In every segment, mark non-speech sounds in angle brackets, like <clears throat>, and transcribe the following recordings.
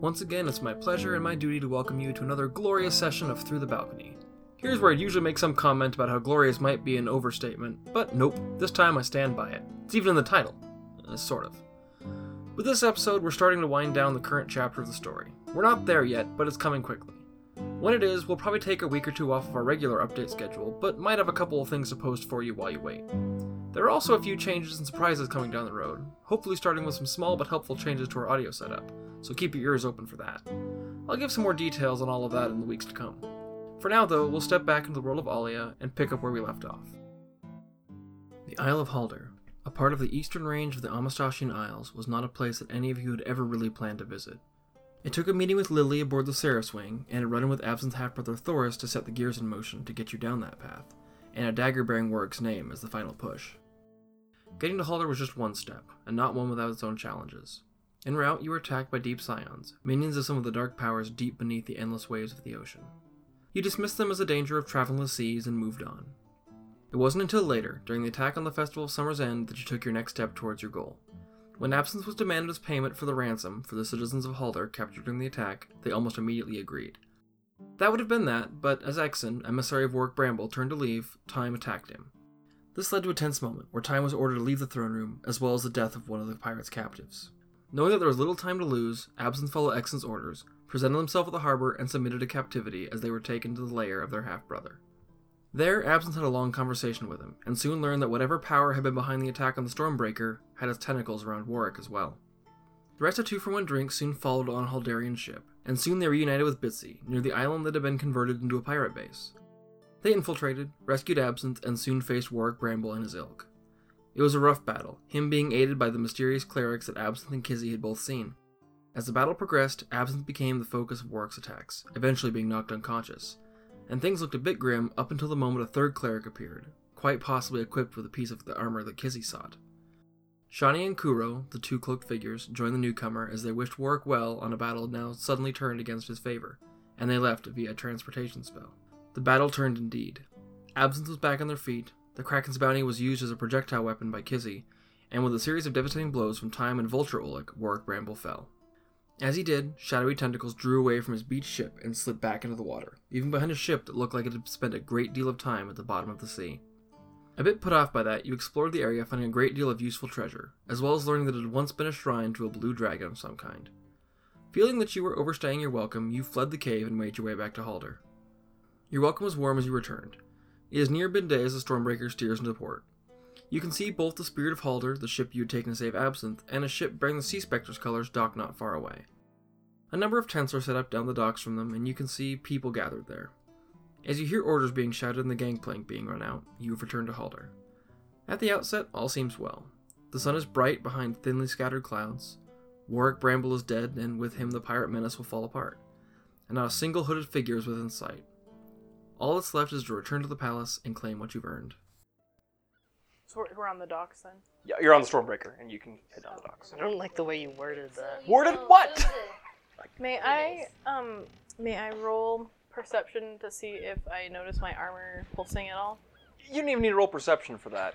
Once again, it's my pleasure and my duty to welcome you to another glorious session of Through the Balcony. Here's where I'd usually make some comment about how glorious might be an overstatement, but nope, this time I stand by it. It's even in the title. Uh, sort of. With this episode, we're starting to wind down the current chapter of the story. We're not there yet, but it's coming quickly. When it is, we'll probably take a week or two off of our regular update schedule, but might have a couple of things to post for you while you wait. There are also a few changes and surprises coming down the road, hopefully starting with some small but helpful changes to our audio setup, so keep your ears open for that. I'll give some more details on all of that in the weeks to come. For now, though, we'll step back into the world of Alia and pick up where we left off. The Isle of Halder, a part of the eastern range of the Amistasian Isles, was not a place that any of you had ever really planned to visit. It took a meeting with Lily aboard the Sarah's Wing and a run in with Absinth half-brother Thoris to set the gears in motion to get you down that path, and a dagger bearing Warwick's name as the final push. Getting to Halder was just one step, and not one without its own challenges. En route, you were attacked by deep scions, minions of some of the dark powers deep beneath the endless waves of the ocean. You dismissed them as a danger of traveling the seas and moved on. It wasn't until later, during the attack on the Festival of Summer's End, that you took your next step towards your goal. When absence was demanded as payment for the ransom for the citizens of Halder captured during the attack, they almost immediately agreed. That would have been that, but as Exon, emissary of Warwick Bramble, turned to leave, Time attacked him. This led to a tense moment where Time was ordered to leave the throne room, as well as the death of one of the pirates' captives. Knowing that there was little time to lose, Absinthe followed Exon's orders, presented himself at the harbor, and submitted to captivity as they were taken to the lair of their half brother. There, Absinthe had a long conversation with him, and soon learned that whatever power had been behind the attack on the Stormbreaker had its tentacles around Warwick as well. The rest of Two for One Drink soon followed on Haldarian's ship, and soon they reunited with Bitsy, near the island that had been converted into a pirate base. They infiltrated, rescued Absinthe, and soon faced Warwick Bramble and his ilk. It was a rough battle, him being aided by the mysterious clerics that Absinthe and Kizzy had both seen. As the battle progressed, Absinthe became the focus of Warwick's attacks, eventually being knocked unconscious. And things looked a bit grim up until the moment a third cleric appeared, quite possibly equipped with a piece of the armor that Kizzy sought. Shani and Kuro, the two cloaked figures, joined the newcomer as they wished Warwick well on a battle now suddenly turned against his favor, and they left via a transportation spell. The battle turned indeed. Absinthe was back on their feet, the Kraken's bounty was used as a projectile weapon by Kizzy, and with a series of devastating blows from Time and Vulture Ulick, Warwick Bramble fell. As he did, shadowy tentacles drew away from his beached ship and slid back into the water, leaving behind a ship that looked like it had spent a great deal of time at the bottom of the sea. A bit put off by that, you explored the area finding a great deal of useful treasure, as well as learning that it had once been a shrine to a blue dragon of some kind. Feeling that you were overstaying your welcome, you fled the cave and made your way back to Halder. Your welcome was warm as you returned. It is near midday as the Stormbreaker steers into port. You can see both the Spirit of Halder, the ship you had taken to save Absinthe, and a ship bearing the Sea Spectre's colors dock not far away. A number of tents are set up down the docks from them, and you can see people gathered there. As you hear orders being shouted and the gangplank being run out, you have returned to Halder. At the outset, all seems well. The sun is bright behind thinly scattered clouds. Warwick Bramble is dead, and with him the pirate menace will fall apart. And not a single hooded figure is within sight. All that's left is to return to the palace and claim what you've earned. So we're, we're on the docks then. Yeah, you're on the Stormbreaker, and you can head down the docks. I don't like the way you worded Oh, that. Worded what? May I um may I roll perception to see if I notice my armor pulsing at all? <laughs> You don't even need to roll perception for that.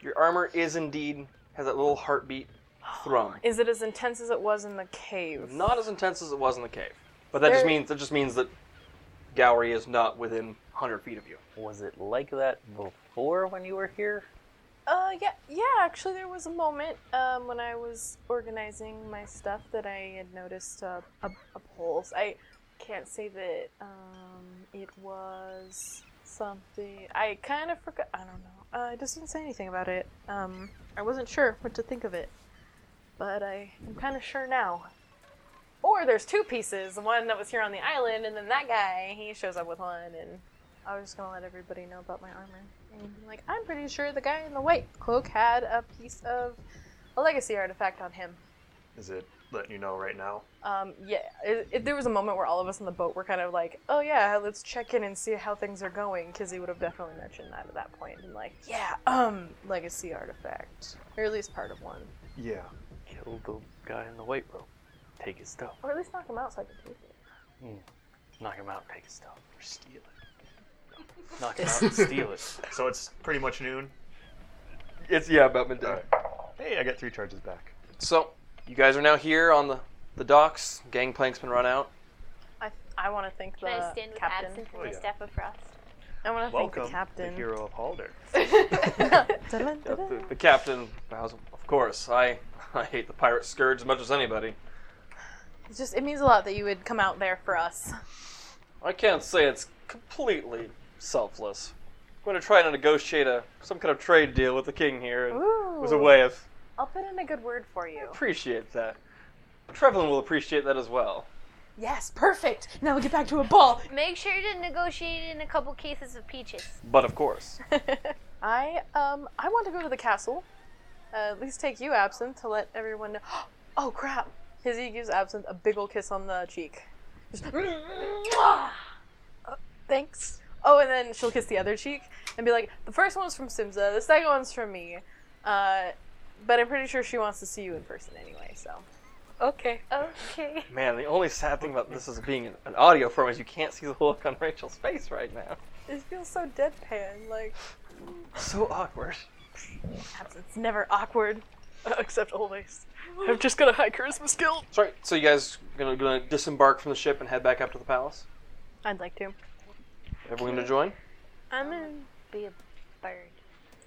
Your armor is indeed has that little heartbeat thrum. Is it as intense as it was in the cave? Not as intense as it was in the cave, but that just There- means that just means that Gowrie is not within hundred feet of you. Was it like that before when you were here? Uh yeah yeah actually there was a moment um when I was organizing my stuff that I had noticed a a, a pulse. I can't say that um it was something I kind of forgot. I don't know. Uh, I just didn't say anything about it. Um I wasn't sure what to think of it, but I am kind of sure now. Or there's two pieces. The one that was here on the island, and then that guy he shows up with one and. I was just gonna let everybody know about my armor. And be like, I'm pretty sure the guy in the white cloak had a piece of a legacy artifact on him. Is it letting you know right now? Um, yeah, it, it, there was a moment where all of us in the boat were kind of like, oh yeah, let's check in and see how things are going. Kizzy would have definitely mentioned that at that point, and like, yeah, um, legacy artifact, or at least part of one, Yeah. Kill the guy in the white robe. Take his stuff. or at least knock him out so I can take it. Knock him out. Take his stuff. Or steal it. knock <laughs> it out and steal it. So it's pretty much noon. It's yeah about midday. Hey, I got three charges back. So you guys are now here on the The docks, gangplank's been run out. I, I want to thank the Can I stand with captain. absinthe Oh, and the yeah. staff of frost? I want to thank Welcome, the captain. <laughs> the hero of Halder. Dun, Yeah, dun, dun. the, the captain bows. Of <laughs> course, I I hate the pirate scourge as much as anybody. It's just it means a lot that you would come out there for us. I can't say it's completely selfless. I'm going to try to negotiate a some kind of trade deal with the king here. and It was a Ooh. way of I'll put in a good word for you. appreciate that. Trevlin will appreciate that as well. Yes, perfect. Now we get back to a ball. <laughs> Make sure to negotiate in a couple cases of peaches. But of course, I um I want to go to the castle. Uh, at least take you absinthe to let everyone know. <gasps> Oh crap! Hizzy gives absinthe a big ol' kiss on the cheek. Just, "Mwah!" Uh, thanks. Oh, and then she'll kiss the other cheek and be like, "The first one's from Simza, the second one's from me." Uh, but I'm pretty sure she wants to see you in person anyway. So, okay. <laughs> Okay. man, the only sad thing about this is being an- an audio form is you can't see the look on Rachel's face right now. It feels so deadpan. Like So awkward. absinthe's never awkward, uh, except <sighs> always. I'm just gonna high charisma skill. Sorry. So you guys gonna gonna disembark from the ship and head back up to the palace? I'd like to. Everyone gonna join? I'm in. Be a bird.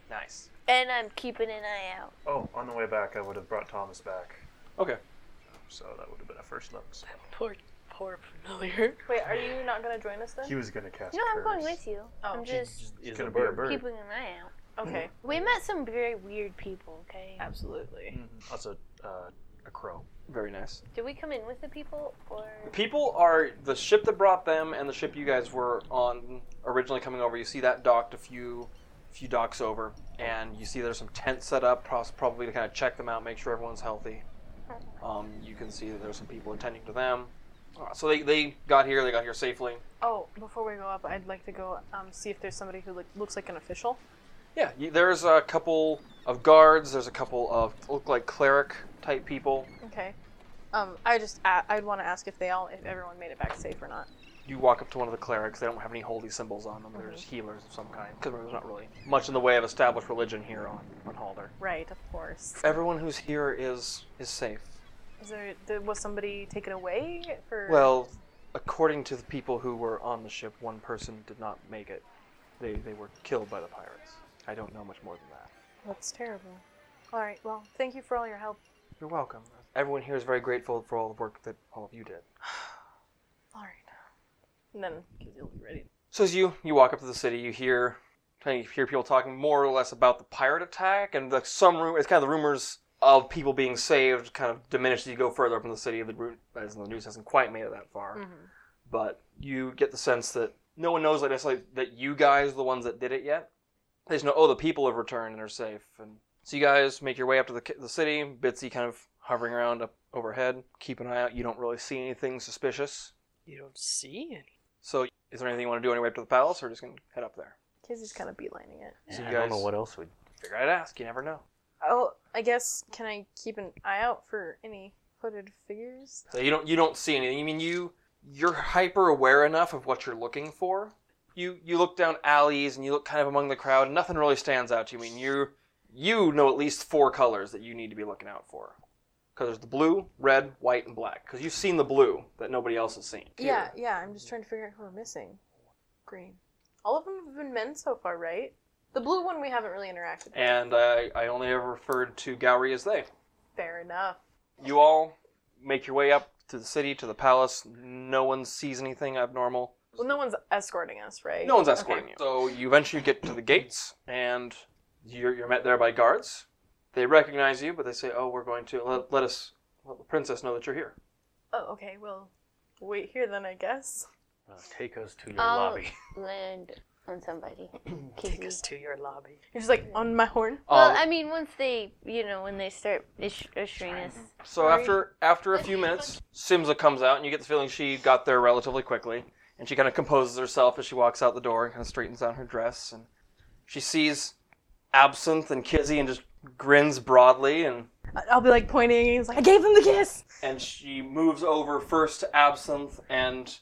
Nice. And I'm keeping an eye out. Oh, on the way back, I would have brought Thomas back, Okay. so that would have been a first look. So Poor, poor familiar. Wait, are you not gonna join us then? he was gonna cast. No, I'm going curse. with you. Oh. I'm just He's Is gonna a be a bird. bird. keeping an eye out. Okay. We met some very weird people, okay? Absolutely. Mhm. Also, uh, a crow. Very nice. Did we come in with the people or The people are the ship that brought them and the ship you guys were on originally coming over. You see that docked a few, few docks over, and you see there's some tents set up, pros- probably to kind of check them out, make sure everyone's healthy. Um, you can see that there's some people attending to them. Uh, So they, they got here. They got here safely. Oh, before we go up, I'd like to go um, see if there's somebody who look, looks like an official. Yeah, you, there's a couple of guards. There's a couple of look like cleric type people. Okay. Um, I just I, I'd want to ask if they all if everyone made it back safe or not. You walk up to one of the clerics. They don't have any holy symbols on them. They're just healers of some kind. Because there's not really much in the way of established religion here on on Halder. Right, of course. Everyone who's here is is safe. Is there, there was somebody taken away for? Well, according to the people who were on the ship, one person did not make it. They they were killed by the pirates. I don't know much more than that. that's terrible. All right. Well, thank you for all your help. You're welcome. Everyone here is very grateful for all the work that all of you did. All right. And then you'll be ready. So as you you walk up to the city, you hear kind of hear people talking more or less about the pirate attack and the, some room. It's kind of the rumors of people being saved kind of diminish as you go further up in the city. The route as in the news hasn't quite made it that far, but you get the sense that no one knows like necessarily that you guys are the ones that did it yet. They just know oh the people have returned and are safe. And so you guys make your way up to the ki- the city. Bitsy kind of hovering around up overhead. Keep an eye out. You don't really see anything suspicious. You don't see any. So is there anything you want to do on your way up to the palace, or just gonna head up there? Kizzy's kind of beelining it. So Yeah, you I don't guys- know what else would. Figure I'd ask. You never know. Oh, I guess can I keep an eye out for any hooded figures? So you don't you don't see anything. I mean, you you're hyper aware enough of what you're looking for. You you look down alleys and you look kind of among the crowd. and Nothing really stands out to you. I mean, you you know at least four colors that you need to be looking out for. Because there's the blue, red, white, and black. Because you've seen the blue that nobody else has seen. Yeah, yeah. I'm just trying to figure out who we're missing. Green. All of them have been men so far, right? The blue one we haven't really interacted with. And I I only ever referred to Gowrie as they. Fair enough. You all make your way up to the city to the palace. No one sees anything abnormal. Well, no one's escorting us, right? No one's escorting Okay. you. So you eventually get to the gates, and you're, you're met there by guards. They recognize you, but they say, "Oh, we're going to let, let us let the princess know that you're here." Oh, okay. Well, wait here then, I guess. Uh, take us to your Oh, I'll lobby. land on <clears throat> somebody? Take Kizzy. us <laughs> to your lobby. You're just like on my horn. Well, Um, I mean, once they, you know, when they start ish- ushering us. so after after a few minutes, Simza comes out, and you get the feeling she got there relatively quickly, and she kind of composes herself as she walks out the door and kind of straightens down her dress, and she sees Absinthe and Kizzy, and just grins broadly and I- I'll be like pointing. And he's like, I gave them the kiss. and she moves over first to absinthe and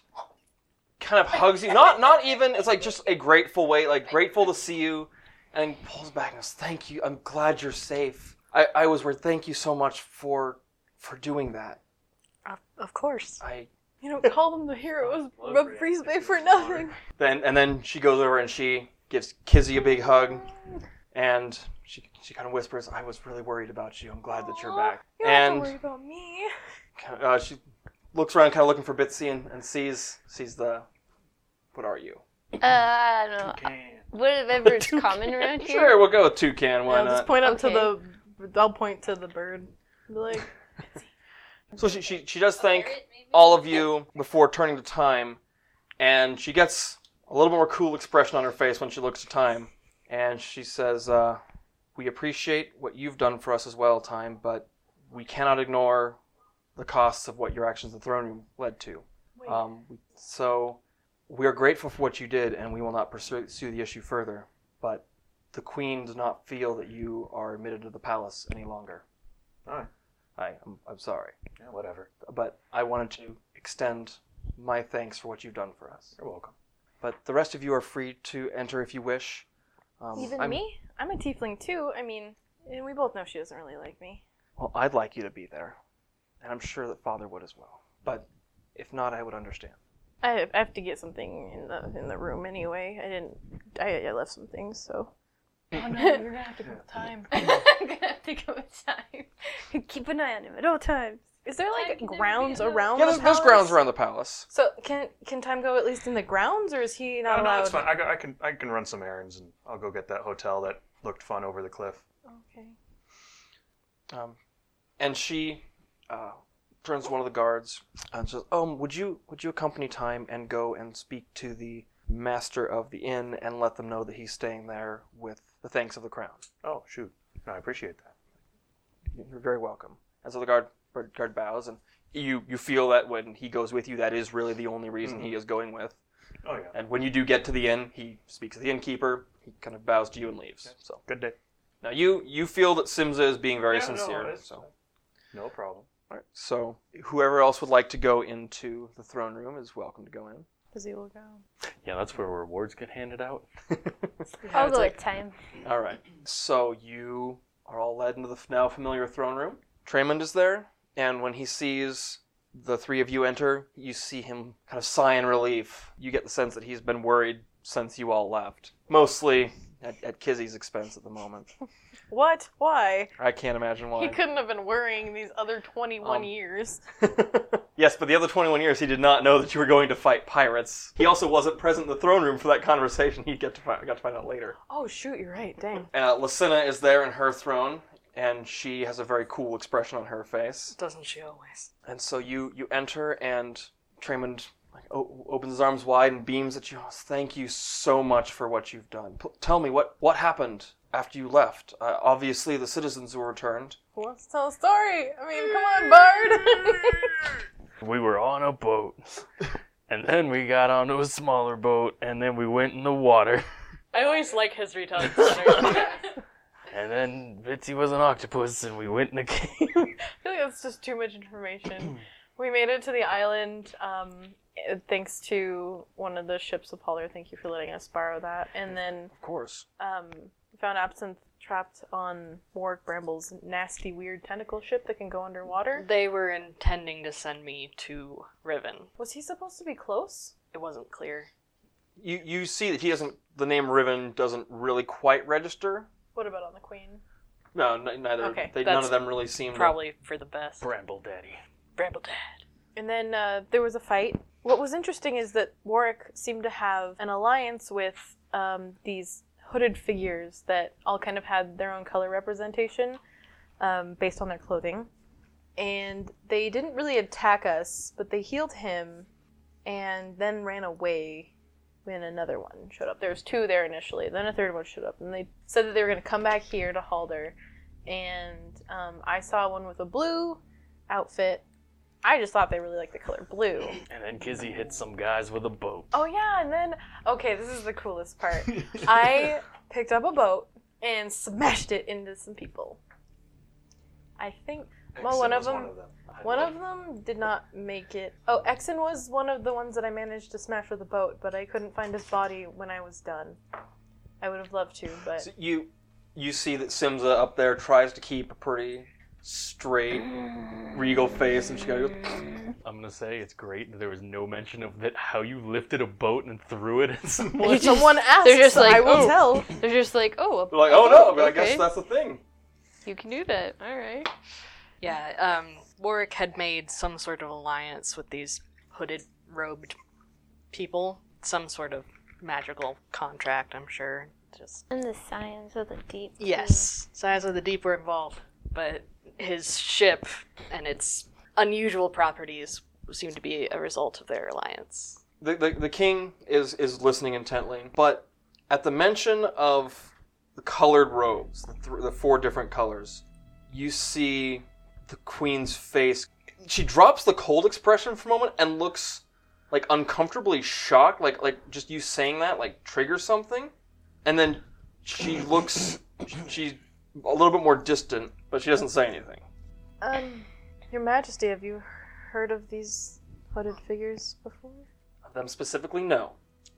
kind of hugs you not not even it's like just a grateful way like grateful to see you and pulls back and goes thank you i'm glad you're safe i, I was worried thank you so much for for doing that Of, of course. I You don't call them the heroes of Overreacting Freeze Bay to for the nothing. then and then she goes over and she gives Kizzy a big hug, and she she kind of whispers, "I was really worried about you. I'm glad that you're Aw, back." You don't have to worry And about me. uh, she looks around, kind of looking for Bitsy, and, and sees sees the what are you? Uh, I don't know. Toucan. Whatever is common around here. Sure, we'll go with toucan. Why I'll just not? point up to Okay. the. I'll point to the bird. Be like, So she she, she does thank all of you before turning to time, and she gets a little more cool expression on her face when she looks to time, and she says, uh, "We appreciate what you've done for us as well, time, but we cannot ignore the costs of what your actions in the throne room led to. Um, so we are grateful for what you did, and we will not pursue pursue the issue further. But the queen does not feel that you are admitted to the palace any longer. Aye. I, I'm, I'm sorry." Yeah, whatever. but I wanted to extend my thanks for what you've done for us. You're welcome. But the rest of you are free to enter if you wish. Um, Even I'm- me? <laughs> I'm a tiefling too. I mean, and we both know she doesn't really like me. Well, I'd like you to be there, and I'm sure that Father would as well. But if not, I would understand. I, I have to get something in the in the room anyway. I didn't. I, I left some things, so <laughs> Oh no, you're gonna have to go with time. <laughs> I'm gonna have to go with time. Keep an eye on him at all times. is there I like can never grounds be alone. around? yeah, the there's, there's palace? grounds around the palace. So can can time go at least in the grounds, or is he not no, no, allowed? it's fine. I, got- I can I can run some errands and I'll go get that hotel that looked fun over the cliff. Okay. Um, and she uh, turns to one of the guards and says, "Um, would you would you accompany Time and go and speak to the master of the inn and let them know that he's staying there with the thanks of the crown?" Oh shoot! No, I appreciate that. You're very welcome. And so the guard guard bows, and you you feel that when he goes with you, that is really the only reason Hmm. he is going with. Oh yeah. And when you do get to the inn, he speaks to the innkeeper. He kind of bows to you and leaves. So Good day. now you you feel that Simza is being very Yeah, no, sincere. it's- so No problem. all right. So whoever else would like to go into the throne room is welcome to go in. Does he will go? Yeah, that's where rewards get handed out. I'll go with time. All right. So you are all led into the f- now familiar throne room. Tremond is there, and when he sees the three of you enter, you see him kind of sigh in relief. You get the sense that he's been worried since you all left, mostly at, at Kizzy's expense at the moment. What? Why? I can't imagine He why. couldn't have been worrying these other twenty-one Um, years. <laughs> yes, but the other 21 years, he did not know that you were going to fight pirates. He also wasn't present in the throne room for that conversation. He get to find, got to find out later. Oh shoot! You're right. Dang. Uh, Lucina is there in her throne, and she has a very cool expression on her face. Doesn't she always? And so you you enter, and Tremond like o- opens his arms wide and beams at you. "Oh, Thank you so much for what you've done. P- tell me what what happened after you left. Uh, obviously, the citizens were returned. Who wants to tell a story? I mean, come on, Bard. We were on a boat, and then we got onto a smaller boat, and then we went in the water, I always like his retelling better. and then Bitsy was an octopus, and we went in a <laughs> cave. I feel like that's just too much information. we made it to the island um, eh, thanks to one of the ships of Pollard. Thank you for letting us borrow that. And then Of course. um, found Absinthe trapped on Warwick Bramble's nasty, weird tentacle ship that can go underwater. they were intending to send me to Riven. Was he supposed to be close? It wasn't clear. You you see that he doesn't. The name Riven doesn't really quite register. What about on the Queen? No, n- neither. Okay, they, that's none of them really seem. Probably for the best. Bramble Daddy. Bramble Dad. And then uh, there was a fight. What was interesting is that Warwick seemed to have an alliance with um, these hooded figures that all kind of had their own color representation um, based on their clothing. And they didn't really attack us, but they healed him and then ran away when another one showed up. There was two there initially, then a third one showed up, and they said that they were going to come back here to Halder. And um, I saw one with a blue outfit I just thought they really liked the color blue. And then Kizzy hit some guys with a boat. Oh yeah, and then okay, this is the coolest part. I picked up a boat and smashed it into some people. I think well, one Exit of was them, One of them. one of them did not make it. Oh, Exon was one of the ones that I managed to smash with a boat, but I couldn't find his body when I was done. I would have loved to, but So you you see that Simza up there tries to keep a pretty straight, regal face, and she goes, I'm gonna say it's great that there was no mention of that how you lifted a boat and threw it <laughs> at someone. They're just- Someone asked. They're just like, I will oh. tell. They're just like, oh, a- like, oh no, but I okay. guess that's the thing. you can do that. All right. Yeah, um, Warwick had made some sort of alliance with these hooded, robed people. Some sort of magical contract, I'm sure. Just And the science of the deep. blue. yes, size of the deep were involved, but his ship and its unusual properties seem to be a result of their alliance. The, the, the king is, is listening intently, but at the mention of the colored robes, the, th- the four different colors, you see the queen's face. She drops the cold expression for a moment and looks like uncomfortably shocked, like like just you saying that like triggers something, and then she looks she's a little bit more distant, but she doesn't say anything. Um, Your Majesty, have you heard of these hooded figures before? Of them specifically, no.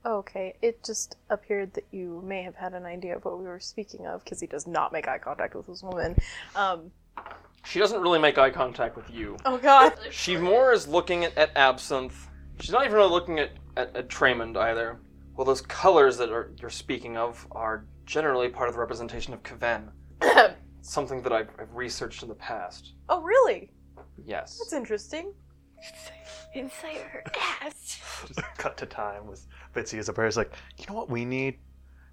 Oh, okay, it just appeared that you may have had an idea of what we were speaking of because he does not make eye contact with this woman. Um, She doesn't really make eye contact with you. oh God. She more is looking at, at Absinthe. She's not even really looking at, at, at Tremond either. Well, those colors that are, you're speaking of are generally part of the representation of <coughs> Kaven. Something that I've, I've researched in the past. oh really? Yes. That's interesting. Inside her ass. Just <laughs> cut to time with Bitsy as a prayer. It's like, you know what we need?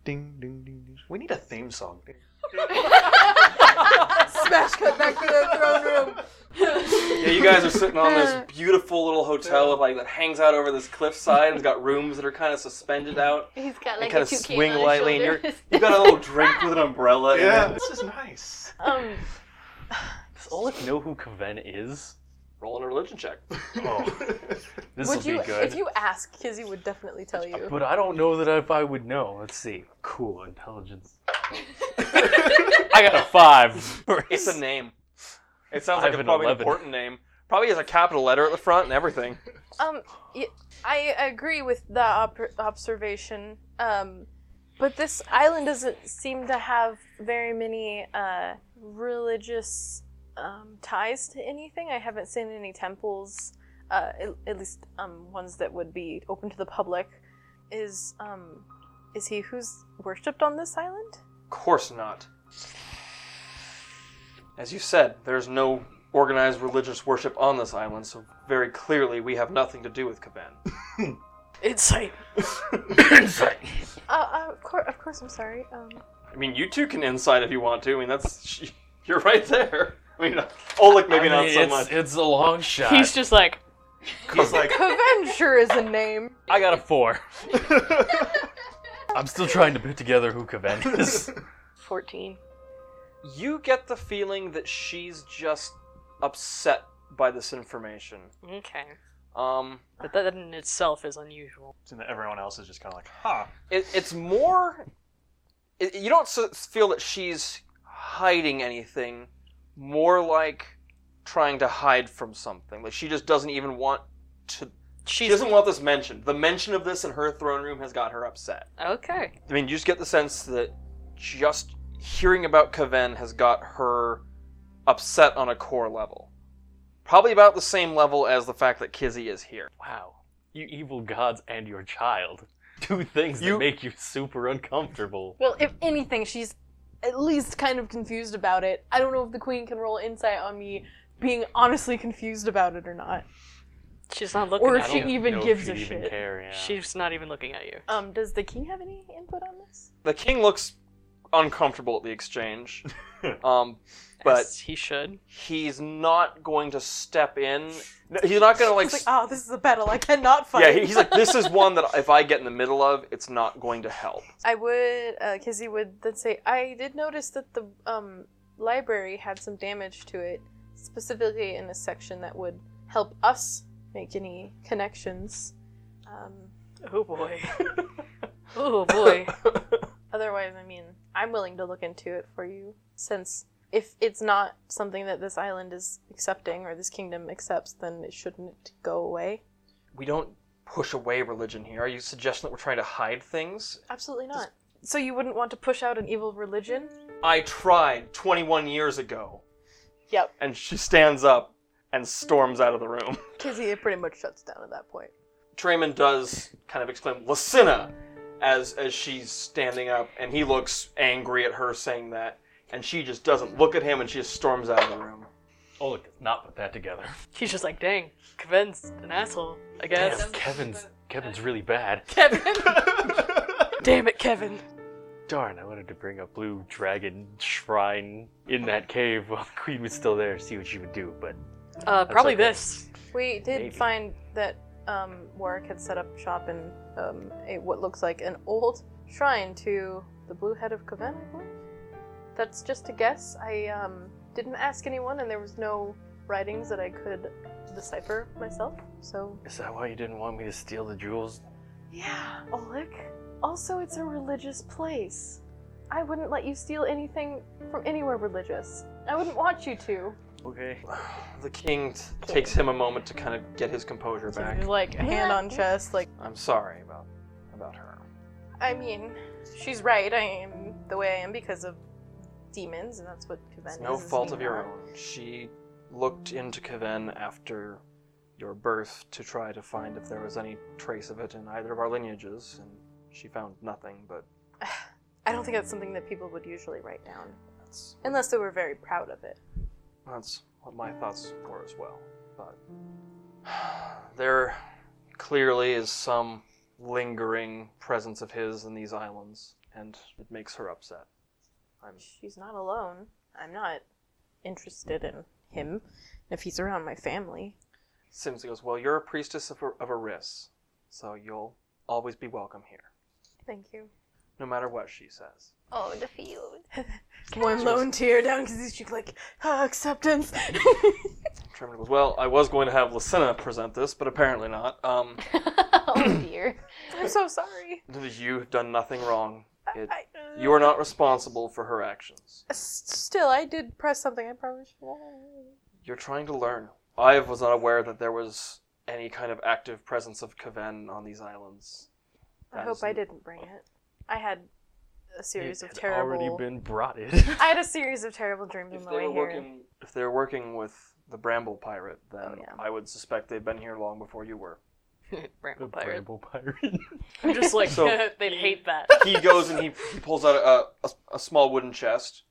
Ding, ding, ding, ding. We need a theme song. Ding, ding. Smash cut back to the throne room. yeah, you guys are sitting on <laughs> this beautiful little hotel with, like that hangs out over this cliffside and it's got rooms that are kind of suspended out. He's got like kinda a toucan swing on his lightly and you're- shoulders. <laughs> You got a little drink with an umbrella. in yeah, it. this is <laughs> nice. Um, Does Olaf know who Kaven is? Rolling a religion check. <laughs> Oh, this will would be you, good. if you ask, Kizzy would definitely tell you. But I don't know that if I would know. Let's see. Cool intelligence. I got a <laughs> five. It's a name. It sounds I like a have an probably an 11. important name. Probably has a capital letter at the front and everything. Um, y- I agree with the op- observation. Um, but this island doesn't seem to have very many uh, religious um, ties to anything. I haven't seen any temples, uh, at, at least um, ones that would be open to the public. Is um, is he who's worshipped on this island? course not. As you said, there's no organized religious worship on this island, so very clearly we have nothing to do with <coughs> Kaban. Insight. Uh, uh, of, course, of course, I'm sorry. Um, I mean, you two can inside if you want to. I mean, that's <laughs> sh- you're right there. I mean, Oleg maybe I not mean, so it's, much. It's a long shot. He's just like, He's like, Avenger is a name. I got a <laughs> four. I'm still trying to put together who Kaven is. 14. You get the feeling that she's just upset by this information. Okay. Um, But that in itself is unusual. and everyone else is just kind of like, ha. it, it's more it, you don't s- feel that she's hiding anything more like trying to hide from something like she just doesn't even want to she She's doesn't want this mentioned the mention of this in her throne room has got her upset okay. i mean you just get the sense that just hearing about kaven has got her upset on a core level probably about the same level as the fact that kizzy is here Wow. You evil gods and your child. Two things You- that make you super uncomfortable. Well, if anything, she's at least kind of confused about it. I don't know if the queen can roll insight on me being honestly confused about it or not. She's not looking Or at she you. even know if e- gives she'd a even shit. Care, yeah. She's not even looking at you. Um, does the king have any input on this? the king looks uncomfortable at the exchange um, but As he should. he's not going to step in. No, He's not going to like. It's like, "Ah, oh, this is a battle I cannot fight. yeah, he- he's like, this is one that if I get in the middle of, it's not going to help. <laughs> I would, uh, Kizzy would then say, I did notice that the um, library had some damage to it, specifically in a section that would help us make any connections. Um, Oh boy. oh boy. Otherwise, I mean, I'm willing to look into it for you, since if it's not something that this island is accepting or this kingdom accepts, then it shouldn't go away. We don't push away religion here. Are you suggesting that we're trying to hide things? Absolutely not. So you wouldn't want to push out an evil religion? I tried 21 years ago. Yep. And she stands up and storms out of the room. <laughs> Kizzy pretty much shuts down at that point. Trayman does kind of exclaim "Lucina" as as she's standing up, and he looks angry at her saying that, and she just doesn't look at him, and she just storms out of the room. Oleg does Oh, not put that together. He's just like, dang, Kevin's an asshole, I guess. Damn, Kevin's Kevin's really bad. <laughs> Damn it, Kevin. Darn, I wanted to bring a blue dragon shrine in that cave while the queen was still there, see what she would do, but Uh, probably okay. this. <laughs> We did Maybe. find that um, Warwick had set up shop in um, a, what looks like an old shrine to the Blue Head of Coven, I believe. That's just a guess. I um, didn't ask anyone, and there was no writings that I could decipher myself. So is that why you didn't want me to steal the jewels? yeah, Oleg. Also, it's a religious place. I wouldn't let you steal anything from anywhere religious. I wouldn't want you to. Okay. <sighs> The king t- takes him a moment to kind of get his composure So back. there's, like a hand on chest, like. I'm sorry about about her. I mean, she's right. I am the way I am because of demons, and that's what Kaven It's is. no is fault of demon. your own. She looked into Kaven after your birth to try to find if there was any trace of it in either of our lineages, and she found nothing. But <sighs> I don't think that's something that people would usually write down, that's unless they were very proud of it. That's what my thoughts were as well. But <sighs> there clearly is some lingering presence of his in these islands, and it makes her upset. I'm She's not alone. I'm not interested in him if he's around my family. Simsy goes, Well, you're a priestess of, of Eris, so you'll always be welcome here, Thank you. no matter what she says. Oh, the field. One lone tear down because she's like, <laughs> ah, acceptance. Trevor goes, Well, I was going to have Lucina present this, but apparently not. Um, <laughs> oh dear. I'm so sorry. you've done nothing wrong. It, I, uh, you are not responsible for her actions. S- Still, I did press something. I probably should. You're trying to learn. I was not aware that there was any kind of active presence of Kaven on these islands. I That hope is- I didn't bring it. I had a series it of had terrible. already been brought in. <laughs> I had a series of terrible dreams on If the they way were here. working, if they're working with the Bramble Pirate, then Oh, yeah. I would suspect they've been here long before you were. the Bramble pirate. bramble pirate. <laughs> I'm just like, So- <laughs> they'd hate that. He goes and he, he pulls out a, a, a small wooden chest,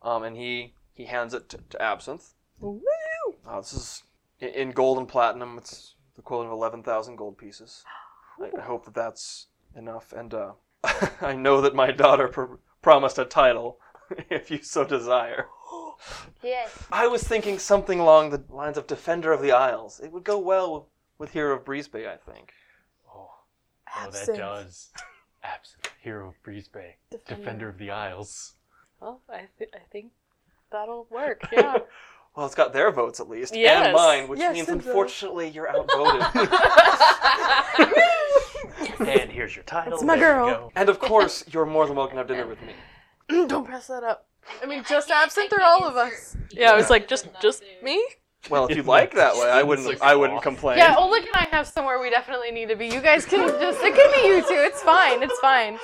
um, and he he hands it to, to Absinthe. Woo! Uh, this is in, in gold and platinum. It's the equivalent of eleven thousand gold pieces. I, I hope that that's enough. And uh, <laughs> I know that my daughter pr- promised a title, <laughs> if you so desire. <gasps> Yes. I was thinking something along the lines of Defender of the Isles. It would go well with Hero of Breezebay, I think. Oh, oh that Absinthe. does. Absent. Hero of Breeze Bay. Defender. Defender of the Isles. Well, I, th- I think <laughs> that'll <laughs> work, yeah. Well, it's got their votes at least, Yes. and mine, which Yes, means it does. unfortunately you're <laughs> outvoted. <laughs> And here's your title. It's my there you girl. go. and of course, you're more than welcome to have dinner with me. <clears throat> Don't press that up. I mean, just absinthe or all of us. yeah, I was like, just just Me? Well, if you <laughs> like that way, I wouldn't. I wouldn't complain. Yeah, Oleg and I have somewhere we definitely need to be. You guys can just, it could be you two. It's fine. It's fine.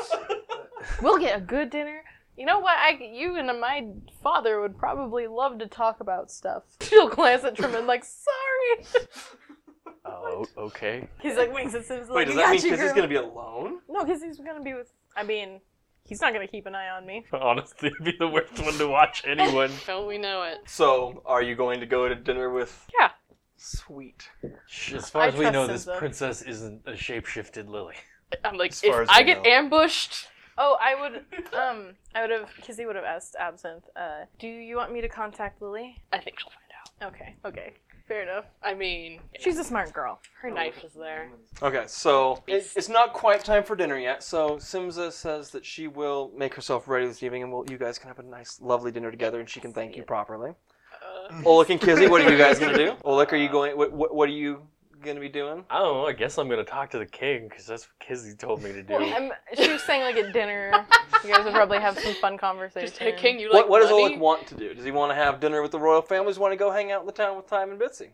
We'll get a good dinner. You know what? I, you and my father would probably love to talk about stuff. <laughs> She'll glance at Truman like, sorry. <laughs> Oh, okay. He's like, winks at Sims. Wait, like, does "We that got mean you, Kiz is girl." gonna be alone? No, because he's gonna be with. I mean, he's not gonna keep an eye on me. Honestly, it'd be the worst one to watch <laughs> anyone. don't we know it. So, are you going to go to dinner with? Yeah. Sweet. As far I as we trust know, him, this though. princess isn't a shapeshifted lily. I'm like, As far if as I we get know. ambushed, Oh, I <laughs> would. Um, I would have. Kizzy would have asked Absinthe. Uh, do you want me to contact Lily? I think she'll find out. Okay. Okay. Fair enough. I mean, She's a smart girl. her knife is there. Okay, so it, it's not quite time for dinner yet. So Simza says that she will make herself ready this evening, and we'll, you guys can have a nice, lovely dinner together, and she can thank you properly. Uh, Olik and Kizzy, what are you guys gonna do? Olik, are you going? What, what, what are you gonna be doing? I don't know. I guess I'm gonna talk to the king because that's what Kizzy told me to do. Um, she was saying like at <laughs> dinner, you guys would probably have some fun conversation. just, hey, King, you What, like what does money? Olik want to do? Does he want to have dinner with the royal family? Does he want to go hang out in the town with Time and Bitsy?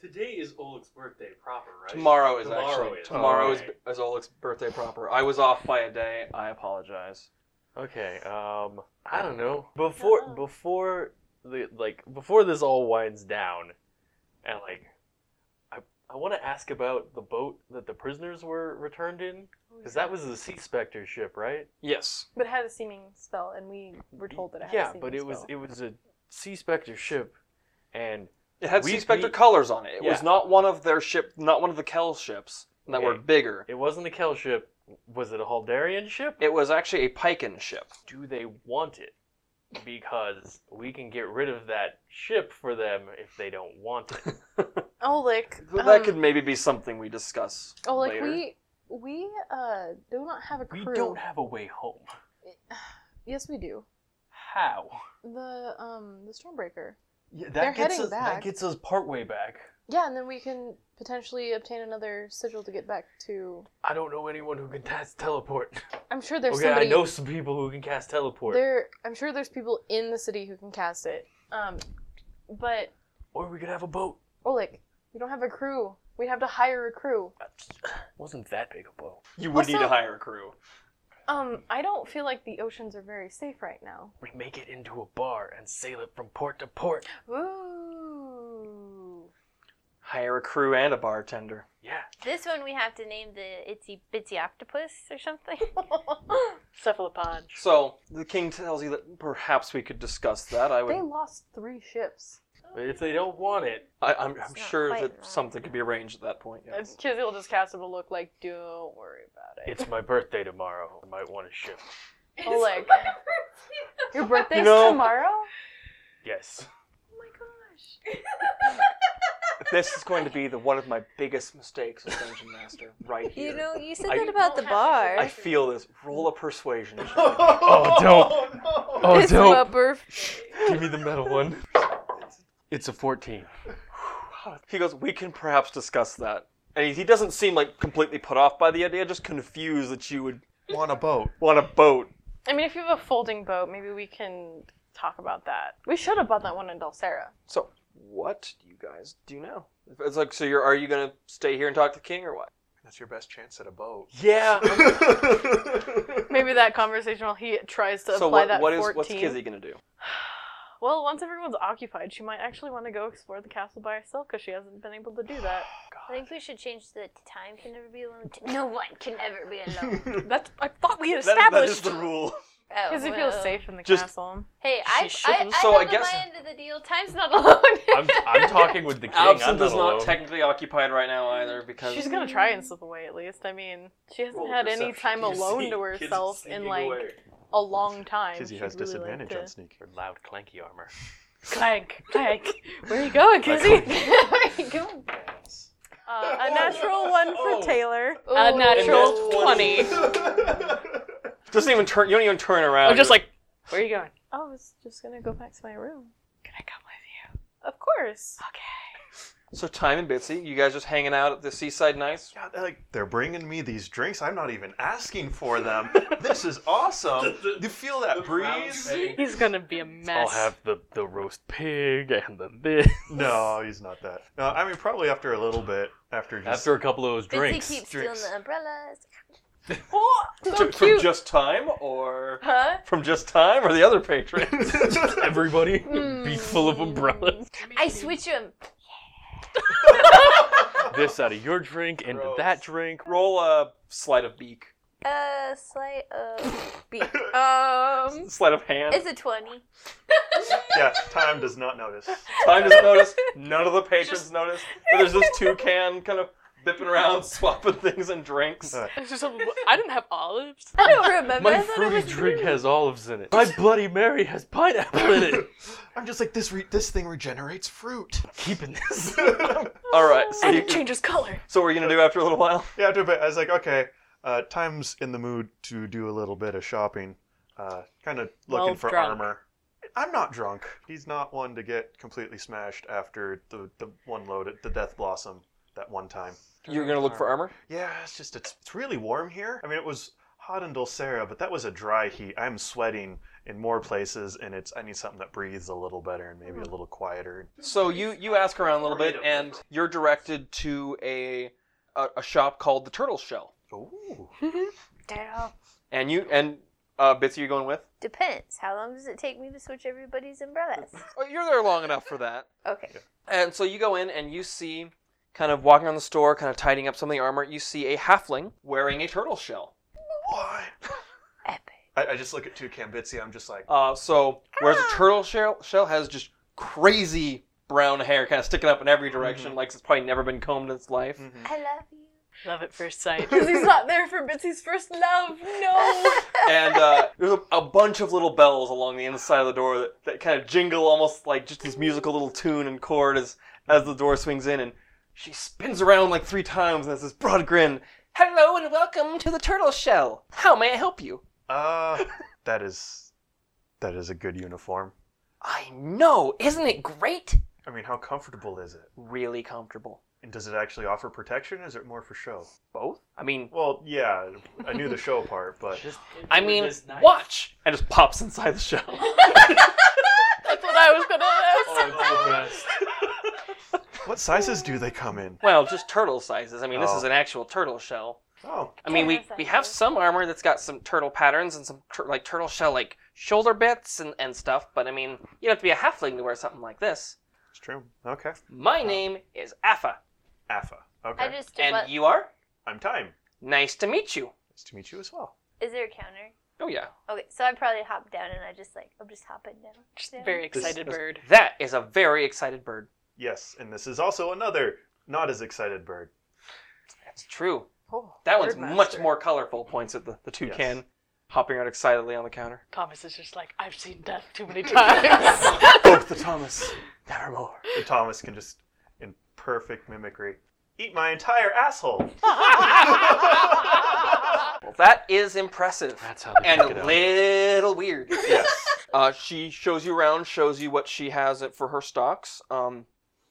Today is Oleg's birthday proper, right? Tomorrow is Oh, Tomorrow actually is. tomorrow is, Okay. is Olik's birthday proper. I was off by a day. I apologize. Okay. Um, I don't know. Before before the like before this all winds down, and like, I I want to ask about the boat that the prisoners were returned in, Oh, because that was the Sea Spectre ship, right? Yes. But it had a seeming spell, and we were told that it had a yeah, seeming but it was spell. it was a Sea Spectre ship, and It had We- Sea Spectre we- colors on it. It was Yeah. not one of their ship, not one of the Kell ships that were Okay. bigger. it wasn't a Kel ship. Was it a Haldarian ship? It was actually a Piken ship. do they want it? Because we can get rid of that ship for them if they don't want it. Oleg. But that um, could maybe be something we discuss Oleg, later. Oh, we we uh do not have a crew. We don't have a way home. Yes, we do. How? The um the Stormbreaker. Yeah, that They're gets heading us, back. That gets us part way back. Yeah, and then we can potentially obtain another sigil to get back to. I don't know anyone who can cast teleport. I'm sure there's okay, somebody. I know some people who can cast teleport. There, I'm sure there's people in the city who can cast it. Um, but Or we could have a boat. Oleg, we don't have a crew. We'd have to hire a crew. Wasn't that big a boat? You would need Also- to hire a crew. Um, I don't feel like the oceans are very safe right now. We make it into a bar and sail it from port to port. Ooh. Hire a crew and a bartender. Yeah. This one we have to name the itsy bitsy octopus or <laughs> something. Cephalopod. <laughs> So the king tells you that perhaps we could discuss that. I would. They lost three ships. But if they don't want it, I, I'm, I'm not sure quite that right. something could be arranged at that point. yes. Kizzy will just cast him a look like, don't worry about it's my birthday tomorrow. I might want a ship. Oleg, your birthday's You know- tomorrow? Yes. <laughs> this is going to be the one of my biggest mistakes as dungeon master right here. you know, you said I- that about the bar. I feel this. Roll a persuasion. <laughs> check. Oh, don't. Oh, It's don't. rubber. <laughs> Give me the metal one. It's a 14. he goes, "We can perhaps discuss that." And he, he doesn't seem like completely put off by the idea, just confused that you would On a boat. want a boat. I mean, if you have a folding boat, maybe we can talk about that. We should have bought that one in Dulcera. So, what do you guys do now? It's like, so you're are you gonna stay here and talk to the king or what? That's your best chance at a boat. <laughs> Yeah. Maybe that conversation while he tries to so apply what, that what is 14. what's Kizzy gonna do? Well, once everyone's occupied, she might actually want to go explore the castle by herself because she hasn't been able to do that. I think we should change the time can never be alone. To no one can ever be <laughs> alone. That's I thought we had That, that established. <laughs> is the rule. Oh, Because it feels well. safe in the Just- castle. Hey, I, I, shouldn't. I So I held up guess- my end of the deal. Time's not alone. I'm, <laughs> I'm talking with the king. I'm Absinthe not is not alone. technically occupied right now either because She's gonna try <laughs> and slip away at least. I mean, she hasn't Roll had any perception. time You see alone to kids herself in sneaking like away. a long time. Kizzy She'd has really disadvantage like on to... sneaking. Your loud clanky armor. Clank, clank. <laughs> Where are you going, Kizzy? <laughs> uh, a natural one for Oh. Taylor. A <laughs> natural And that's 20. <laughs> doesn't even turn. You don't even turn around. <laughs> I'm just like, where are you going? I was just gonna go back to my room. Can I come with you? Of course. So time and Bitsy, you guys just hanging out at the seaside, nice. God, they're like they're bringing me these drinks. I'm not even asking for them. <laughs> this is awesome. The- the- you feel that the breeze? brown thing. He's gonna be a I'll mess. have the, the roast pig and the this. No, he's not that. No, I mean probably after a little bit, after just After a couple of those Bitsy drinks. keeps drinks. stealing the umbrellas. Ju- From just time, or Huh? from just time, or the other patron. <laughs> Everybody Hmm. be full of umbrellas. I switch him. this out of your drink into Gross. that drink. Roll a sleight of beak, Uh, slight of beak. <laughs> Um, sleight of hand. it's a twenty. yeah, time does not notice. Time doesn't notice. None <laughs> of the patrons notice. But there's this toucan kind of bipping <laughs> around, swapping things and drinks. Uh, <laughs> It's just a- I didn't have <laughs> olives. I don't remember. My I thought it fruity was drink has olives in it. My Bloody Mary has pineapple <laughs> in it. I'm just like this. Re- this thing regenerates <laughs> fruit. <laughs> Keeping this. All right. So, And <laughs> you, it changes color. so what are you gonna do after a little while? Yeah, after a bit, I was like, okay, uh, time's in the mood to do a little bit of shopping. Uh, kind of looking Well for drunk. armor. I'm not drunk. He's not one to get completely smashed after the, the one load at the Death Blossom that one time. You're gonna look for armor. Yeah, it's just, it's, it's really warm here. I mean, it was hot in Dulcera, but that was a dry heat. I'm sweating in more places, and it's, I need something that breathes a little better and maybe Hmm. a little quieter. So you you ask around a little bit, and you're directed to a a, a shop called the Turtle Shell. Ooh. Daryl. and you and Uh, Bitsy, you going with? Depends. How long does it take me to switch everybody's umbrellas? Oh, you're there long enough for that. Okay. And so you go in and you see, kind of walking around the store, kind of tidying up some of the armor, you see a halfling wearing a turtle shell. Why? Epic. I, I just look at Toucan Bitsy. I'm just like, Uh, so, whereas a turtle shell, shell has just crazy brown hair kind of sticking up in every direction, like it's probably never been combed in its life. mhm. I love <laughs> you. Love at first sight. Because he's not there for Bitsy's first love. No. and uh, there's a, a bunch of little bells along the inside of the door that, that kind of jingle almost like just this musical little tune and chord as as the door swings in and she spins around like three times and has this broad grin hello and welcome to the turtle shell how may i help you uh, that is, that is a good uniform. i know isn't it great I mean, how comfortable is it? really comfortable And does it actually offer protection? Or is it more for show? both i mean Well, yeah, I knew the show part, but <laughs> Just i with mean this knife. watch and just pops inside the shell That's what I was <laughs> gonna ask. Oh, it's the best. what sizes do they come in? well just turtle sizes i mean this Oh. is an actual turtle shell Oh, I mean, we, Turtles, I we have think. some armor that's got some turtle patterns and some tur- like turtle shell like shoulder bits and, and stuff, but I mean, you'd have to be a halfling to wear something like this. it's true. Okay, My name is Afa, Alpha. Okay, I just and what- you are? I'm time. Nice to meet you. Nice to meet you as well. is there a counter? Oh, yeah. Okay, so I probably hop down and I just like I'm just hopping down. <laughs> Just Yeah. very excited this- bird. That is a very excited bird. Yes, and this is also another not as excited bird. That's true. That one's much more colorful, points at the, the Yes. toucan hopping around excitedly on the counter. Thomas is just like, I've seen death too <laughs> many times. <laughs> Both the Thomas, nevermore. And Thomas can just, in perfect mimicry, eat my entire asshole. <laughs> Well, that is impressive. That's how and it a little weird. yes. Uh, she shows you around, shows you what she has for her stocks. Um,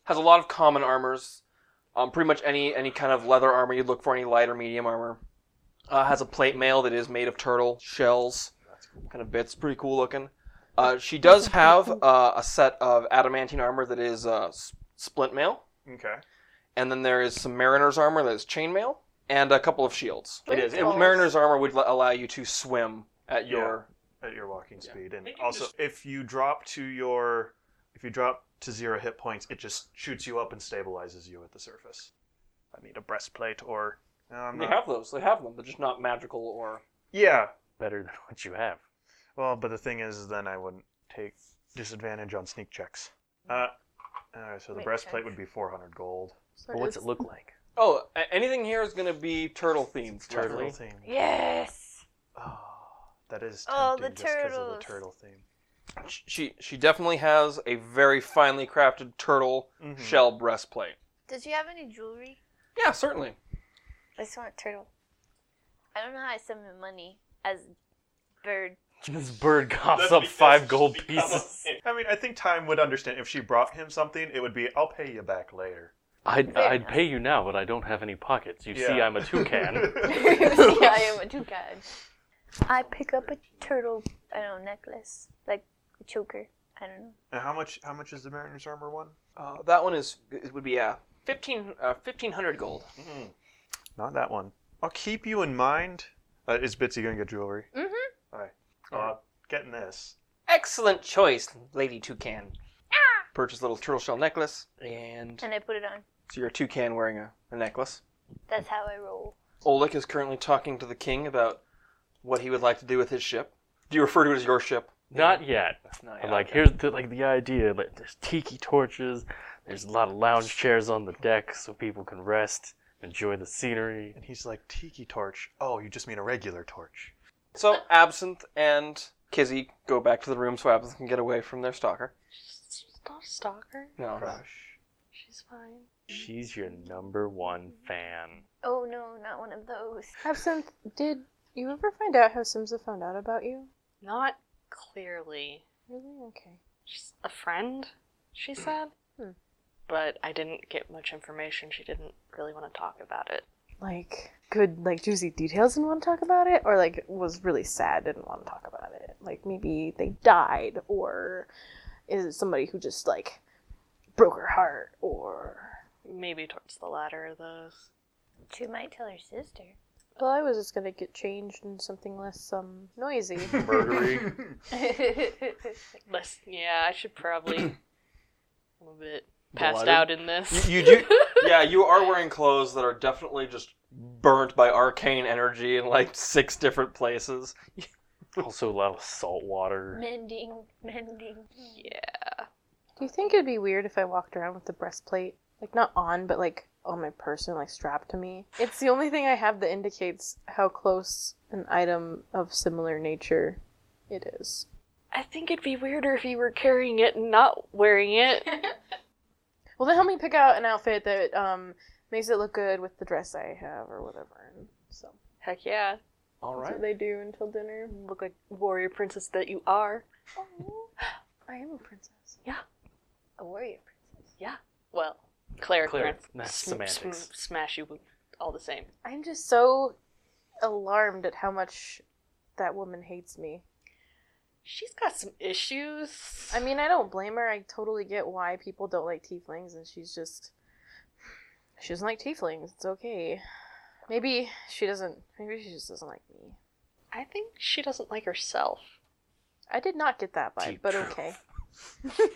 has a lot of common armors, um, pretty much any any kind of leather armor you'd look for, any light or medium armor. Uh, has a plate mail that is made of turtle shells, kind of bits, pretty cool looking. Uh, she does have uh, a set of adamantine armor that is uh, s- splint mail, Okay. and then there is some mariner's armor that is chainmail, and a couple of shields. It is. It- Cool. mariner's armor would l- allow you to swim at Yeah. your At your walking Yeah. speed, and They can also just- if you drop to your, if you drop to zero hit points, it just shoots you up and stabilizes you at the surface. I need a breastplate or. No, I'm They not- have those. They have them. They're just not magical or. Yeah. better than what you have. Well, but the thing is, then I wouldn't take disadvantage on sneak checks. Uh, alright, so the Makes breastplate would sense. be 400 gold. So But what's <laughs> it's- it look like? Oh, a- anything here is going to be turtle themed. Turtle Turtle. theme. Yes. Oh, that is Oh, tempting the just 'cause of turtles. the turtle theme. She she definitely has a very finely crafted turtle Mhm. shell breastplate. Does you have any jewelry? Mm-hmm. Yeah, certainly. I just want a turtle. I don't know how I summon money as bird. This bird coughs That's up because five she gold becomes pieces. a- <laughs> I mean, I think Time would understand if she brought him something. It would be, "I'll pay you back later." I'd, Fair I'd enough. pay you now, but I don't have any pockets. You see, Yeah. I'm a toucan. yeah, I am a toucan. I pick up a turtle. I don't know, necklace like a choker. I don't know. <laughs> And how much? How much is the Mariner's armor one? Uh, that one is it would be uh, 15, uh, 1500 gold. Not that one. I'll keep you in mind. Uh, is Bitsy gonna get jewelry? Mhm. All right. Uh, getting this. Excellent choice, Lady Toucan. Purchase a little turtle shell necklace, and And I put it on. so you're a toucan wearing a, a necklace. That's how I roll. Oleg is currently talking to the king about what he would like to do with his ship. Do you refer to it as your ship? Not yet. No, I'm like, here's the, like the idea. Like, there's tiki torches. There's a lot of lounge chairs on the deck so people can rest, enjoy the scenery. And he's like, "Tiki torch." Oh, you just mean a regular torch. So Absinthe and Kizzy go back to the room so Absinthe can get away from their stalker. She's not a stalker. No, no. Crush. She's fine. She's your number one fan. Oh no, not one of those. Absinthe, did you ever find out how Simsa found out about you? Not clearly. Really? Okay. She's a friend, she said. Hmm. But I didn't get much information. She didn't really want to talk about it. Like good, like juicy details and want to talk about it, or like was really sad didn't want to talk about it. Like maybe they died, or is it somebody who just like broke her heart, or Maybe towards the latter of those. She might tell her sister. Well, I was just gonna get changed in something less um <laughs> noisy. Murdery. Less, yeah, I <clears throat> should probably a little bit passed Blooded? out in this. You, you <laughs> do, yeah. You are wearing clothes that are definitely just burnt by arcane energy in like six different places. also a lot of salt water. mending, mending. yeah. <laughs> Do you think it'd be weird if I walked around with the breastplate, like not on, but like on my person, like strapped to me? It's the only thing I have that indicates how close an item of similar nature it is. I think it'd be weirder if you were carrying it and not wearing it. Well, then help me pick out an outfit that um makes it look good with the dress I have or whatever. And so Heck yeah. All that's right. what they do until <gasps> dinner. <gasps> Look like warrior princess that you are. I am a princess. A warrior princess. Well, cleric, Cleric. prince. That's Sm- semantics. sm- smash you with- all the same. I'm just so alarmed at how much that woman hates me. She's got some issues. I mean, I don't blame her. I totally get why people don't like tieflings, and she's just. She doesn't like tieflings. It's okay. Maybe she doesn't. Maybe she just doesn't like me. I think she doesn't like herself. I did not get that vibe, Deep but okay. But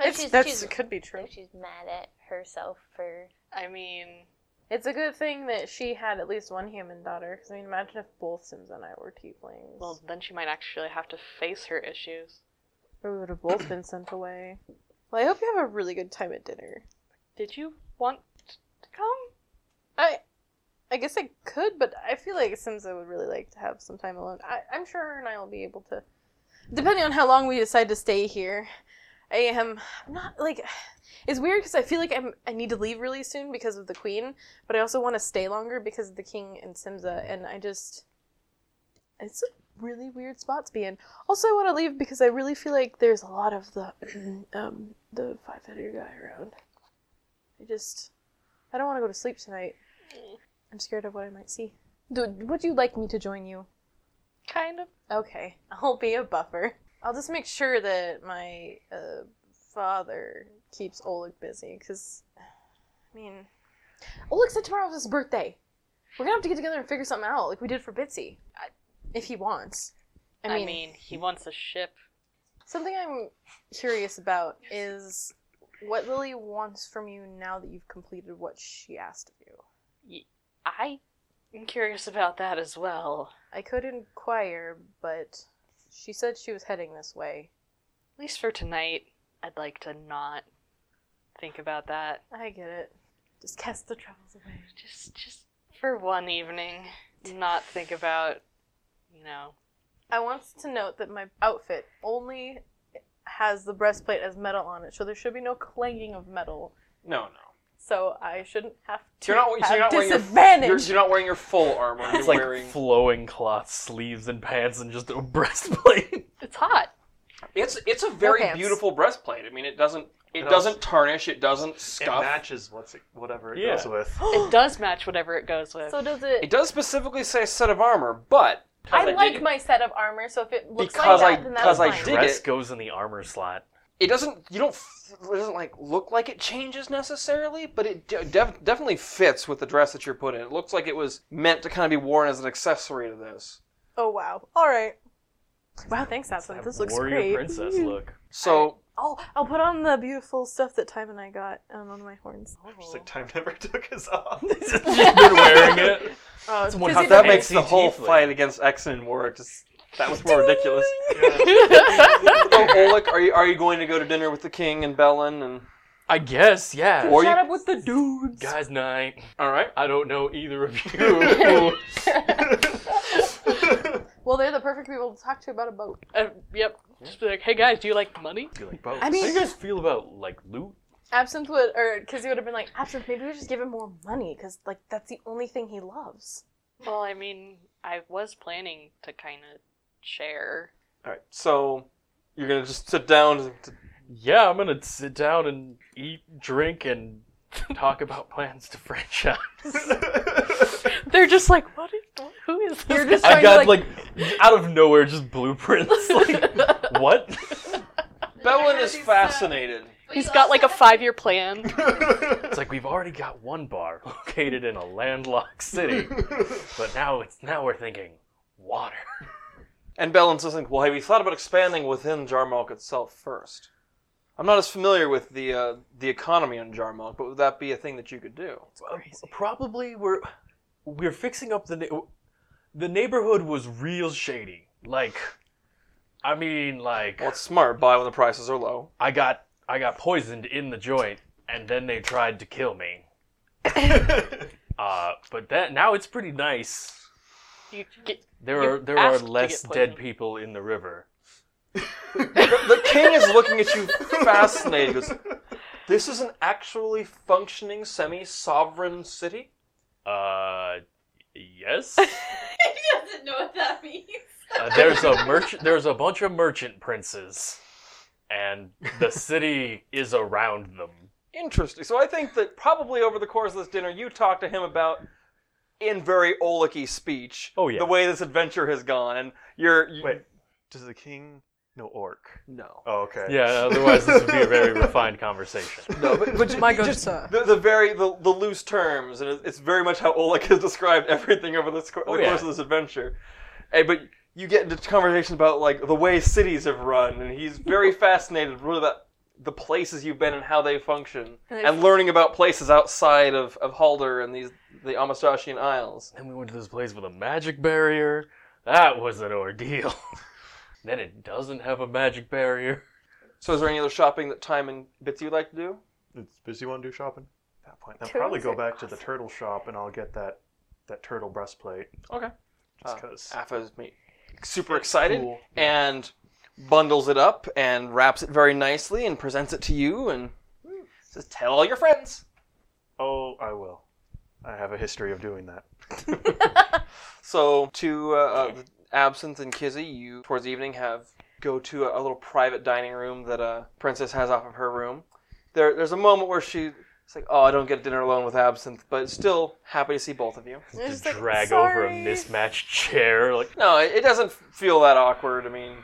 It's, she's, that's she's, it could be true. but she's mad at herself for. I mean, It's a good thing that she had at least one human daughter. Because I mean, imagine if both Sims and I were tieflings. well, then she might actually have to face her issues. we would have both been sent away. Well, I hope you have a really good time at dinner. Did you want to come? I, I guess I could, but I feel like Simsa would really like to have some time alone. I, I'm sure her and I will be able to, depending on how long we decide to stay here. I am I'm not like, it's weird because I feel like I'm I need to leave really soon because of the queen, but I also want to stay longer because of the king and Simsa, and I just, it's a really weird spot to be in. Also, I want to leave because I really feel like there's a lot of the, <clears throat> um, the five-headed guy around. I just. I don't want to go to sleep tonight. I'm scared of what I might see. Dude, would you like me to join you? Kind of. Okay, <laughs> I'll be a buffer. I'll just make sure that my uh, father keeps Oleg busy, because, I mean, Oleg said tomorrow was his birthday. We're gonna have to get together and figure something out, like we did for Bitsy, I- if he wants. I mean, he wants a ship. Something I'm curious about is what Lily wants from you now that you've completed what she asked of you. I am curious about that as well. I could inquire, but she said she was heading this way. At least for tonight, I'd like to not think about that. I get it. Just cast the troubles away. Just, just for one evening, not think about, you know, I want to note that my outfit only has the breastplate as metal on it, so there should be no clanging of metal. No, no. So I shouldldn't have to You're not. So have you're not wearing disadvantage. your. You're, you're not wearing your full <laughs> armor. You're It's like wearing. flowing cloth sleeves and pants and just a <laughs> breastplate. it's hot. It's it's a very pants. beautiful breastplate. I mean, it doesn't. It What doesn't tarnish. It doesn't It scuff. matches what's it, whatever it Yeah. goes with. <gasps> It does match whatever it goes with. so does it? It does specifically say set of armor, but I like my set of armor, so if it looks Because I- like that, then that's because I fine. did- Dress it. goes in the armor slot. it doesn't. You don't. f- It doesn't like look like it changes necessarily, but it de- def- definitely fits with the dress that you're put in. It looks like it was meant to kind of be worn as an accessory to this. Oh wow! All right. Wow, thanks, Aslan. This looks warrior great. <laughs> princess look. <laughs> So I'll I'll put on the beautiful stuff that Time and I got um, on my horns. It's like time never <laughs> took us off. She's been wearing it. Oh, because Someone has he to that doesn't- makes fancy the whole tiefling. fight against Exon and Warwick just that was more ridiculous. Yeah. so Oleg, are you are you going to go to dinner with the king and Belen and I guess, yeah. or you? up with the dudes. Guys night. All right. I don't know either of you. Well, they're the perfect people to talk to about a boat. <laughs> Uh, yep. Just be like, hey guys, do you like money? You like both. I How do you mean, guys feel about like loot? Absinthe would, or because he would have been like, Absinthe, maybe we just give him more money because, like, that's the only thing he loves. Well, I mean, I was planning to kind of share. All right. So you're gonna just sit down. To, Yeah, I'm gonna sit down and eat, drink, and talk about plans <laughs> to franchise. They're just like, what is, who is this? You're just I trying got to, like, like, out of <laughs> nowhere just blueprints. Like what? Belen is fascinated. <laughs> <laughs> <laughs> He's got like a five-year plan. It's like we've already got one bar located in a <laughs> landlocked city, but now it's now we're thinking water. And Bellin's listening. Well, have you thought about expanding within Jarmalk itself first? I'm not as familiar with the uh, the economy on Jarmalk, but would that be a thing that you could do? Uh, Probably we're we're fixing up the na- the neighborhood was real shady. Like, I mean, like Well, it's smart. Buy when the prices are low. I got I got poisoned in the joint, and then they tried to kill <laughs> me. uh, but that now it's pretty nice. You get- There You are there asked are to get less dead poisoned. people in the river. The king is looking at you fascinated. He goes, this is an actually functioning semi-sovereign city. Uh, <laughs> <laughs> yes. he doesn't know what that means. Uh, there's a merchant. There's a bunch of merchant princes, and the city is around them. Interesting. So I think that probably over the course of this dinner, you talked to him about, in very Olicky speech, Oh, yeah. the way this adventure has gone, and you're you, Wait, does the king no orc? no, Oh, okay. Yeah. Otherwise, this would be <laughs> <laughs> a very refined conversation. no, but, <laughs> but ju- My you good just sir. the, the very the, the loose terms, and it's- it's very much how Oleg has described <laughs> everything over this co- Oh, the yeah. course of this adventure. Hey, but you get into conversations about like the way cities have run, and he's very fascinated really about the places you've been and how they function, And and learning about places outside of, of Halder and these the Amistasian Isles. Then we went to this place with a magic barrier. That was an ordeal. <laughs> then it doesn't have a <laughs> magic barrier. So is there any other shopping that time and bits you'd like to do? It's busy one do shopping. At that point, I'll Turtles probably go are back to the turtle shop and I'll get that that turtle breastplate. Okay. Just Uh, because. Afa is me- super excited cool. and bundles it up and wraps it very nicely and presents it to you and says, "Tell all your friends." oh, I will. I have a history of doing that. So to uh, uh, Absinthe and Kizzy, you towards the evening have go to a, a little private dining room that uh, Princess has off of her room. There, there's a moment where she. It's like, oh, I don't get dinner alone with Absinthe, but still happy to see both of you. Just drag over a mismatched chair. Like No, it it doesn't feel that awkward. I mean,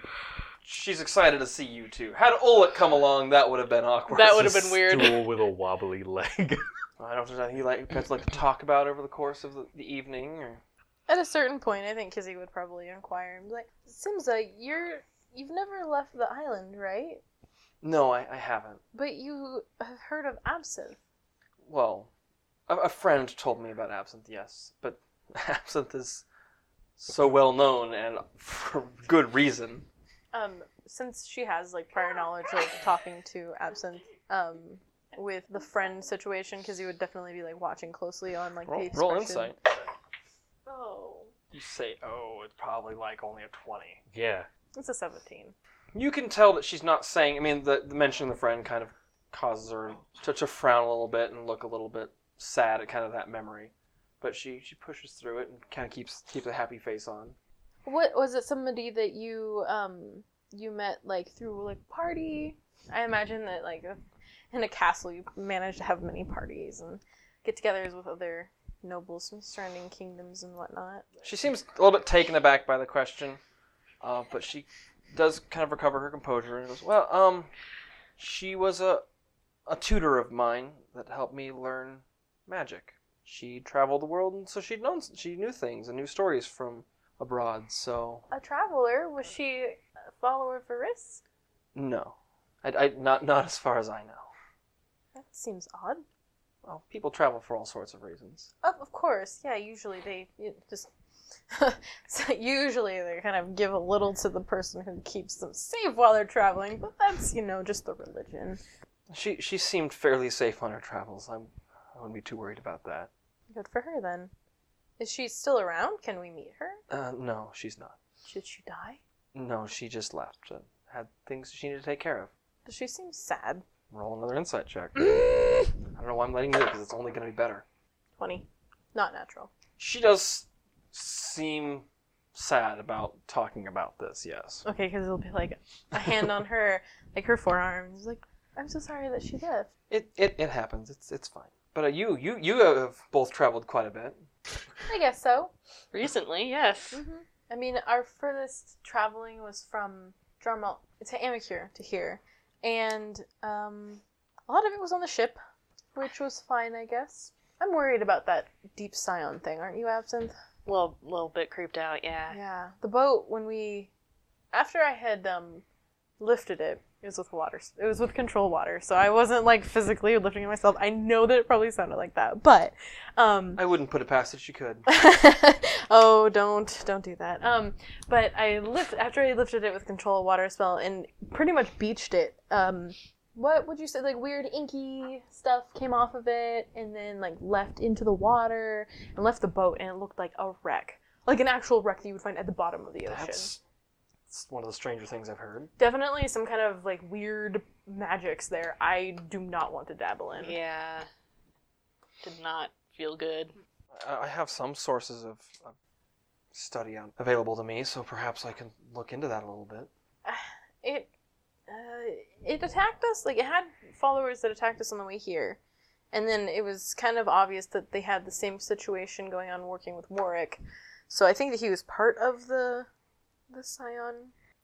she's excited to see you too. Had Olet come along, that would have been awkward. That would have it's a been weird. Stool with a wobbly leg. <laughs> I don't know if there's anything you like, guys like to talk about over the course of the, the evening. Or... At a certain point, I think Kizzy would probably inquire. and be Like, Simza, you're you've never left the island, right? No, I, I haven't. But you have heard of absinthe. Well, a, a friend told me about absinthe, yes, but <laughs> absinthe is so well known and for good reason. Um, since she has like prior knowledge of talking to absinthe, um, with the friend situation, Kizzy would definitely be like watching closely on like the Roll, expression. roll insight. Oh. You say, oh, it's probably like only a twenty. yeah. It's a seventeen. You can tell that she's not saying. I mean, the, the mention of the friend kind of causes her to, to frown a little bit and look a little bit sad at kind of that memory, but she she pushes through it and kind of keeps keeps a happy face on. What was it? Somebody that you um you met like through like party? I imagine that like in a castle you manage to have many parties and get-togethers with other nobles from surrounding kingdoms and whatnot. She seems a little bit taken aback by the question, uh, but she does kind of recover her composure and goes, "Well, um, she was a a tutor of mine that helped me learn magic. She traveled the world, and so she'd known she knew things and knew stories from abroad. So A traveler was she a follower for Risk? no, I, I not not as far as I know. That seems odd. Well, people travel for all sorts of reasons. Of, of course, yeah. Usually they you just <laughs> so usually they kind of give a little to the person who keeps them safe while they're traveling, but that's you know just the religion. She she seemed fairly safe on her travels. I'm I wouldn't be too worried about that. Good for her then. Is she still around? Can we meet her? Uh, no, she's not. Should she die? No, she just left. And had things she needed to take care of. Does she seem <clears throat> sad? Roll another insight check. I don't know why I'm letting you do it because it's only going to be better. Twenty. Not natural. She does seem sad about talking about this. Yes. Okay, because it'll be like a hand <laughs> on her, like her forearms. Like I'm so sorry that she left. It it, it happens. It's it's fine. But uh, you you you have both traveled quite a bit. I guess so. Recently, <laughs> yes. Mm-hmm. I mean, our furthest traveling was from Jarmal to Amicure to here, and um, A lot of it was on the ship, which was fine, I guess. I'm worried about that deep scion thing, aren't you, Absinthe? Well, a little bit creeped out, yeah. Yeah. The boat when we after I had um lifted it, it was with water. It was with control water, so I wasn't like physically lifting it myself. I know that it probably sounded like that, but um I wouldn't put it past that she could. <laughs> oh, don't don't do that. Um, but I lift after I lifted it with control water spell and pretty much beached it. Um, what would you say? Like weird inky stuff came off of it and then like left into the water and left the boat and it looked like a wreck, like an actual wreck that you would find at the bottom of the ocean. That's, that's one of the stranger things I've heard. Definitely some kind of like weird magics there. I do not want to dabble in. Yeah. Did not feel good. I I have some sources of, of study on, available to me, so perhaps I can look into that a little bit. it uh, it attacked us like it had followers that attacked us on the way here and then it was kind of obvious that they had the same situation going on working with warwick so i think that he was part of the the scion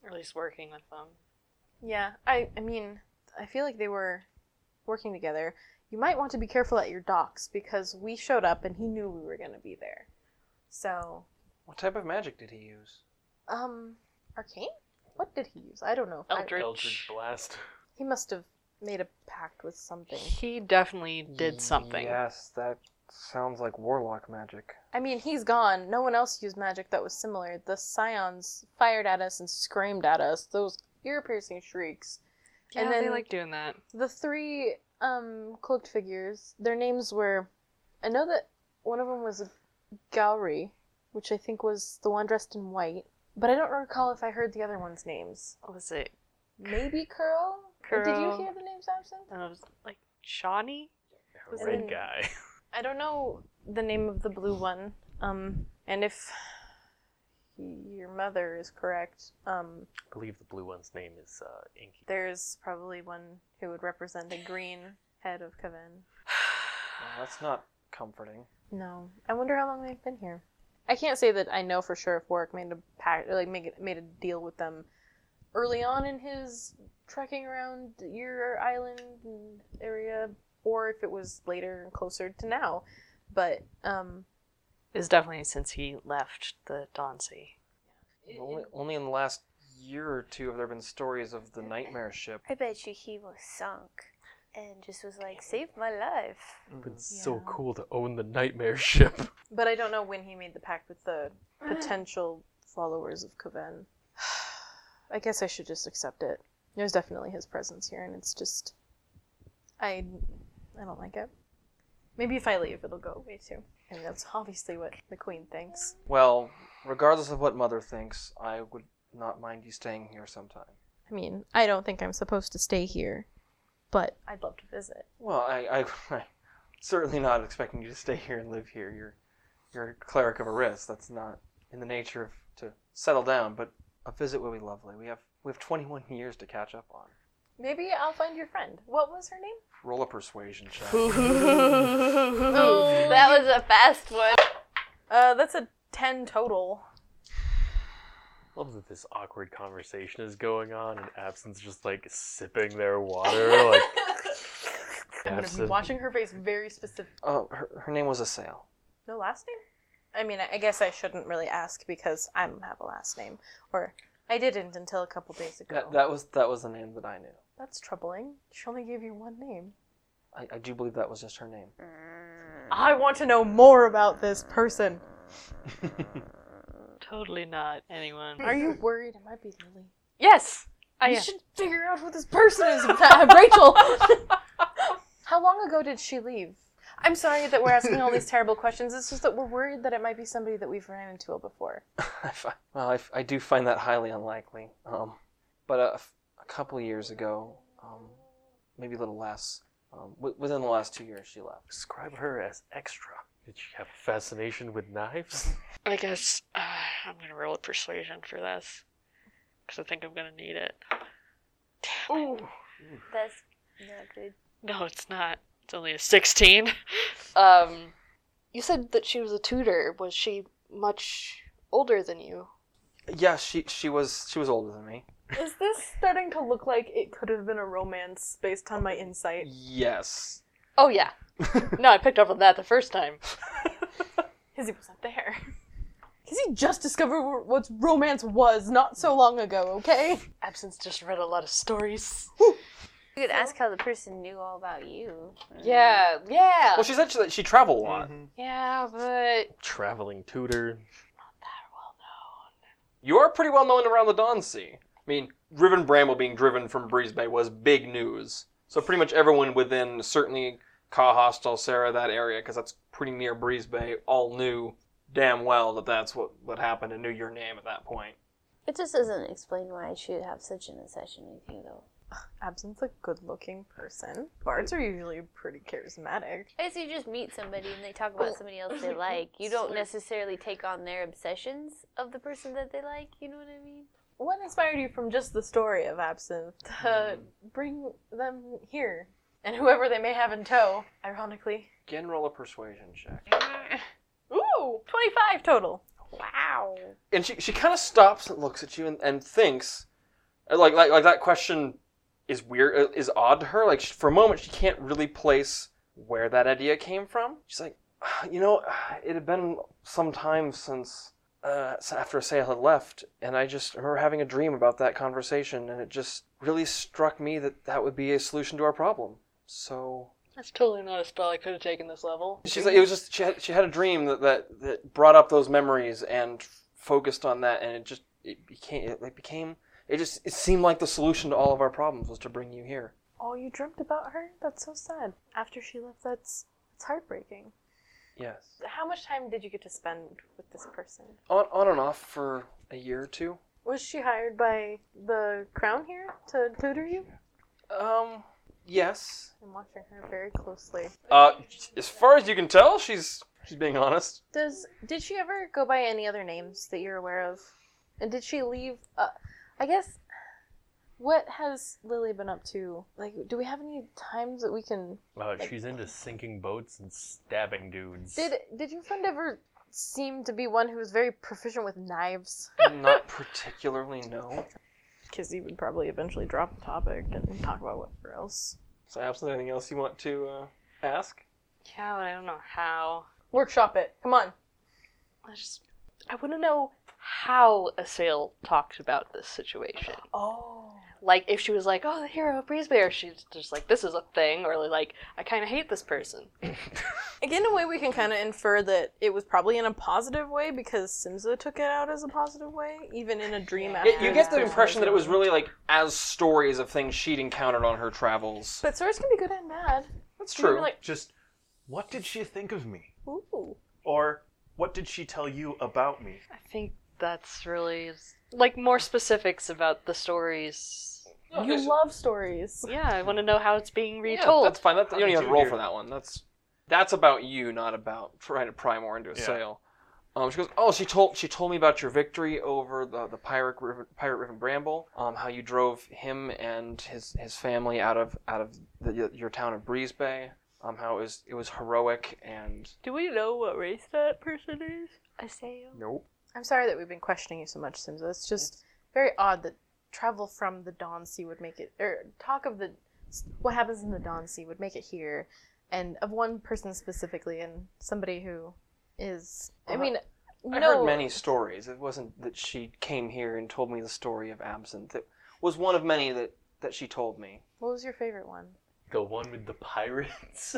Or at least working with them. yeah i i mean i feel like they were working together you might want to be careful at your docks because we showed up and he knew we were going to be there so What type of magic did he use? um arcane what did he use i don't know I- Eldritch. Eldritch Blast. he must have made a pact with something He definitely did something. Yes, that sounds like warlock magic. I mean, he's gone. No one else used magic that was similar. The scions fired at us and screamed at us. Those ear-piercing shrieks. Yeah, And they then- like doing that. The three um, cloaked figures. Their names were. I know that one of them was Gowrie, which I think was the one dressed in white. But I don't recall if I heard the other one's names. Was it? Maybe Curl. Or Did Curl. you hear the names absent? And it was like Shawnee. Was Red it- guy. <laughs> I don't know the name of the blue one. Um, and if your mother is correct, um, I believe the blue one's name is uh, Inky. There's probably one who would represent a green head of Kaven. Well, that's not comforting. No, I wonder how long they've been here. I can't say that I know for sure if Warwick made a pact, or like make it, made a deal with them early on in his trekking around your island and area, or if it was later and closer to now. But um, Is definitely since he left the Dawn Sea. Only, only in the last year or two have there been stories of the nightmare ship. I bet you he was sunk and just was like, save my life. It's so Oh, Yeah. cool to own the nightmare ship. <laughs> but I don't know when he made the pact with the potential followers of Kaven. <sighs> I guess I should just accept it. There's definitely his presence here, and it's just, I, I don't like it. Maybe if I leave, it'll go away too, and that's obviously what the queen thinks. Well, regardless of what Mother thinks, I would not mind you staying here sometime. I mean, I don't think I'm supposed to stay here, but I'd love to visit. Well, I, <laughs> I, I certainly not expecting you to stay here and live here. You're, you're a cleric of a risk. That's not in the nature of to settle down. But a visit will be lovely. We have we have 21 years to catch up on. Maybe I'll find your friend. What was her name? Roll a persuasion check. Ooh, that was a fast one. Uh, that's a ten <laughs> total. Love that this awkward conversation is going on and Absinthe's just like sipping <laughs> their water. Like, I'm gonna be Absinthe- watching her face very specifically. Oh, her, her name was Asail. No last name? I mean, I I guess I shouldn't really ask because I don't have a last name, or I didn't until a couple days ago. That, that was that was the name that I knew. That's troubling. She only gave you one name. I, I do believe that was just her name. I want to know more about this person. Totally not anyone. Are you worried? It might be Lily. Oh, Yes. I you am. should figure out who this person is, <laughs> Ra- Rachel. How long ago did she leave? I'm sorry that we're asking all <laughs> these terrible questions. It's just that we're worried that it might be somebody that we've ran into before. <laughs> I fi- well, I, f- I do find that highly unlikely. Um, but a, f- a couple years ago, um, maybe a little less, um, w- within the last two years, she left. Describe her as extra. Did she have a fascination with knives? <laughs> I guess uh, I'm gonna roll a persuasion for this because I think I'm gonna need it. That's not good. No, it's not. It's only a <laughs> 16. Um, you said that she was a tutor. Was she much older than you? Yeah, she she was she was older than me. Is this starting to look like it could have been a romance based on my <laughs> insight? Yes. <laughs> Oh yeah. no, I picked up on that the first time. Because he wasn't there. Because he just discovered wh- what romance was not so long ago, okay? Absence just read a lot of stories. You could ask how the person knew all about you. Yeah, yeah, Well, she said she, that she traveled a mm-hmm. lot. Mm-hmm. yeah, but Traveling tutor. You are pretty well known around the Dawn Sea. I mean, Riven Bramble being driven from Breeze Bay was big news. So pretty much everyone within, certainly Kaha, Stalsera, that area, because that's pretty near Breeze Bay, all knew damn well that that's what, what happened and knew your name at that point. It just doesn't explain why I should have such an obsession with you, though. Absinthe's a good looking person. Bards are usually pretty charismatic. I guess you just meet somebody and they talk about somebody else <laughs> they like. You don't necessarily take on their obsessions of the person that they like. You know what I mean? What inspired you from just the story of Absinthe to bring them here? And whoever they may have in tow, ironically. Again, roll a persuasion check. Ooh! 25 total. Wow. and she, she kind of stops and looks at you and, and thinks uh, like, like like that question is weird uh, is odd to her like she, for a moment she can't really place where that idea came from she's like "Ah, you know it had been some time since uh, s- after Sale had left, and I just remember having a dream about that conversation, and it just really struck me that that would be a solution to our problem. So that's totally not a spell I could have taken this level. She's like, it was just she had, she had a dream that, that that brought up those memories and f- focused on that, and it just it became it like became it just it seemed like the solution to all of our problems was to bring you here. Oh, you dreamt about her? That's so sad. After she left, that's it's heartbreaking. Yes, How much time did you get to spend with this person? on on and off for a year or two. Was she hired by the crown here to tutor you? Um, yes. I'm watching her very closely. Uh, as far as you can tell, she's she's being honest. Does did she ever go by any other names that you're aware of? And did she leave? Uh, I guess. What has Lily been up to? Like, do we have any times that we can? Uh, she's into sinking boats and stabbing dudes. Did did your friend ever seem to be one who was very proficient with knives? Not particularly, no. Because he would probably eventually drop the topic and talk about whatever else. So, absolutely anything else you want to uh, ask? Yeah, but I don't know how. Workshop it. Come on. I just I want to know how Asail talked about this situation. Oh. Like if she was like, "Oh, the hero of Breeze Bear," she's just like, "This is a thing," or like, "I kind of hate this person." Again, in a way, we can kind of infer that it was probably in a positive way because Simza took it out as a positive way, even in a dream after. Yeah, you get the impression that it was really like as stories of things she'd encountered on her travels. But stories can be good and bad. That's You can be true. Like, Just, what did she think of me? ooh. Or, what did she tell you about me? I think that's really like more specifics about the stories. You love stories. Yeah, I want to know how it's <laughs> being Yeah, retold. that's fine. That, you don't even have to roll do. for that one. That's that's about you, not about trying to pry more into a Yeah. sale. Um, she goes, oh, she told she told me about your victory over the the pirate Riven, pirate Riven Bramble. Um, how you drove him and his his family out of out of the, your town of Breeze Bay. Um, how it was it was heroic and Do we know what race that person is? I say. <laughs> nope. I'm sorry that we've been questioning you so much, Simza. It's just very odd that travel from the Dawn Sea would make it, or talk of the what happens in the Dawn Sea would make it here, and of one person specifically, and somebody who is. I Uh, mean, I no. heard many stories. It wasn't that she came here and told me the story of Absinthe. It was one of many that that she told me. What was your favorite one? The one with <laughs> the pirates.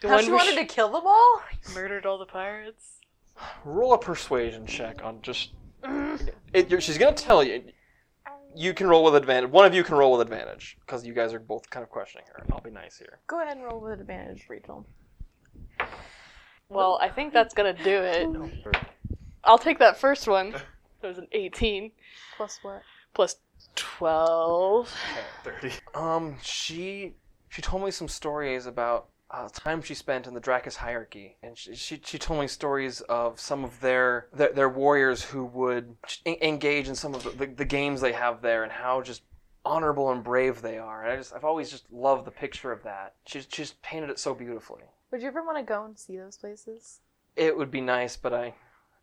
The How one she who wanted to kill them all? murdered all the pirates. Roll a persuasion check on just. it, you're, she's gonna tell you. Um, You can roll with advantage. One of you can roll with advantage because you guys are both kind of questioning her. I'll be nice here. Go ahead and roll with advantage, Rachel. Well, I think that's gonna do it. I'll take that first one. That was an 18 Plus what? plus 12. Thirty. <laughs> Um, she she told me some stories about uh, time she spent in the Dracus hierarchy, and she, she she told me stories of some of their their, their warriors who would en- engage in some of the, the, the games they have there, and how just honorable and brave they are. And I just I've always just loved the picture of that. She she just painted it so beautifully. Would you ever want to go and see those places? It would be nice, but I,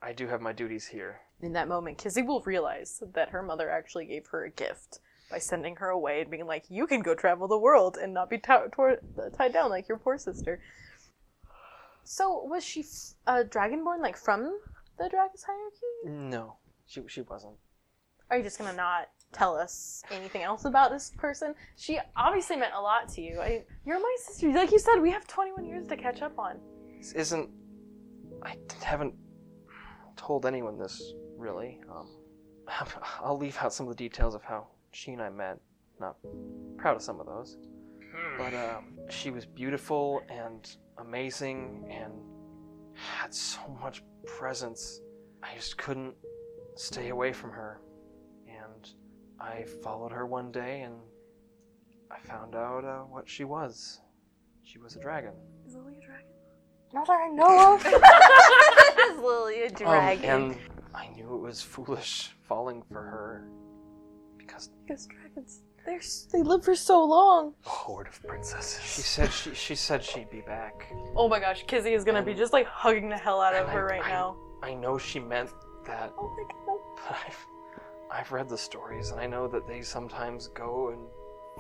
I do have my duties here. in that moment, Kizzy will realize that her mother actually gave her a gift by sending her away and being like, "You can go travel the world and not be tou- tor- tied down like your poor sister." So was she f- a dragonborn, like from the dragon's hierarchy? No, she she wasn't. Are you just gonna not tell us anything else about this person? She obviously meant a lot to you. I, you're my sister. Like you said, we have 21 years to catch up on. This isn't. I haven't told anyone this really. Um, <laughs> I'll leave out some of the details of how she and I met. Not proud of some of those, but um, she was beautiful and amazing and had so much presence. I just couldn't stay away from her, and I followed her one day and I found out uh, what she was. She was a dragon. Is Lily a dragon? Not that I know of. Is Lily a Um, dragon? and I knew it was foolish falling for her because Because dragons, they're, s- they live for so long. A horde of princesses. she said she she said she'd be back. Oh my gosh, Kizzy is gonna be just like hugging the hell out of her right now. I know she meant that, Oh my god. but I've I've read the stories and I know that they sometimes go and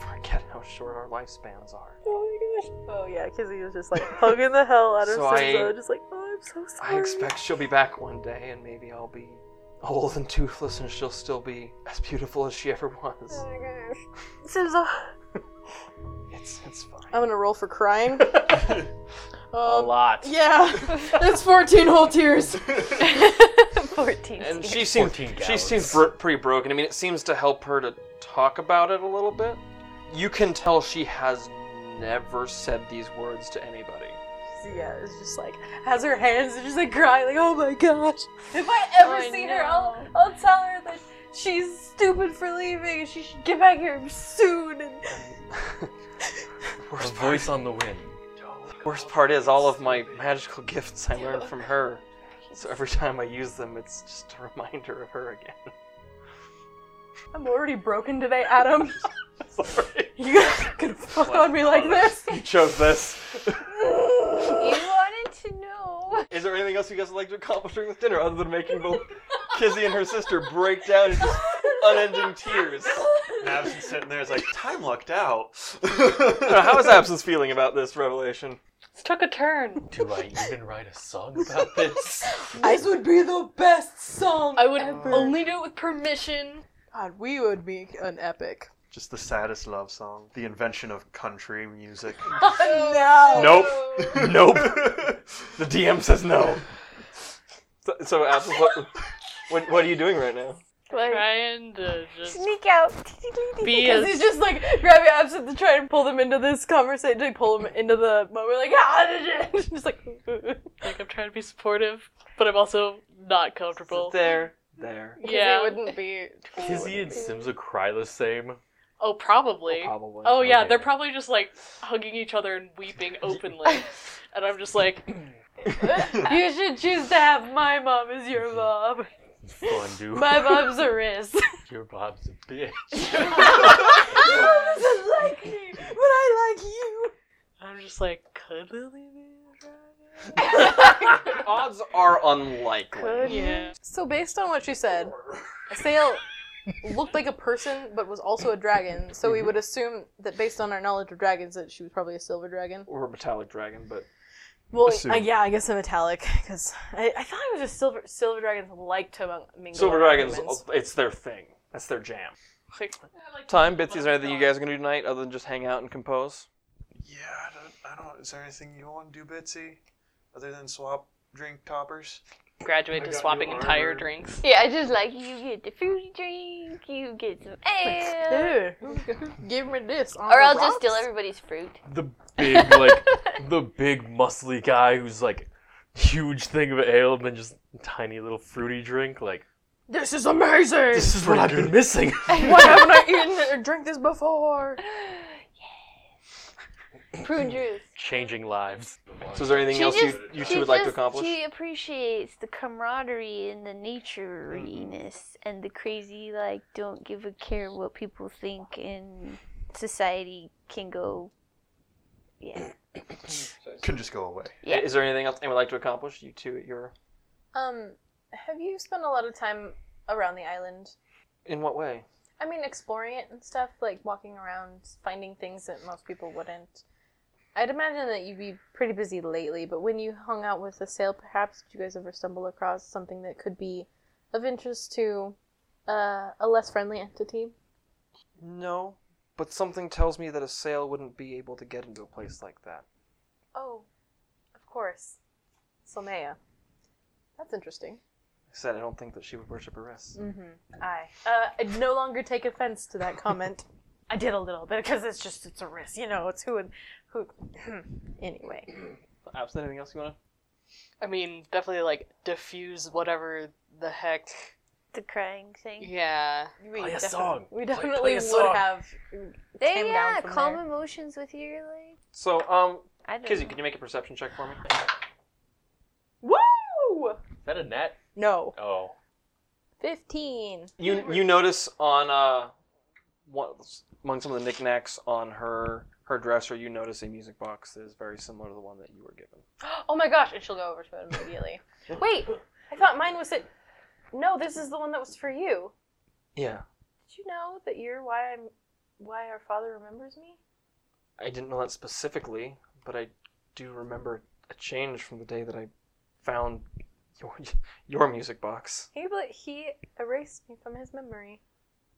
forget how short our lifespans are. Oh my gosh. Oh yeah, Kizzy was just like hugging the hell out of So I- Sansa, just like, oh, I'm so sorry. I expect she'll be back one day and maybe I'll be old and toothless and she'll still be as beautiful as she ever <laughs> was. Sansa. It's it's fine. I'm gonna roll for crying. a Um, lot. yeah, <laughs> it's 14 whole tears. 14. and she seems 14 she gallons. seems br- pretty broken. I mean, it seems to help her to talk about it a little bit. You can tell she has never said these words to anybody. Yeah, it's just like has her hands and she's like crying, like oh my gosh. If I ever I see her, know. I'll I'll tell her that she's stupid for leaving and she should get back here soon. And A Worst part, voice on the wind. worst part is all of my magical gifts I learned from her. So every time I use them, it's just a reminder of her again. I'm already broken today, Adam. Sorry. <laughs> You guys could fuck on me like this. You chose this. You wanted to know. Is there anything else you guys would like to accomplish during this dinner other than making both Kizzy and her sister break down in just unending tears? Absinthe sitting there is like, time lucked out. How is Absence feeling about this revelation? This took a turn. Do <laughs> I even write a song about this? This would be the best song. I would only do it with permission. <laughs> God, we would make an epic. Just the saddest love song. The invention of country music. no. nope. Nope. <laughs> The DM says no. So, so Apple, what, what, what are you doing right now? Trying to just Sneak out. be Because he's as just like grabbing absinthe to try and pull them into this conversation, to pull them into the moment, like ah, da, da," just like. <laughs> like I'm trying to be supportive, but I'm also not comfortable. There, there. Yeah. wouldn't <laughs> be. Kizzy and Simsa cry the same. Oh, probably. Probably. Oh yeah, they're probably just like hugging each other and weeping openly, and I'm just like, you should choose to have my mom as your mom. <laughs> Fondue. My mom's a Riz. <laughs> Your Bob's a bitch. mom doesn't Oh, like me, but I like you. I'm just like, could Lily be? a dragon? <laughs> Odds are unlikely. Yeah. So based on what she said, Asael looked like a person but was also a dragon. So we would assume that based on our knowledge of dragons, that she was probably a silver dragon. Or a metallic dragon, but Well, Assume. uh, yeah, I guess a metallic because I, I thought it was just silver. Silver dragons like to mon- mingle. silver with dragons, humans. it's their thing. That's their jam. Like, Time, Bitsy, is there anything you guys are gonna do tonight other than just hang out and compose? Yeah, I don't, I don't. Is there anything you want to do, Bitsy? Other than swap drink toppers? graduate to swapping entire drinks. Yeah, I just like you get the fruity drink, you get some ale. Dude, give me this. on Or the I'll just steal rocks? everybody's fruit. <clears throat> The big, <laughs> like, the big muscly guy who's like huge thing of ale and then just tiny little fruity drink. Like, This is amazing. this is what I've been <laughs> missing. Why haven't <laughs> I eaten or drank this before? Prune juice. Changing lives. So is there anything She else just- you, you She two would like to just- accomplish? She appreciates the camaraderie and the natureiness Mm-hmm. and the crazy, like, don't give a care what people think and society can go. Yeah. Can just go away. Yeah. Is there anything else anyone would like to accomplish? You two at your Um, Have you spent a lot of time around the island? In what way? I mean, exploring it and stuff, like walking around, finding things that most people wouldn't. I'd imagine that you'd be pretty busy lately, but when you hung out with the sale, perhaps did you guys ever stumble across something that could be of interest to uh, a less friendly entity? No, but something tells me that a sail wouldn't be able to get into a place like that. Oh, of course. Solmea. That's interesting. I said I don't think that she would worship arrests. Mm-hmm. Aye. Uh, I no longer take offense to that comment. <laughs> I did a little bit because it's just it's a risk, you know. It's who would who. <clears throat> anyway, Absent anything else you want I mean, definitely like diffuse whatever the heck. The crying thing. Yeah. we Play a defi- song. We Play- definitely play a would song. have. They, Came down yeah, from calm there. emotions with your like. to? So, um, I don't. Kizzy, know. can you make a perception check for me? Woo! Is that a net? No. Oh. Fifteen. You you notice on uh, one, among some of the knickknacks on her her dresser, you notice a music box that is very similar to the one that you were given. <gasps> Oh my gosh! And she'll go over to it <laughs> immediately. Wait, I thought mine was it. No, this is the one that was for you. Yeah, Did you know that you're why I'm why our father remembers me? I didn't know that specifically, but I do remember a change from the day that I found your <laughs> your music box. He bl- he erased me from his memory.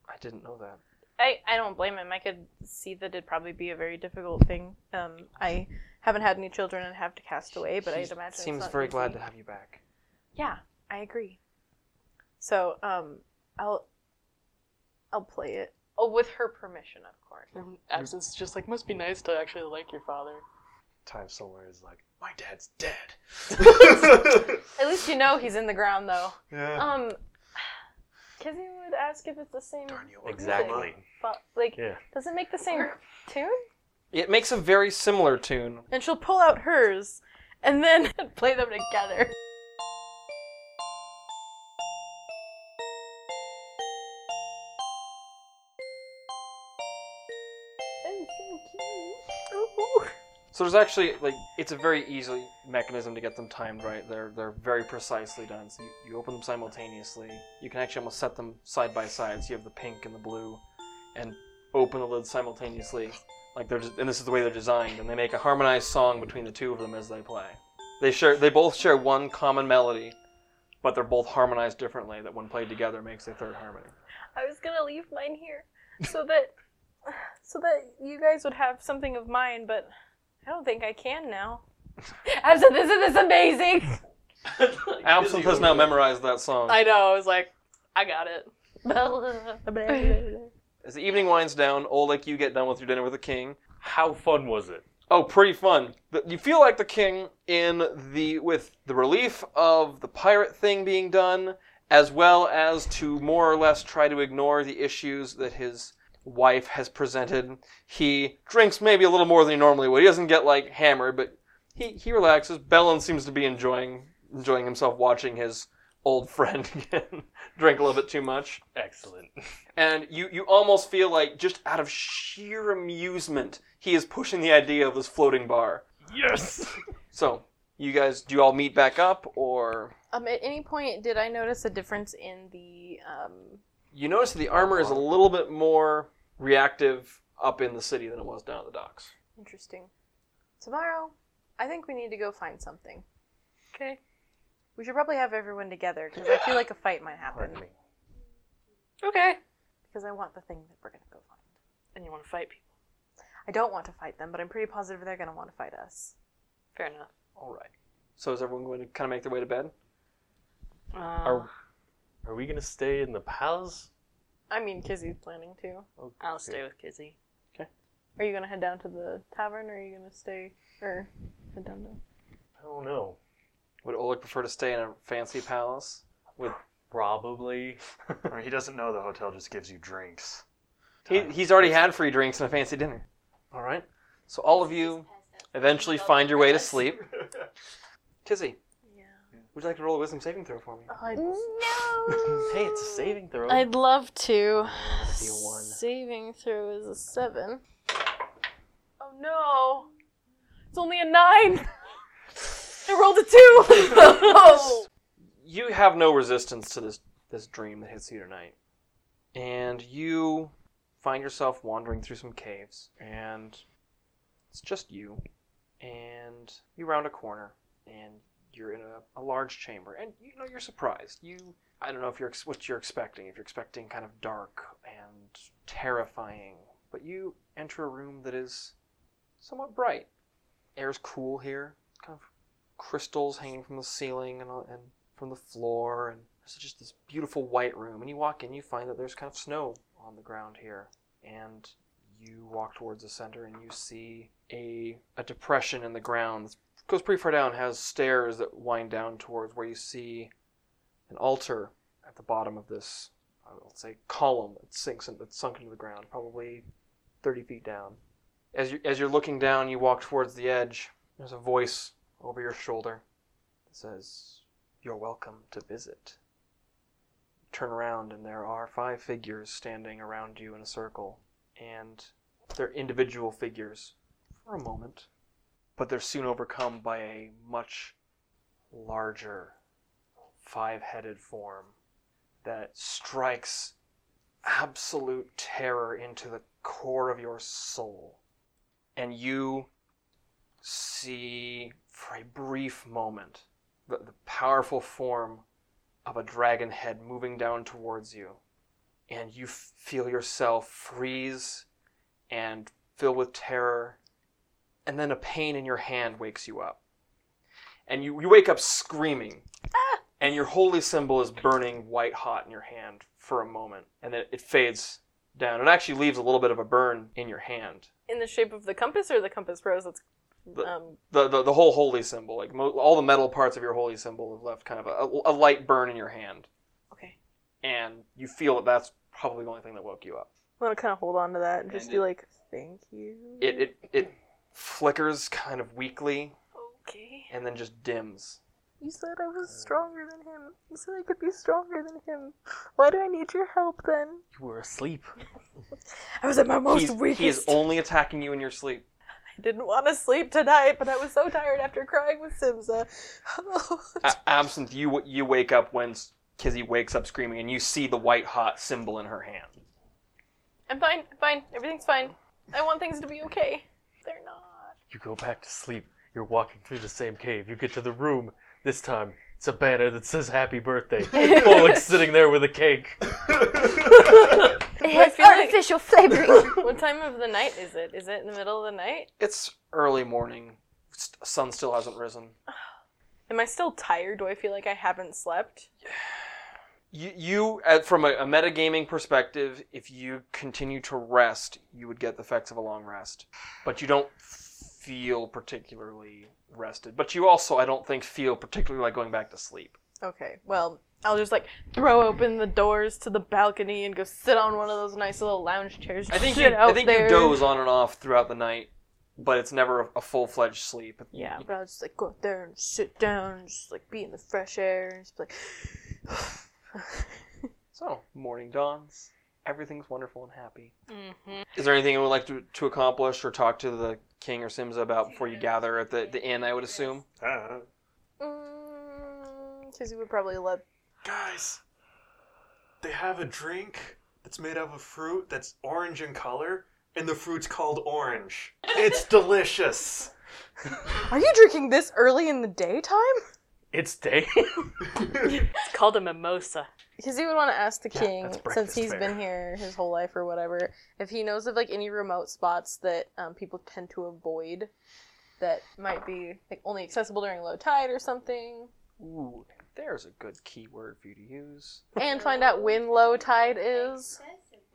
I didn't know that. I, I don't blame him. I could see that it'd probably be a very difficult thing. Um, I haven't had any children and have to cast away, but He I'd imagine seems it's not very easy. glad to have you back. Yeah, I agree. So um, I'll I'll play it. Oh, with her permission, of course. Um, Absence is just like must be nice to actually like your father. Time somewhere is like, my dad's dead. At least you know he's in the ground, though. <laughs> yeah. Um, Kizzy would ask if it's the same. Darn you, Exactly. fu- like, Yeah. does it make the <laughs> same tune? It makes a very similar tune. And she'll pull out hers, and then <laughs> play them together. So there's actually like it's a very easy mechanism to get them timed right. They're they're very precisely done. So you, you open them simultaneously. You can actually almost set them side by side. So you have the pink and the blue, and open the lid simultaneously. Like they're just, and this is the way they're designed. And they make a harmonized song between the two of them as they play. They share they both share one common melody, but they're both harmonized differently. That when played together makes a third harmony. I was gonna leave mine here, so that so that you guys would have something of mine, but I don't think I can <laughs> now. I said, this is this amazing. Absinthe has now memorized that song. I know. I was like, I got it. <laughs> <laughs> As the evening winds down, Oleg, you get done with your dinner with the king. How fun was it? Oh, pretty fun. The- You feel like the king in the with the relief of the pirate thing being done, as well as to more or less try to ignore the issues that his wife has presented. He drinks maybe a little more than he normally would. He doesn't get like hammered, but he, he relaxes. Bellin seems to be enjoying enjoying himself watching his old <laughs> friend again drink a little bit too much Excellent. and you you almost feel like just out of sheer amusement he is pushing the idea of this floating bar Yes. so you guys do you all meet back up or Um, at any point, did I notice a difference in the um, you notice that the armor is a little bit more reactive up in the city than it was down at the docks Interesting. Tomorrow, I think we need to go find something. Okay. We should probably have everyone together because I feel like a fight might happen. Pardon me. Okay. Because I want the thing that we're gonna go find. And you want to fight people? I don't want to fight them, but I'm pretty positive they're gonna want to fight us. Fair enough. all right so is everyone going to kind of make their way to bed Uh, Are- Are we gonna stay in the palace? I mean, Kizzy's planning too. I'll stay with Kizzy. Are you gonna head down to the tavern, or are you gonna stay or head down to? I don't know. would oleg prefer to stay in a fancy palace with Probably. Or he doesn't know the hotel just gives you drinks. he, he's already had free drinks and a fancy dinner all right so all of you eventually find your way to sleep kizzy Yeah. would you like to roll a wisdom saving throw for me hey, it's a saving throw. I'd love to. be a one. Saving throw is a seven. Oh no! <laughs> It's only a nine. I rolled a two. oh. you have no resistance to this this dream that hits you tonight, and you find yourself wandering through some caves, and it's just you, and you round a corner, and you're in a, a large chamber, and you know you're surprised. You I don't know if you're ex- what you're expecting. If you're expecting kind of dark and terrifying, but you enter a room that is somewhat bright. Air's cool here, kind of crystals hanging from the ceiling and, all- and from the floor, and there's just this beautiful white room. And you walk in, you find that there's kind of snow on the ground here, and you walk towards the center, and you see a a depression in the ground. It goes pretty far down, has stairs that wind down towards where you see an altar at the bottom of this, I will say, column that sinks in, that's sunk into the ground, probably 30 feet down. As you as you're looking down, you walk towards the edge. There's a voice over your shoulder that says, "You're welcome to visit." Turn around, and there are five figures standing around you in a circle, and they're individual figures for a moment, but they're soon overcome by a much larger five-headed form that strikes absolute terror into the core of your soul. And you see, for a brief moment, the, the powerful form of a dragon head moving down towards you. And you f- feel yourself freeze and fill with terror. And then a pain in your hand wakes you up. And you, you wake up screaming and your holy symbol is burning white hot in your hand for a moment, and then it fades down. It actually leaves a little bit of a burn in your hand. In the shape of the compass or the compass rose? That's The- um, The the, the whole holy symbol, like mo- all the metal parts of your holy symbol, have left kind of a, a light burn in your hand, okay. and you feel that that's probably the only thing that woke you up. I'm gonna kind of hold on to that and just And be it- like, "Thank you." It it it flickers kind of weakly, Okay. and then just dims. You said I was stronger than him. You said I could be stronger than him. Why do I need your help then? You were asleep. I was at my most He's, weakest. he is only attacking you in your <laughs> sleep. I didn't want to sleep tonight, but I was so tired after crying with <laughs> Simsa. A- absinthe, you you wake up when S- Kizzy wakes up screaming, and you see the white hot symbol in her hand. I'm fine. I'm fine. Everything's fine. I want things to be okay. They're not. You go back to sleep. You're walking through the same cave. You get to the room. This time, it's a banner that says "Happy <laughs> Birthday." Bullock's sitting there with a cake. It has feel like- artificial <laughs> flavoring. What time of the night is it? Is it in the middle of the night? It's early morning. S- Sun still hasn't risen. Am I still tired? Do I feel like I haven't slept? You, you uh, from a, a metagaming perspective, if you continue to rest, you would get the effects of a long rest. But you don't feel particularly rested. But you also, I don't think, feel particularly like going back to sleep. Okay. Well, I'll just like throw open the doors to the balcony and go sit on one of those nice little lounge chairs. I think you, Sit out I think there. you doze on and off throughout the night, but it's never a, a full fledged sleep. Yeah, but I'll just like go out there and sit down, and just like be in the fresh air, and just be like. So morning dawns. Everything's wonderful and happy. Mm-hmm. Is there anything you would like to, to accomplish or talk to the king or Simza about before you gather at the, the inn? I would assume. Ah, mm, Kizzy would probably let. <laughs> guys, they have a drink that's made out of fruit that's orange in color, and the fruit's called orange. It's delicious. Are you drinking this early in the daytime? It's day. <laughs> It's called a mimosa. Kizzy would want to ask the king that's since breakfast he's fare. been here his whole life or whatever if he knows of like any remote spots that um, people tend to avoid that might be like only accessible during low tide or something, Ooh, there's a good keyword for you to use. and find out when low tide is.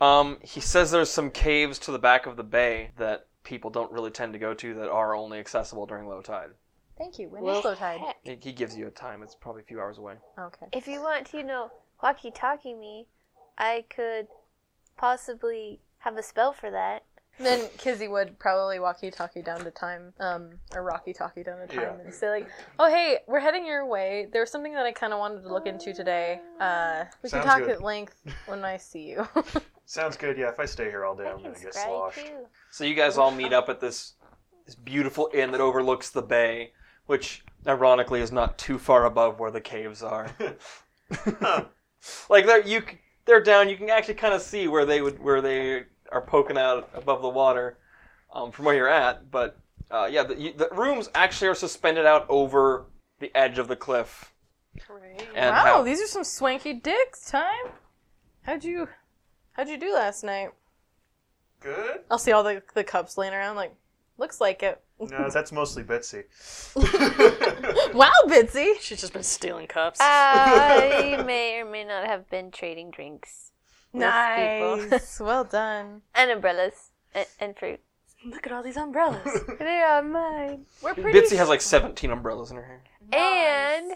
Um, he says there's some caves to the back of the bay that people don't really tend to go to that are only accessible during low tide. Thank you. When is Well, low tide? heck. He he gives you a time. It's probably a few hours away. Okay. If you want to, you know, walkie talkie me, I could possibly have a spell for that. Then Kizzy would probably walkie talkie down to time, um, or rocky talkie down to time, Yeah. and say like, "Oh hey, we're heading your way. There's something that I kind of wanted to look into today. Uh, we can Sounds talk good. at length when I see you." Sounds good. Yeah, if I stay here all day, I I'm can gonna get scry sloshed. too. So you guys all meet up at this this beautiful inn that overlooks the bay, which ironically, is not too far above where the caves are. <laughs> Huh. like they're you, c- they're down. You can actually kind of see where they would where they are poking out above the water, um, from where you're at. But uh, yeah, the, you, the rooms actually are suspended out over the edge of the cliff. <laughs> And wow, how- these are some swanky dicks. Time. How'd you, how'd you do last night? Good? I'll see all the the cups laying around. Like, looks like it. No, that's mostly Betsy. <laughs> <laughs> Wow, Bitsy. She's just been stealing cups. <laughs> Ah. I may or may not have been trading drinks with people. Nice. <laughs> well done. <laughs> and umbrellas and, and fruit. Look at all these umbrellas. They are mine. We're pretty. Bitsy has like 17 umbrellas in her hair, And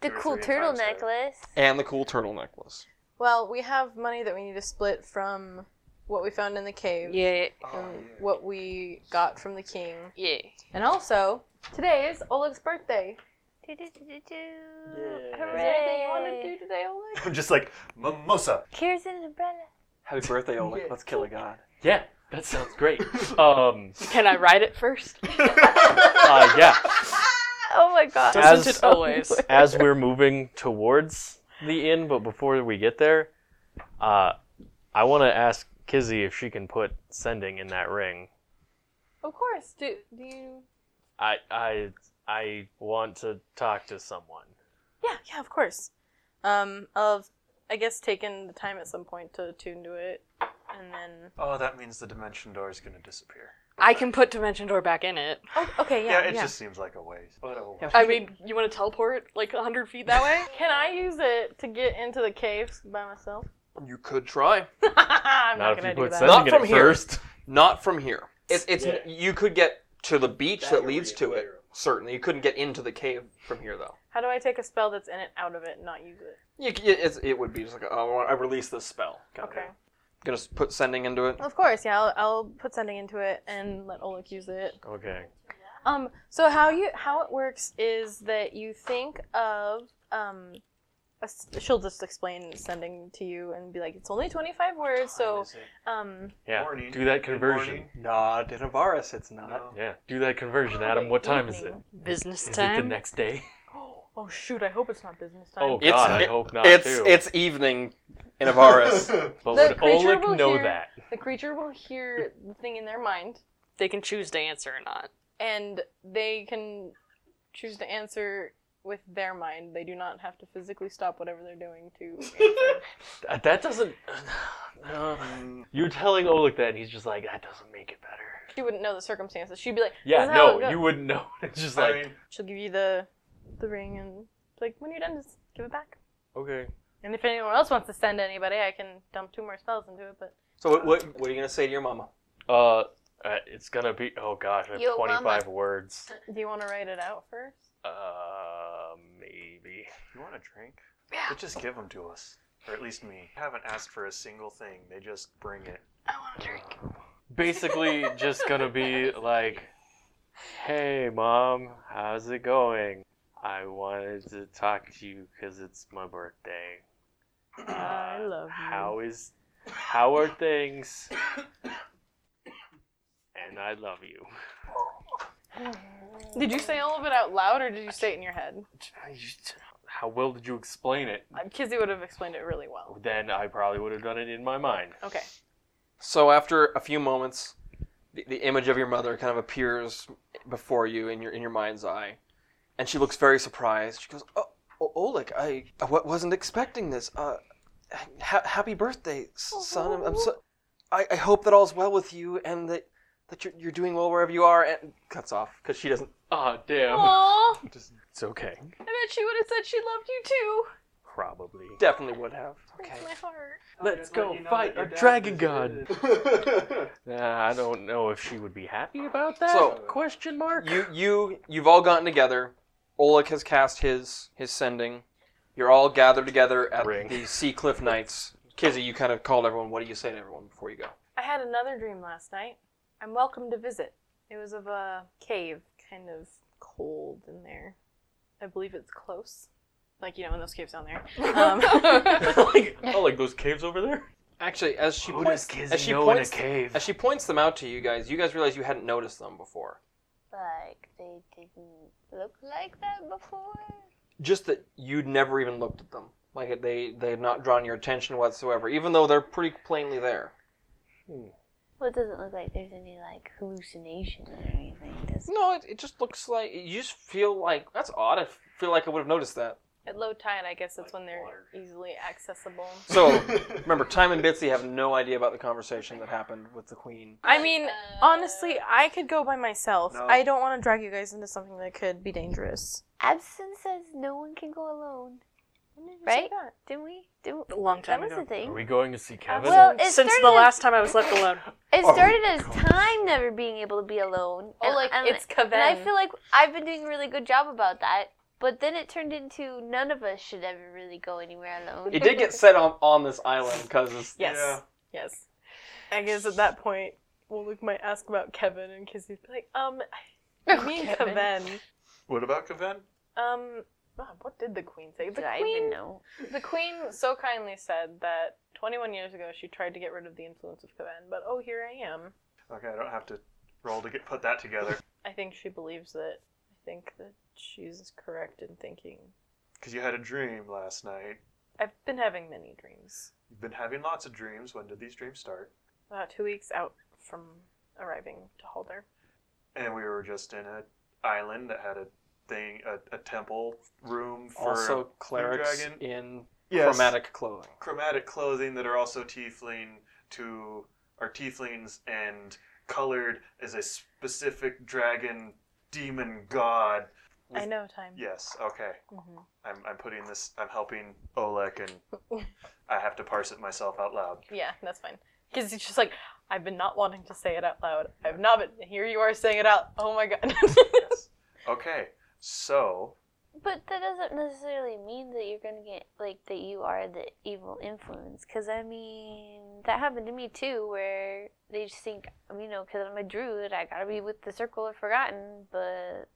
the Two or cool three turtle times that. necklace. and the cool turtle necklace. well, we have money that we need to split from what we found in the cave. yeah, Oh, And what we got from the king. yeah. And also, today is Oleg's birthday. Do-do-do-do-do. Is there anything you want to Hooray. do today, Oleg? I'm just like, <laughs> Mimosa. Here's an umbrella. Happy birthday, Oleg. Let's kill a god. Yeah, that sounds great. Um, Can I ride it <laughs> first? uh, yeah. Oh my god. As- Doesn't it always? As we're moving towards the inn, but before we get there, uh, I want to ask Kizzy if she can put sending in that ring. Of course. Do, do you? I I I want to talk to someone. Yeah, yeah, of course. Um, I've, I guess, taken the time at some point to tune to it, and then. Oh, that means the dimension door is going to disappear. I can put Dimension Door back in it. Oh, okay, Yeah, yeah, yeah. <laughs> it just seems like a waste. oh, What a waste. I mean, you want to teleport like 100 feet that way? Can I use it to get into the caves by myself? <laughs> You could try. I'm not, Not if gonna you do put that. sending Not in from it here. first. Not from here. It's, it's Yeah. you could get to the beach That that leads area to it. there. Certainly, you couldn't get into the cave from here though. How do I take a spell that's in it out of it, and not use it? You, c- it's, it would be just like oh, I want- I release this spell. kind of Okay. thing. Gonna s- put sending into it. Of course, yeah. I'll, I'll put sending into it and let Oleg use it. Okay. Um, so how you how it works is that you think of um, a s- she'll just explain sending to you and be like, it's only twenty five words, so um, Yeah. Morning. Do that Good conversion. morning. Not in Avaris, it's not. No. Yeah. Do that conversion, Adam. What time is it? Evening. Business Is it the time. next day? <gasps> Oh shoot! I hope it's not business time. Oh God, It's- I it- hope not. It's too. it's evening in <laughs> <laughs> Avaris. but The would creature will Oleg know hear- that? The creature will hear the thing in their mind, They can choose to answer or not. and they can choose to answer with their mind. They do not have to physically stop whatever they're doing to. <laughs> answer. Uh, That doesn't. You're telling Oleg that, and he's just like, that doesn't make it better. she wouldn't know the circumstances. She'd be like, Yeah, "This is how it no, goes." you wouldn't know. <laughs> It's just I like, mean, She'll give you the the ring and like when you're done, just give it back. okay. And if anyone else wants to send anybody, I can dump two more spells into it. But so what, what what are you gonna say to your mama? Uh, uh, it's gonna be. Oh gosh, I have Yo, 25 mama. words. do you want to write it out first? Uh, maybe. you want a drink? But just give them to us. Or at least me. I haven't asked for a single thing. They just bring it. Basically, just gonna be like, hey, mom, how's it going? I wanted to talk to you because it's my birthday. <clears throat> I Uh, love you. How is. How are things? and I love you. Did you say all of it out loud, or did you say it in your head? How well did you explain it? Uh, Kizzy would have explained it really well. Then I probably would have done it in my mind. Okay. So after a few moments, the, the image of your mother kind of appears before you in your in your mind's eye, and she looks very surprised. She goes, "Oh, oh Oleg, I, I wa- wasn't expecting this. Uh, ha- happy birthday, s- son. I'm, I'm so. I, I hope that all's well with you, and that that you're, you're doing well wherever you are." And cuts off because she doesn't. Ah, damn. Aww, I It's okay. bet she would have said she loved you too. Probably. Definitely would have. Okay. My heart. <laughs> Let's Let go you know fight that your a dad dragon god. visited. <laughs> Nah, I don't know if she would be happy about that. So- question mark. You you you've all gotten together. Oleg has cast his his sending. You're all gathered together at Ring. the Sea Cliff Knights. Kizzy, you kind of called everyone. What do you say to everyone before you go? I had another dream last night. I'm welcome to visit. It was of a cave, kind of cold in there. I believe it's close. Like, you know, in those caves down there. <laughs> Um, like, oh, like those caves over there. Actually, as she <laughs> Who points, does Kizzy as she know in a points, cave? as she points them out to you guys, you guys realize you hadn't noticed them before. like they didn't look like that before. Just that you'd never even looked at them. Like they they had not drawn your attention whatsoever, even though they're pretty plainly there. Well, it doesn't look like there's any like hallucination or anything. Does it? No, it, it just looks like you just feel like that's odd. I feel like I would have noticed that. At low tide, I guess that's when they're easily accessible. So remember, Time and Bitsy have no idea about the conversation that happened with the Queen. I mean, honestly, I could go by myself. No. I don't want to drag you guys into something that could be dangerous. Absinthe says no one can go alone. Right? Right? Didn't we? Didn't A long that time was ago. the thing. Are we going to see Kevin? Well, it Since the started last time I was left alone. It Oh, started as time never being able to be alone. Oh, like and, it's and I Kaven. feel like I've been doing a really good job about that. But then it turned into none of us should ever really go anywhere alone. It did get set on on this island because Yes. Yes. I guess at that point, Woluk might ask about Kevin and Kizzy's like, <laughs> um, Oh, me and Kevin. Kevin. What about Kaven? Um, God, what did the queen say? The Did I even queen, know? the queen so kindly said that 21 years ago she tried to get rid of the influence of Kevin, but oh, here I am. Okay, I don't have to roll to get put that together I think she believes that. I think that she's correct in thinking. because you had a dream last night. I've been having many dreams. You've been having lots of dreams. When did these dreams start? About two weeks out from arriving to Halder. And we were just in an island that had a thing, a, a temple room for also a clerics dragon. in Yes. chromatic clothing. chromatic clothing that are also tiefling to are tieflings and colored as a specific dragon demon god. I know time. Yes, okay. hmm I'm, I'm putting this, I'm helping Oleg, and I have to parse it myself out loud. Yeah, that's fine. Because it's just like, I've been not wanting to say it out loud. I've not been. Here you are saying it out. Oh my god. <laughs> Yes. Okay, so But that doesn't necessarily mean that you're gonna get like that you are the evil influence. Cause I mean, that happened to me too, where they just think, you know, cause I'm a druid, I gotta be with the circle of forgotten. But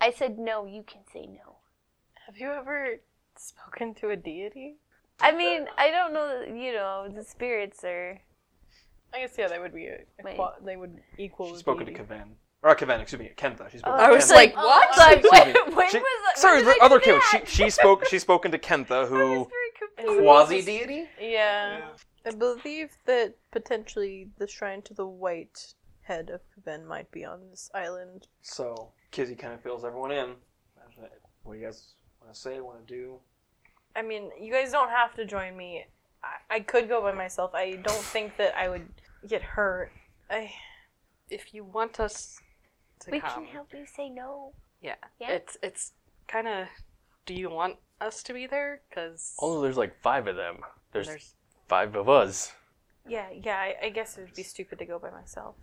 I said no. You can say no. Have you ever spoken to a deity? I mean, I don't know. that, You know, the spirits are. I guess, yeah, they would be. A, a Wait. qua- they would equal. She's a spoken to deity. Kaven. Or not Kaven, excuse me, Kentha. She's spoken I to was <laughs> Kentha. <laughs> like, Oh, what? I was like, Excuse when, me. when She- was sorry, when the did I other do Kentha. She, that? she's spoke, she's spoken to Kentha, I was who very Is confused. it- quasi deity. <laughs> Yeah. I believe that potentially the shrine to the white head of Kaven might be on this island. So Kizzy kind of fills everyone in. What do you guys want to say? Want to do? I mean, you guys don't have to join me. I, I could go by myself. I don't think that I would get hurt. I. If you want us to We can come, help you say no. Yeah. Yeah. It's it's kind of. Do you want us to be there? Because Although there's like five of them. There's, there's five of us. Yeah, yeah, I, I guess it would be stupid to go by myself.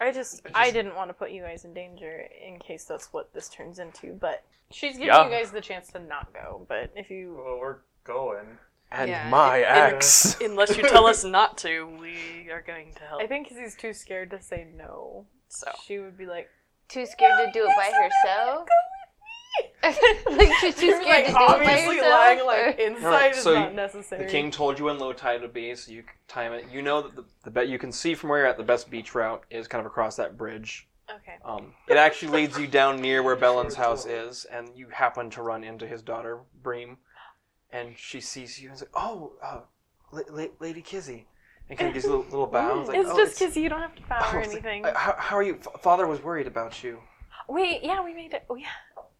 I just, I didn't want to put you guys in danger in case that's what this turns into, but she's giving Yeah. you guys the chance to not go, but if you well, we're going. And Yeah, my it- it- axe. <laughs> unless you tell us not to, we are going to help. I think 'cause he's too scared to say no. So She would be like, Too scared to do it by herself. <laughs> like she's too You're, like, scared to do it by obviously lying herself. like inside Alright, is so not you- necessary. The king told you when low tide would be, so you can time it. You know that the, the bet you can see from where you're at the best beach route is kind of across that bridge. Okay. Um, it actually leads you down near where Belen's house is, and you happen to run into his daughter Bream, and she sees you and is like, "Oh, uh, la- la- Lady Kizzy," and kind of gives you a little, little bow. It's, like, it's "Oh, just because you don't have to <laughs> bow oh, or it's like, anything. uh, How, how are you? F- Father was worried about you. Wait, yeah, we made it. Oh, yeah.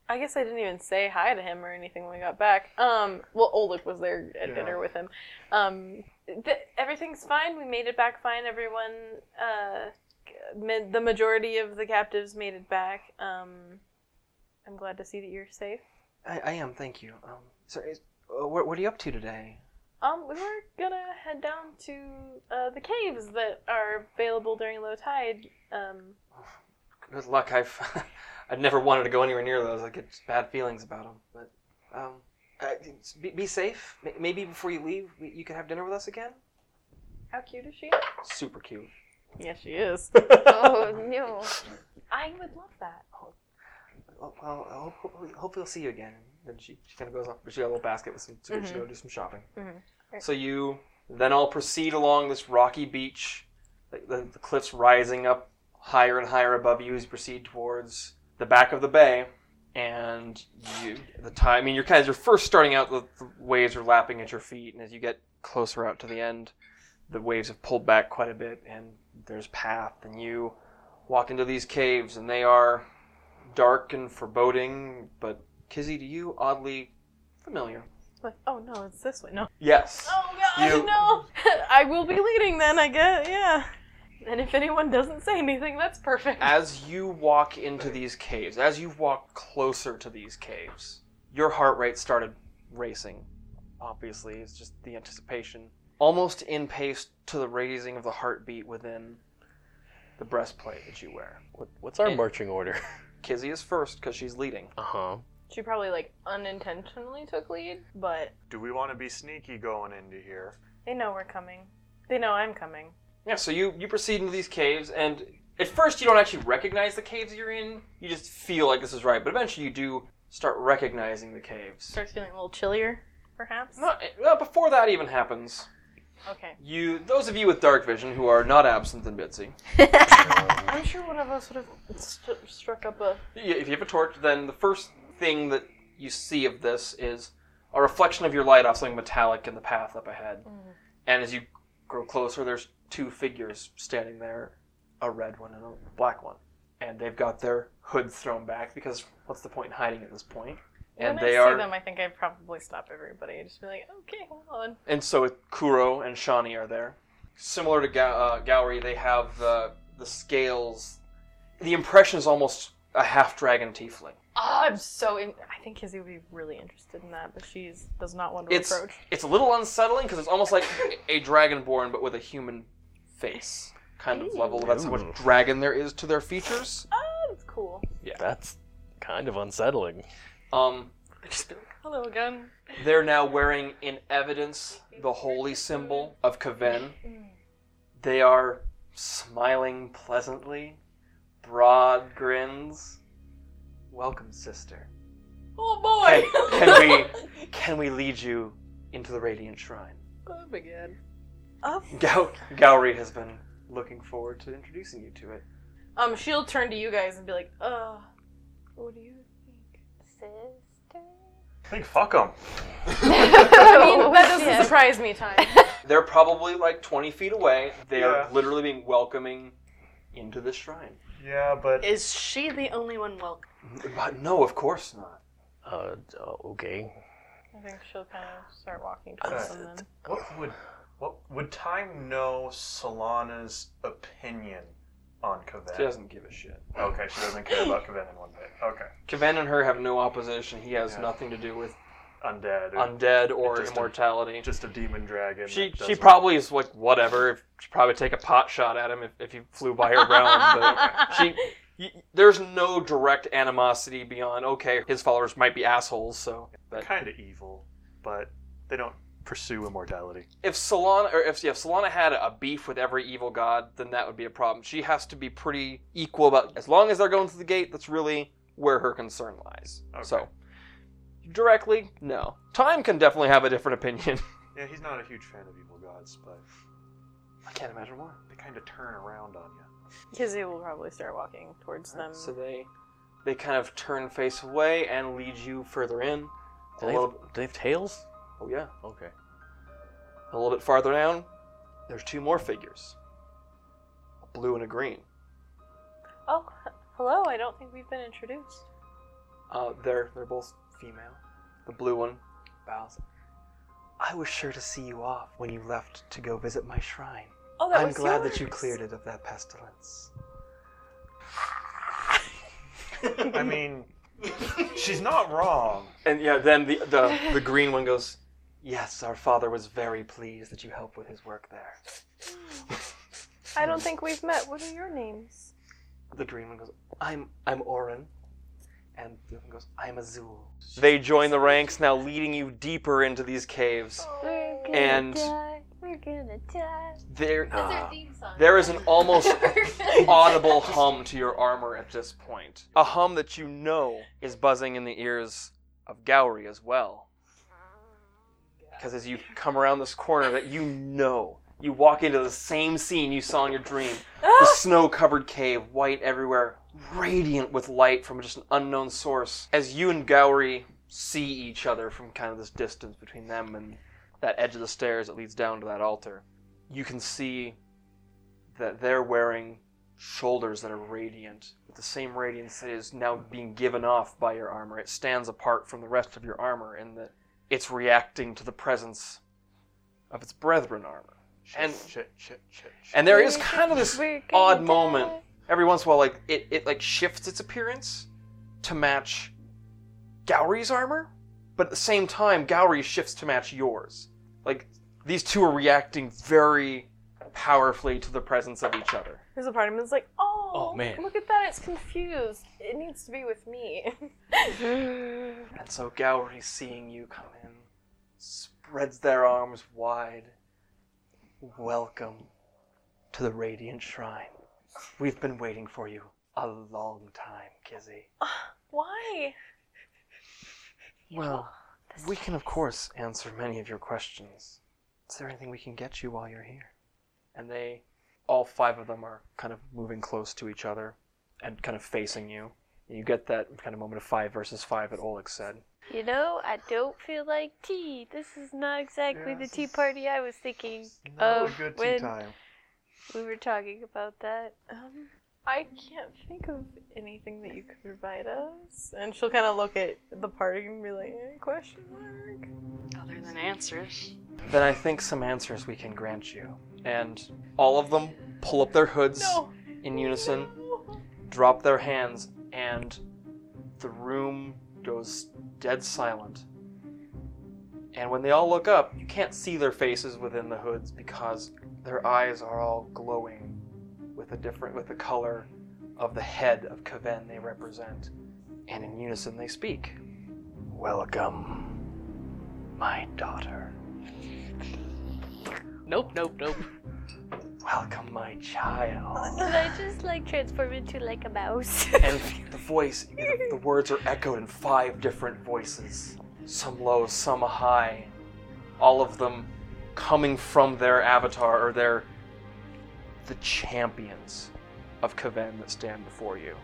I guess I didn't even say hi to him or anything when we got back. Um, well, Oluk was there at Yeah. dinner with him. Um, th- everything's fine. We made it back fine. Everyone, uh, mid- the majority of the captives made it back. Um, I'm glad to see that you're safe. I, I am, thank you. Um, so, is, uh, what, what are you up to today? Um, we were gonna head down to uh, the caves that are available during low tide. Um, Good luck. I've <laughs> I've never wanted to go anywhere near those. I get bad feelings about them. But um, uh, it's- be, be safe. May- Maybe before you leave, we- you could have dinner with us again. how cute is she? Super cute. Yes, she is. Oh no. I would love that. Oh, Well, well, I hope, hopefully, hopefully I'll see you again. Then she, she kind of goes off. She got a little basket with some. So she go do some shopping. Mhm. So you then all proceed along this rocky beach, the, the, the cliffs rising up higher and higher above you as you proceed towards the back of the bay. And you, the time, I mean, you're kind of, you're first starting out, the, the waves are lapping at your feet, and as you get closer out to the end, the waves have pulled back quite a bit, and there's path, and you walk into these caves, and they are dark and foreboding, but Kizzy, to you, oddly familiar. Like, oh no, it's this way. No. Yes. Oh god, You- no. <laughs> I will be leading then, I guess. Yeah. And if anyone doesn't say anything, that's perfect. As you walk into these caves, as you walk closer to these caves, your heart rate started racing. Obviously, it's just the anticipation. Almost in pace to the raising of the heartbeat within the breastplate that you wear. What, <laughs> what's our Eh. marching order? Kizzy is first because she's leading. Uh huh. She probably like unintentionally took lead, but Do we want to be sneaky going into here? they know we're coming. They know I'm coming. Yeah, so you, you proceed into these caves, and at first you don't actually recognize the caves you're in. You just feel like this is right, but eventually you do start recognizing the caves. Starts feeling a little chillier. Perhaps. Not, well, before that even happens, Okay. you those of you with dark vision who are not absent in Bitsy, Oh, <laughs> I'm sure one of us would have st- struck up a. y- if you have a torch, then the first thing that you see of this is a reflection of your light off something metallic in the path up ahead. Mm-hmm. And as you grow closer, there's two figures standing there, a red one and a black one, and they've got their hoods thrown back because what's the point in hiding at this point? And when they I see are, them, I think I'd probably stop everybody. I'd just be like, okay, hold on. and so it- Kuro and Shawnee are there. Similar to Ga- uh, Gowrie, they have the the scales. The impression is almost a half dragon tiefling. Oh, I'm so. In- I think Kizzy would be really interested in that, but she does not want to It's approach. it's a little unsettling because it's almost like a dragonborn but with a human face kind of level. That's how Ooh. much dragon there is to their features. Oh, that's cool. That's kind of unsettling. Um, Hello again. they're now wearing in evidence the holy symbol of Kaven. They are smiling pleasantly, broad grins. Welcome, sister. Oh <laughs> Can, can boy. we can we lead you into the radiant shrine? Oh my god. Of Gow- Gowrie has been looking forward to introducing you to it. Um, she'll turn to you guys and be like, uh, what do you think? I think fuck them. I <laughs> mean, that doesn't Yeah. surprise me, time. They're probably like 20 feet away. They Yeah. are literally being welcoming into the shrine. Yeah, but Is she the only one welcome? But no, of course not. Uh, uh, okay. I think she'll kind of start walking towards them. Then. what would what would time know Solana's opinion on Kaven? She doesn't give a shit. Okay, she doesn't care about Kaven in one bit. Okay, Kavan and her have no opposition. He has Yeah. nothing to do with undead. Or undead or Just a- immortality. Just a demon dragon. she that she doesn't- probably is like whatever. If- She'd probably take a pot shot at him if, if he flew by her realm. <laughs> But she y- there's no direct animosity beyond okay, his followers might be assholes. So, but kind of evil, but they don't pursue immortality. if Solana or if yeah, if Solana had a beef with every evil god, then that would be a problem. She has to be pretty equal about as long as they're going through the gate. That's really where her concern lies. Okay. So directly, no. Time can definitely have a different opinion. <laughs> Yeah, he's not a huge fan of evil gods, but I can't imagine why. they kind of turn around on you. <laughs> Kizzy will probably start walking towards them. So they they kind of turn face away and lead you further in. A Do they, have, little, do they have tails? oh yeah, Okay. a little bit farther down. There's two more figures, a blue and a green. Oh, h- hello. I don't think we've been introduced. Uh, they're they're both female. The blue one bows. I was sure to see you off when you left to go visit my shrine. Oh, that I'm was glad yours. that you cleared it of that <laughs> pestilence. I mean, she's not wrong. And yeah, then the the, the green one goes. Yes, our father was very pleased that you helped with his work there. I don't think we've met. What are your names? The green one goes, "I'm I'm Orin," and the other one goes, "I'm Azul." They join the ranks now, leading you deeper into these caves. We're gonna And- die. We're gonna die. There, That's our theme song. there is an <laughs> almost Perfect. audible hum to your armor at this point. A hum that you know is buzzing in the ears of Gowrie as well. Because as you come around this corner that you know You walk into the same scene you saw in your dream. The snow covered cave, white everywhere, radiant with light from just an unknown source. As you and Gowrie see each other from kind of this distance between them and that edge of the stairs that leads down to that altar, you can see that they're wearing shoulders that are radiant with the same radiance that is now being given off by your armor. It stands apart from the rest of your armor in that it's reacting to the presence of its brethren armor. And Shit, shit, shit, shit. and there is kind of this We're gonna odd moment die. every once in a while like it, it like shifts its appearance to match Gowrie's armor, but at the same time Gowrie shifts to match yours. Like these two are reacting very powerfully to the presence of each other. <laughs> There's a part of me that's like, oh, Oh, man. look at that, it's confused. It needs to be with me. <laughs> And so Gowrie, seeing you come in, spreads their arms wide. Welcome to the Radiant Shrine. We've been waiting for you a long time, Kizzy. Why? Well, we can, of course, answer many of your questions. Is there anything we can get you while you're here? And they, all five of them, are kind of moving close to each other and kind of facing you. And you get that kind of moment of five versus five that Oleg said. You know, I don't feel like tea. This is not exactly Yeah, the this tea is party I was thinking Not of a good tea when time. we were talking about that. Um, I can't think of anything that you could provide us. And she'll kind of look at the party and be like, eh, question mark? Other than answers. Then I think some answers we can grant you. And all of them pull up their hoods No. in unison, drop their hands, and the room goes dead silent. And when they all look up, you can't see their faces within the hoods because their eyes are all glowing with a different with the color of the head of Kaven they represent. And in unison they speak. Welcome, my daughter. Nope, nope, nope. Welcome, my child. Did I just like transform into like a <laughs> mouse? And the voice, the, the words are echoed in five different voices some low, some high. All of them coming from their avatar or their. the champions of Kaven that stand before you.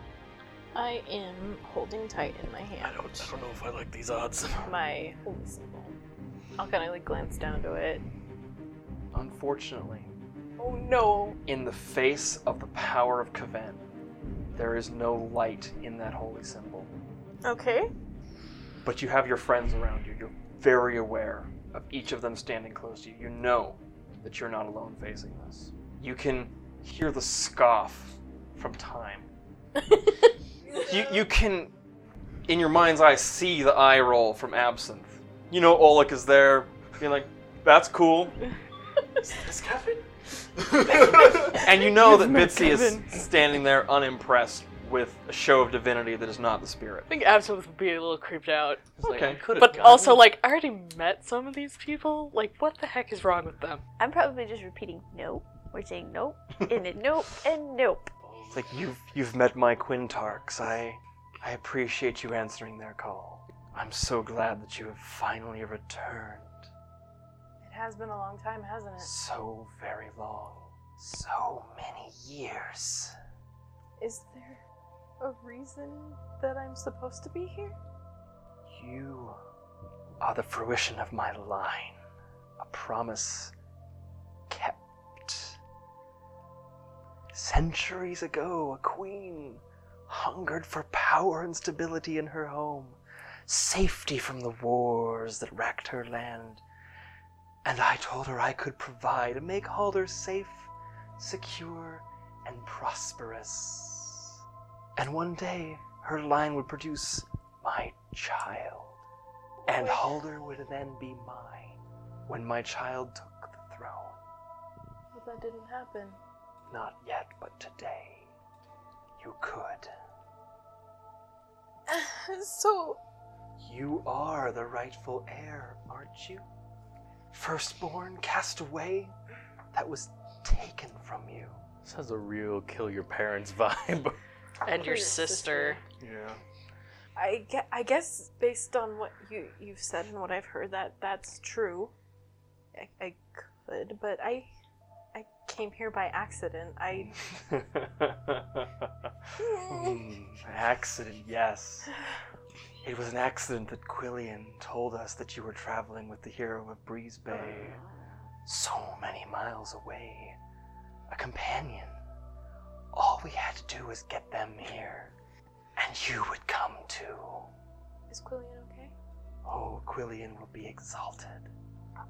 I am holding tight in my hand don't, I don't know if I like these odds. <laughs> my holy symbol. I'll kind of like glance down to it. Unfortunately, Oh no. in the face of the power of Kaven, there is no light in that holy symbol. Okay. but you have your friends around you. You're very aware of each of them standing close to you. You know that you're not alone facing this. You can hear the scoff from time. <laughs> you, you can, in your mind's eye, see the eye roll from Absinthe. You know Oleg is there, being like, that's <laughs> cool. <laughs> And you know that Bitsy is standing there unimpressed with a show of divinity that is not the spirit. I think Absinthe would be a little creeped out. Okay. But also, like, I already met some of these people. Like, what the heck is wrong with them? I'm probably just repeating nope. We're saying nope, and then nope, <laughs> and nope. It's like you've you've met my Quintarks. I I appreciate you answering their call. I'm so glad that you have finally returned. It has been a long time, hasn't it? So very long. So many years. Is there a reason that I'm supposed to be here? You are the fruition of my line. A promise kept. Centuries ago, a queen hungered for power and stability in her home, safety from the wars that racked her land. And I told her I could provide and make Halder safe, secure, and prosperous. And one day, her line would produce my child. And Halder would then be mine when my child took the throne. But that didn't happen. Not yet, but today. You could. <sighs> so You are the rightful heir, aren't you? Firstborn, cast away, that was taken from you. This has a real kill your parents <laughs> vibe. And your Your sister. sister. Yeah. I, gue- I guess based on what you you've said and what I've heard that that's true. I, I could, but I came here by accident. I <sighs> Mm, an accident, yes. It was an accident that Quillian told us that you were traveling with the hero of Breeze Bay, so many miles away. A companion. All we had to do was get them here, and you would come too. is Quillian okay? Oh, Quillian will be exalted,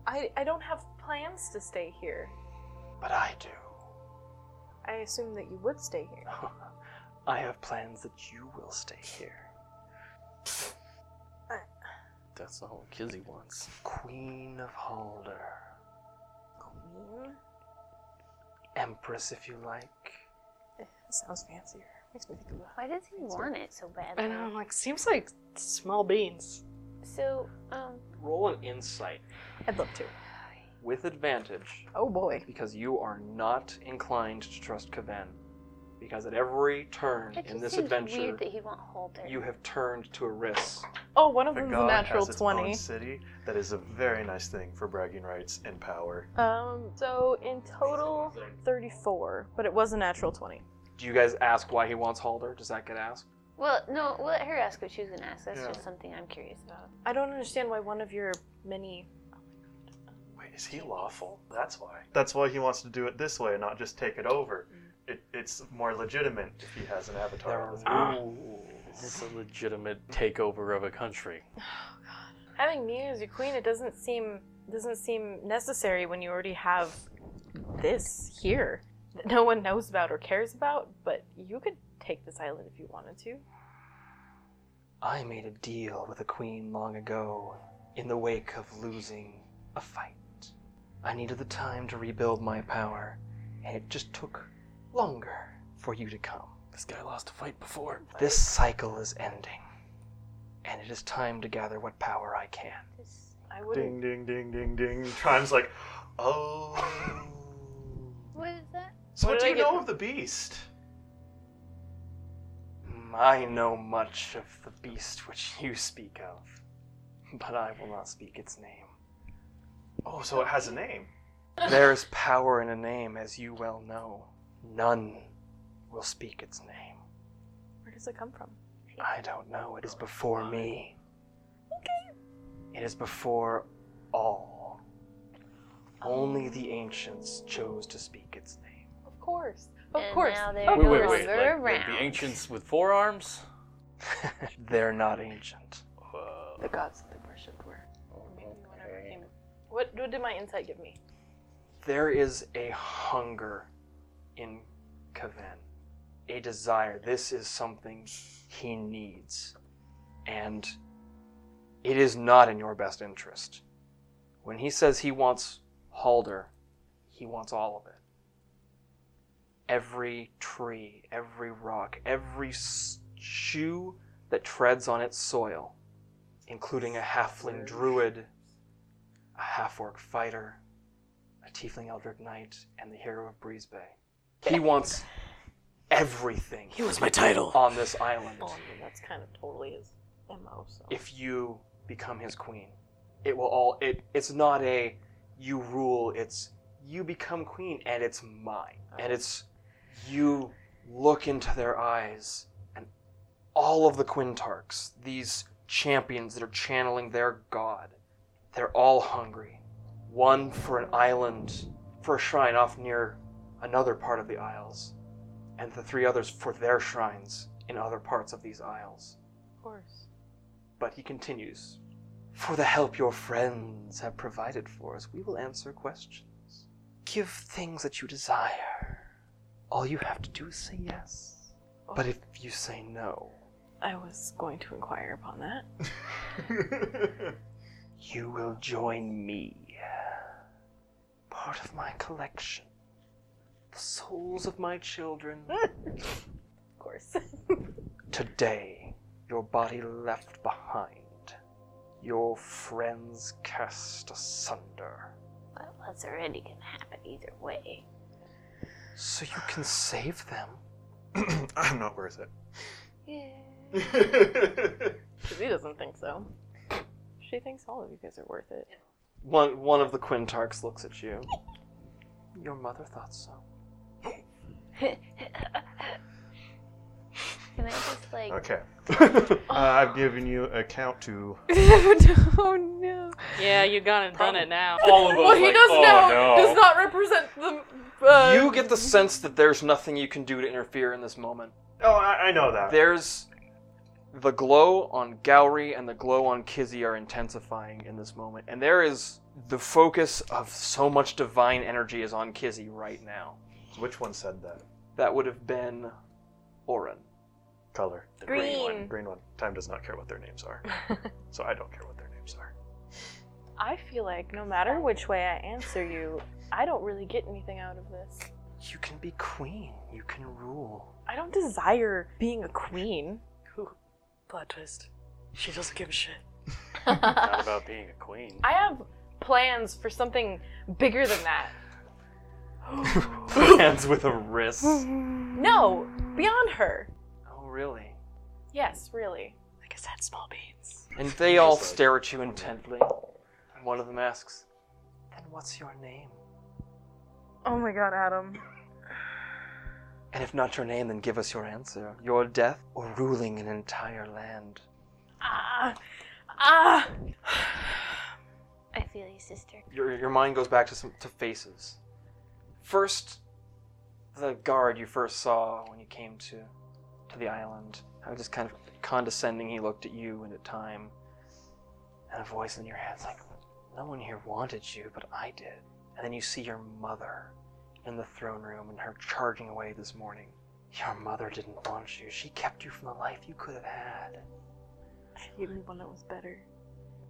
I I don't have plans to stay here. but I do. <laughs> I assume that you would stay here. I have plans that you will stay here. That's not what Kizzy wants. Queen of Holder. Queen? Empress, if you like. Eh, sounds fancier. Makes me think of a Why does he want it so badly? And I'm like, seems like small beans. So, um, Roll an insight I'd love to. with advantage Oh boy. because you are not inclined to trust Kaven. Because at every turn it in just this seems adventure, weird that he won't hold her. you have turned to Eris. Oh, one of The them's a god natural has its own twenty. city. That is a very nice thing for bragging rights and power. Um, so in total, thirty-four, but it was a natural twenty. Do you guys ask why he wants Halder? Does that get asked? Well, no, we'll let her ask what she was gonna ask. That's Yeah. just something I'm curious about. I don't understand why one of your many. Wait, is he lawful? That's why. That's why he wants to do it this way and not just take it over. Mm. It, it's more legitimate if he has an There avatar. are with him. It's rules. a legitimate takeover of a country. Having me as your queen, it doesn't seem doesn't seem necessary when you already have this here that no one knows about or cares about. But you could take this island if you wanted to. I made a deal with a queen long ago in the wake of losing a fight. I needed the time to rebuild my power, and it just took longer for you to come. This guy lost a fight before. This cycle is ending, and it is time to gather what power I can. Just- I wouldn't. Ding, ding, ding, ding, ding. Trime's like, oh. What is that? So What what, did do I you get? know of the beast? Mm, I know much of the beast which you speak of, but I will not speak its name. Oh, so it has a <laughs> name. <clears throat> There is power in a name, as you well know. None will speak its name. Where does it come from? I don't know. It is before me. Okay. It is before all. Only the ancients chose to speak its name. Of course. Of And course. now of they're Wait, no wait, course. wait. longer Like, like the around. ancients with <laughs> forearms? <laughs> They're not ancient. Whoa. The gods that they worshipped were. or maybe whatever came- What, what did my insight give me? There is a hunger in Kaven, a desire. This is something he needs. And it is not in your best interest. When he says he wants Halder, he wants all of it. Every tree, every rock, every s- shoe that treads on its soil, including a halfling druid, a half orc fighter, a tiefling eldritch knight, and the hero of Breeze Bay. He <laughs> wants everything He was my title. on this island. Well, Oh, I mean, that's kind of totally his MO, so. If you become his queen, it will all. It it's not a you rule. It's you become queen, and it's mine. And it's you look into their eyes, and all of the Quintarchs, these champions that are channeling their god, they're all hungry. One for an island, for a shrine off near another part of the Isles, and the three others for their shrines in other parts of these Isles. Of course. But he continues For the help your friends have provided for us, we will answer questions. Give things that you desire. All you have to do is say yes. But if you say no, Oh, I was going to inquire upon that. you will join me. Part of my collection. The souls of my children. Of course. <laughs> Today, your body left behind. Your friends cast asunder. Well, that's already gonna happen either way. So you can save them. I'm not worth it. <laughs> she doesn't think so. She thinks all of you guys are worth it. <laughs> One one of the Quintarchs looks at you. Your mother thought so. <laughs> Can I just like? Okay. <laughs> Uh, I've given you a count to. <laughs> oh no. Yeah, you gone and done it now. All of us What he like, does oh now no. does not represent the. Uh, you get the sense that there's nothing you can do to interfere in this moment. Oh, I, I know that. There's the glow on Gowrie and the glow on Kizzy are intensifying in this moment, and there is the focus of so much divine energy is on Kizzy right now. Which one said that? That would have been Oren. Color. The one. Green. Green one. Time does not care what their names <laughs> are. so I don't care what their names are. I feel like no matter which way I answer you, I don't really get anything out of this. You can be queen. You can rule. I don't desire being a queen. Ooh, plot twist. She doesn't give a shit. Not about being a queen. <laughs> I have plans for something bigger than that. Hands with a wrist. oh, No, beyond her. really? Yes, really. Like I said, small beans. And they all stare at you intently. And one of them asks, Then what's your name? Oh my god, Adam. And if not your name, then give us your answer. Your death or ruling an entire land. Ah, ah. I feel you, sister. <laughs> Your, your mind goes back to some to faces. First, the guard you first saw when you came to to the island. How just kind of condescending he looked at you and at time. And a voice in your head's like, No one here wanted you, but I did. And then you see your mother in the throne room and her charging away this morning. Your mother didn't want you. She kept you from the life you could have had. Give me one that was better.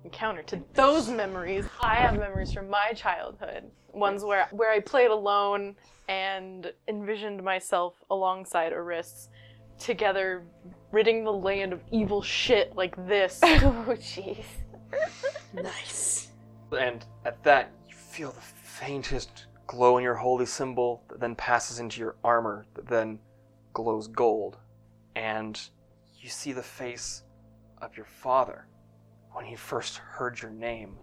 Encounter to those memories. I have memories from my childhood. Ones where where I played alone and envisioned myself alongside Aris, together ridding the land of evil shit like <laughs> this. oh jeez. Nice. And at that, you feel the faintest glow in your holy symbol that then passes into your armor that then glows gold. And you see the face of your father when he first heard your name.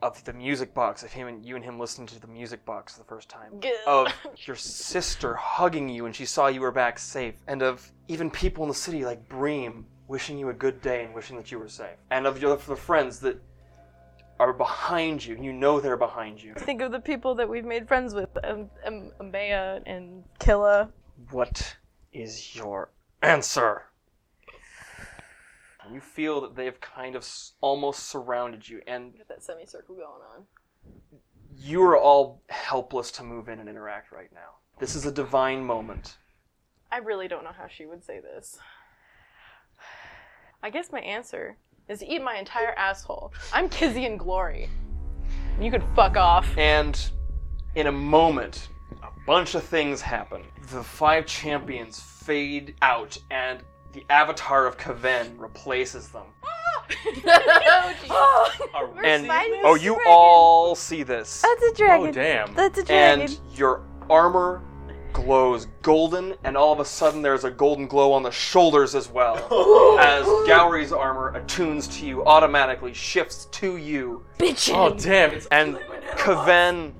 Of the music box, of him and you and him listening to the music box the first time. Gah. Of your sister hugging you when she saw you were back safe. And of even people in the city like Bream wishing you a good day and wishing that you were safe. And of your, the friends that are behind you. and You know they're behind you. Think of the people that we've made friends with, um, um, Amaya and Killa. What is your answer? And You feel that they have kind of s- almost surrounded you, and Got that semicircle going on. you are all helpless to move in and interact right now. This is a divine moment. I really don't know how she would say this. I guess my answer is eat my entire asshole. I'm Kizzy and Glory. You could fuck off. <laughs> And in a moment, a bunch of things happen. The five champions fade out, and the avatar of Kaven replaces them. Oh, and fighting oh, this you dragon. all see this. That's a dragon. Oh damn. That's a dragon. and your armor glows golden, and all of a sudden there's a golden glow on the shoulders as well. as Gowrie's armor attunes to you, automatically shifts to you, Oh damn. It's and Kaven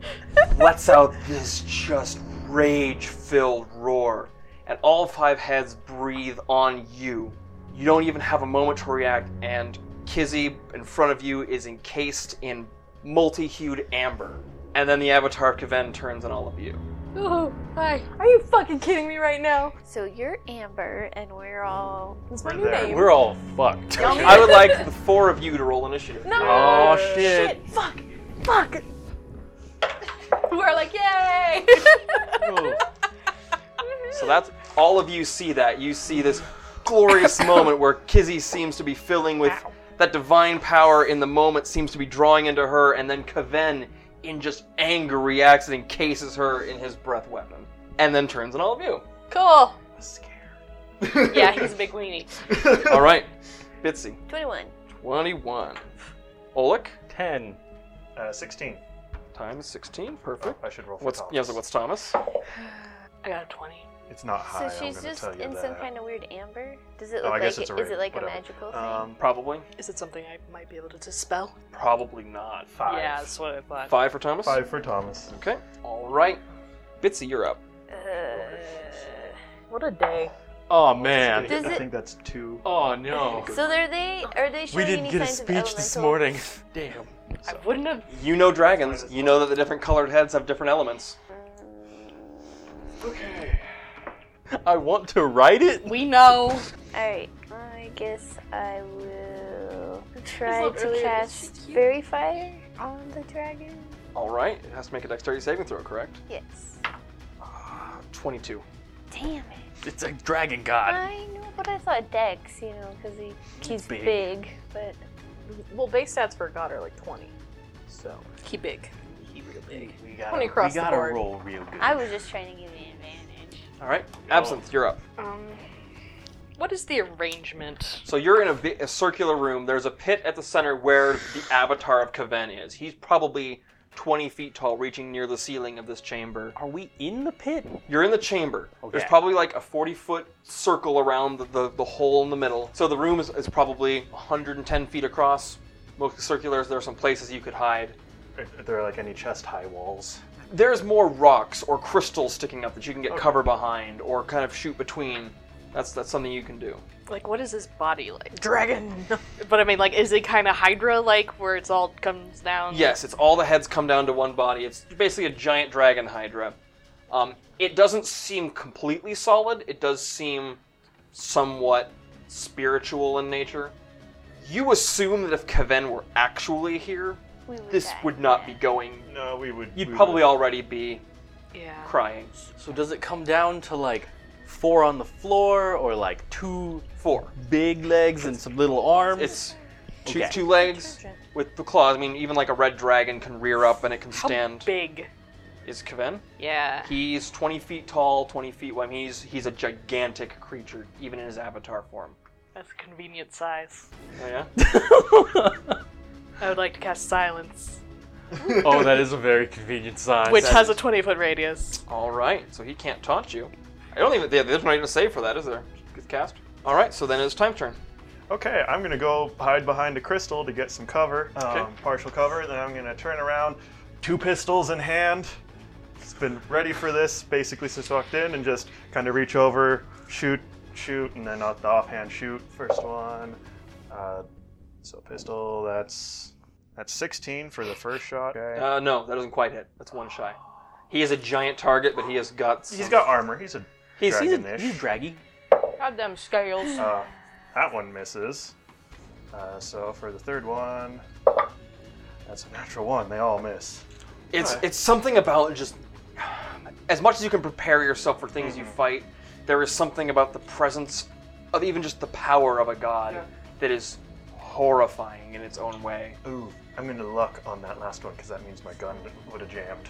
lets out this just rage filled roar, and all five heads breathe on you. You don't even have a moment to react, and Kizzy in front of you is encased in multi hued amber. And then the avatar of Kaven turns on all of you. Oh, hi. Are you fucking kidding me right now? so you're Amber, and we're all. That's my We're new there. name. we're all fucked. I would like the four of you to roll initiative. no! Oh, shit. Fuck! Fuck! <laughs> We're like, yay! So that's all of you see that. You see this glorious moment where Kizzy seems to be filling with that divine power in the moment seems to be drawing into her, and then Kaven in just anger reacts and encases her in his breath weapon. And then turns on all of you. <laughs> cool. Yeah, he's a big weenie. Alright. Bitsy. 21. Twenty-one. Olek Ten. Uh, 16. times sixteen. Oh, Perfect. I should roll for What's Thomas. yeah, so what's Thomas? I got a 20. It's not high. so she's Uh, I'm gonna just tell you in that. some kind of weird amber. Does it Oh, look I like guess it, it's a is ring, it like a whatever. magical thing? Um, Probably. Is it something I might be able to dispel? Probably not. five. Yeah, that's what I thought. Five for Thomas? Five for Thomas. Okay. All right. Bitsy, you're up. Uh, <laughs> What a day. Oh man. Does I it- think that's two. Oh <laughs> no. so are they are they We showing didn't any get a signs of speech this elemental- morning. <laughs> Damn. I wouldn't have. You know dragons. You know that the different colored heads have different elements. Mm. I want to write it. We know. Alright, I guess I will try love to earlier, cast is she cute? Fairy Fire on the dragon. All right. It has to make a dexterity saving throw, correct? Yes. 22. Damn it. It's a dragon god. I know, but I thought Dex, you know, because he, he's big. big. But Well, base stats for God are like 20. So. He big. He real big. We got Twenty across the we gotta board. roll real good. I was just trying to give you an advantage. All right. Absinthe, you're up. Um, what is the arrangement? So you're in a, vi- a circular room. There's a pit at the center where the <laughs> avatar of Kaven is. He's probably 20 feet tall, reaching near the ceiling of this chamber. Are we in the pit? You're in the chamber. There's Okay. probably like a 40 foot circle around the, the, the hole in the middle. So the room is, is probably 110 feet across, mostly circular. There are some places you could hide. Are there like any chest high walls? There's more rocks or crystals sticking up that you can get cover behind or kind of shoot between. That's that's something you can do. Like, what is his body like? Dragon. <laughs> but I mean, like, is it kind of Hydra like, where it's all comes down? Yes, it's all the heads come down to one body. It's basically a giant dragon hydra. Um, it doesn't seem completely solid. It does seem somewhat spiritual in nature. You assume that if Kaven were actually here, We would this die. would not be going. No, we would. You'd we probably would- already be Yeah. crying. So does it come down to like four on the floor or like two Four. big legs and some little arms? It's two, Okay. two legs with the claws. I mean, even like a red dragon can rear up and it can How stand. big? Is Kaven? Yeah. He's 20 feet tall, 20 feet wide. I mean, he's he's a gigantic creature, even in his avatar form. That's a convenient size. Oh, yeah. I would like to cast Silence, <laughs> oh, that is a very convenient size. which has a 20 foot radius. All right. So he can't taunt you. I don't even. Yeah, there's not even a save for that, is there? It's cast. All right. So then it's time turn. Okay, I'm gonna go hide behind a crystal to get some cover, um, Okay. partial cover. Then I'm gonna turn around, two pistols in hand. It's been ready for this basically since I walked in, and just kind of reach over, shoot, shoot, and then off the offhand shoot. First one. Uh, so pistol. That's that's 16 for the first shot. Okay. Uh, no, that doesn't quite hit. That's one shy. He is a giant target, but he has got. Some, he's got armor. He's a He's- he's a- dragonish. draggy. Goddamn scales. Uh, that one misses. Uh, so for the third one, that's a natural one. They all miss. It's it's something about just as much as you can prepare yourself for things you Mm-hmm. fight, there is something about the presence of even just the power of a god that is horrifying in its own way. Ooh, I'm gonna luck on that last one because that means my gun would have jammed.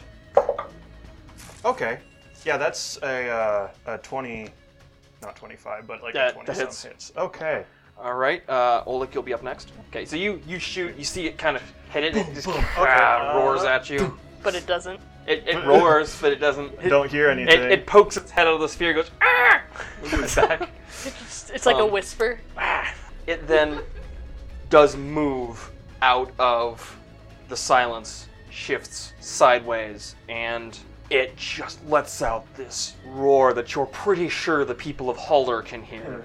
Okay. Yeah, that's a, uh, a 20, not 25, but like Yeah, a 20 that some hits. Okay. All right, uh, Olik, you'll be up next. Okay, so you you shoot, you see it kind of hit it, and it just ah, Okay, uh, roars at you. But it doesn't. It, <laughs> it roars, but it doesn't. It, Don't hear it, anything. it pokes its head out of the sphere, goes ah, <laughs> moves back. It's, it's like a Um, whisper. It then does move out of the silence, shifts sideways, and it just lets out this roar that you're pretty sure the people of Haller can hear.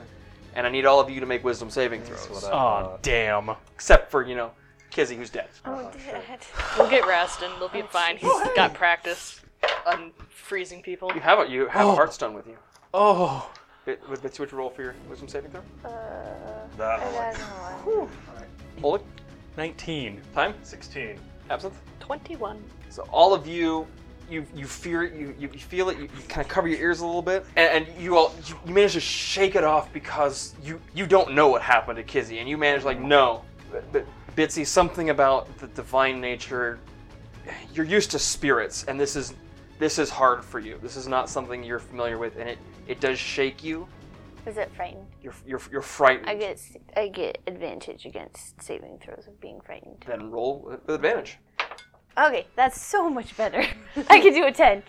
And I need all of you to make wisdom saving throws, Oh, damn. except for you know Kizzy, who's dead. Oh, Dad. We'll get Rastin. They'll be fine. He's got practice on freezing people. You have a, you have a Oh. heartstone with you. Oh. It, would Mitsu, would you roll for your wisdom saving throw? that Uh, I one. got an one. Oleg, 19. time, 16. absinthe. 21. So all of you, you you fear it, you, you you feel it. You, you kind of cover your ears a little bit, and, and you all you, you manage to shake it off because you you don't know what happened to Kizzy, and you manage like no, but, but Bitsy, something about the divine nature. You're used to spirits, and this is this is hard for you. This is not something you're familiar with, and it it does shake you. Was that frightened? You're you're, you're frightened. I get s- I get advantage against saving throws of being frightened. Then roll with advantage. Okay, that's so much better. <laughs> I could do a 10.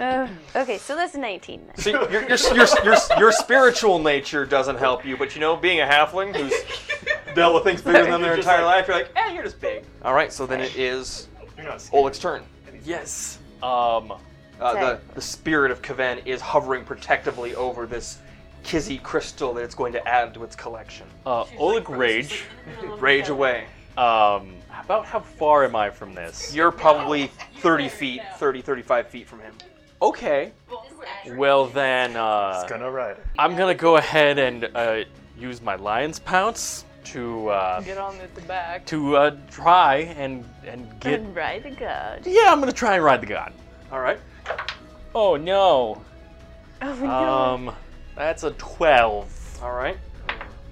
Uh, okay, so that's a 19 then. See, your, your, <laughs> your, your, your spiritual nature doesn't help you, but you know, being a halfling who's <laughs> dealt with things bigger than their entire life, you're like, eh, you're just big. All right, so then it is You're not scared. Oleg's turn. Yes. Um. Uh, the, Okay. the spirit of Kaven is hovering protectively over this kizzy crystal that it's going to add to its collection. Uh, Oleg Rage. Oh, Rage away. Um. About how far am I from this? You're probably 30 feet, 30, 35 feet from him. Okay. Well then, It's uh, gonna ride. I'm gonna go ahead and uh, use my lion's pounce to uh, Get on at the back. to uh, try and and get. <laughs> And ride the god. Yeah, I'm gonna try and ride the god. All right. Oh no. Oh no. Um, that's a twelve. All right.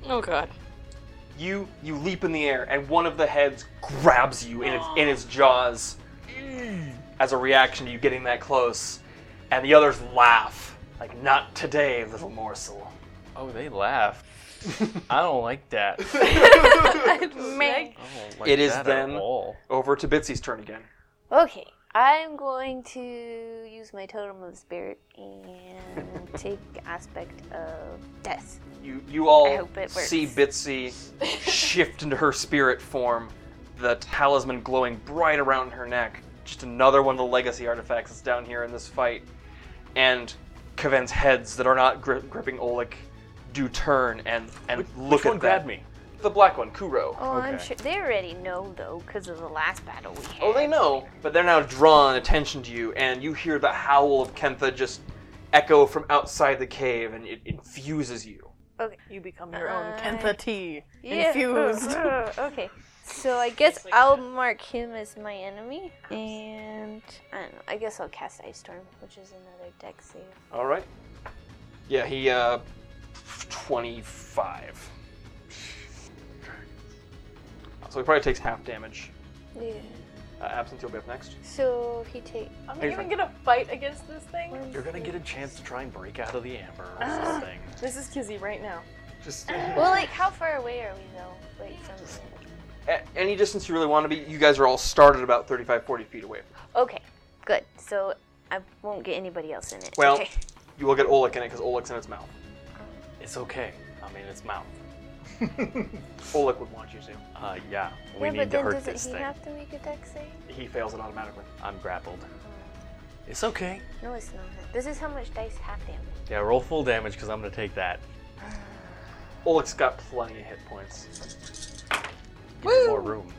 Oh god. You you leap in the air, and one of the heads grabs you in its in its jaws as a reaction to you getting that close, and the others laugh like, "Not today, little morsel." Oh, they laugh. I don't like that. Meg. I don't like It is that then- At all. Over to Bitsy's turn again. Okay, I'm going to use my totem of the spirit and take aspect of death. You you I all hope it works. see <laughs> Bitsy shift into her spirit form, the talisman glowing bright around her neck. Just another one of the legacy artifacts that's down here in this fight. And Kevin's heads that are not gri- gripping Oleg do turn and and Which, look which at one that. grabbed me? The black one, Kuro. Oh, I'm Okay. sure they already know though, because of the last battle we had. Oh, they know, but they're now drawing attention to you, and you hear the howl of Kentha just echo from outside the cave, and it infuses you. You become your own I- Kentha tea. Yeah, Infused. uh, uh, <laughs> okay. So I guess I'll mark him as my enemy, and I don't know. I guess I'll cast Ice Storm, which is another deck save. All right. Yeah, he uh, twenty-five. So he probably takes half damage. Yeah. Uh, absent, he'll be up next. So he take. I'm Hey, even friend. gonna fight against this thing. You're gonna get a chance to try and break out of the amber or Ah. something. This is Kizzy right now. Just Well, like how far away are we though? Like from. The... At any distance you really want to be, you guys are all started about 35, 40 feet away. Okay, good. So I won't get anybody else in it. Well, Okay. you will get Oleg in it because Oleg's in its mouth. It's okay. I'm in its mouth. Oleg would want you to. Uh, yeah. We yeah, need but to then hurt doesn't this he thing. have to make a deck save? He fails it automatically. I'm grappled. It's okay. No, it's not. This is how much dice have damage. Yeah, roll full damage because I'm gonna take that. Oleg's got plenty of hit points. Give me more room.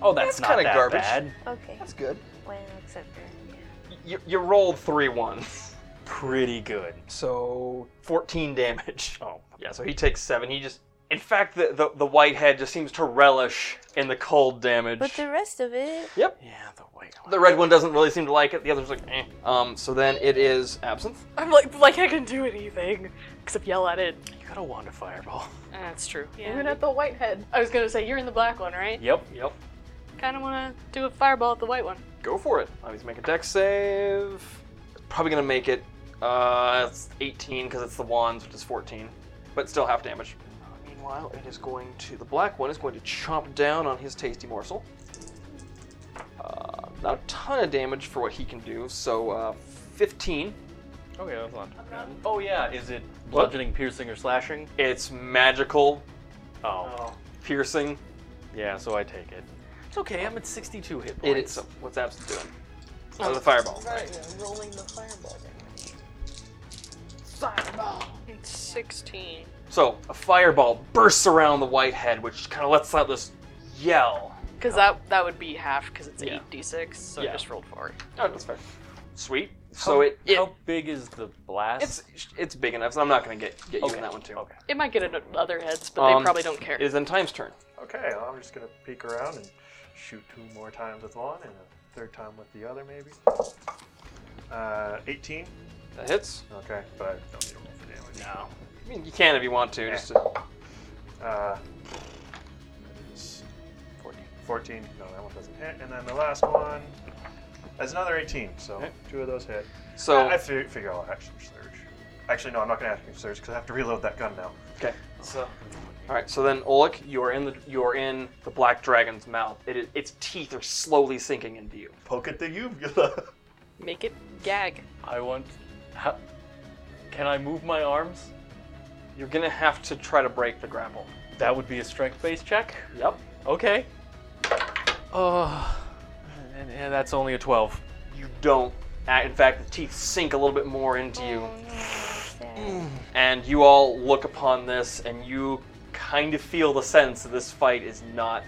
Oh, that's, That's not kinda that garbage. bad. Okay. That's good. Well, except for yeah. You, you rolled three ones. Pretty good. <laughs> So 14 damage. Oh, Yeah, so he takes seven. He just, in fact, the the, the white head just seems to relish in the cold damage. But the rest of it. yeah. The white one. The red one doesn't really seem to like it. The other's like, eh. Um, so then it is absinthe. I'm like, like I can do anything except yell at it. You got a wand of fireball. <laughs> That's true. Even at the whitehead. I was gonna say you're in the black one, right? Yep. Yep. Kind of want to do a fireball at the white one. Go for it. I need to make a deck save. Probably gonna make it. Uh, it's 18 because it's the wands, which is 14, but still half damage. Uh, meanwhile, it is going to the black one is going to chomp down on his tasty morsel. Uh, not a ton of damage for what he can do. So uh, 15. Okay, that's not. Oh yeah. Is it What? bludgeoning, piercing, or slashing? It's magical, Oh. piercing. Yeah. So I take it. It's okay. I'm at 62 hit points. It is. so What's Absinthe doing? Oh, the fireball. rolling the fireball damage. Fireball. It's 16. So a fireball bursts around the white head, which kind of lets out this yell. Because that that would be half because it's Yeah. 8d6, so Yeah. I just rolled 4. Oh, that's fair. Sweet. So it, it How big is the blast? it's it's big enough. So I'm not gonna get get you Okay, in that one too. okay. It might get into other heads, but they Um, probably don't care. It is then time's turn. okay, well, I'm just gonna peek around and shoot two more times with one and a third time with the other, maybe. Uh, 18. That hits. Okay, but I don't need to roll for damage. no. I mean, you can if you want to. Just to, Uh, that is 14. 14. No, that one doesn't hit. And then the last one is another 18. So Okay. two of those hit. so I fi- figure I'll action surge. Actually, no, I'm not gonna action surge because I have to reload that gun now. okay. So All right, so then Oleg, you are in the you are in the black dragon's mouth. It is, its teeth are slowly sinking into you. Poke at the <laughs> uvula. Make it <laughs> gag. I want. How, can I move my arms? You're gonna have to try to break the grapple. That would be a strength-based check. Yep. Okay. Oh, and, and that's only a twelve. You don't. Uh, In fact, the teeth sink a little bit more into you. And you all look upon this and you kind of feel the sense that this fight is not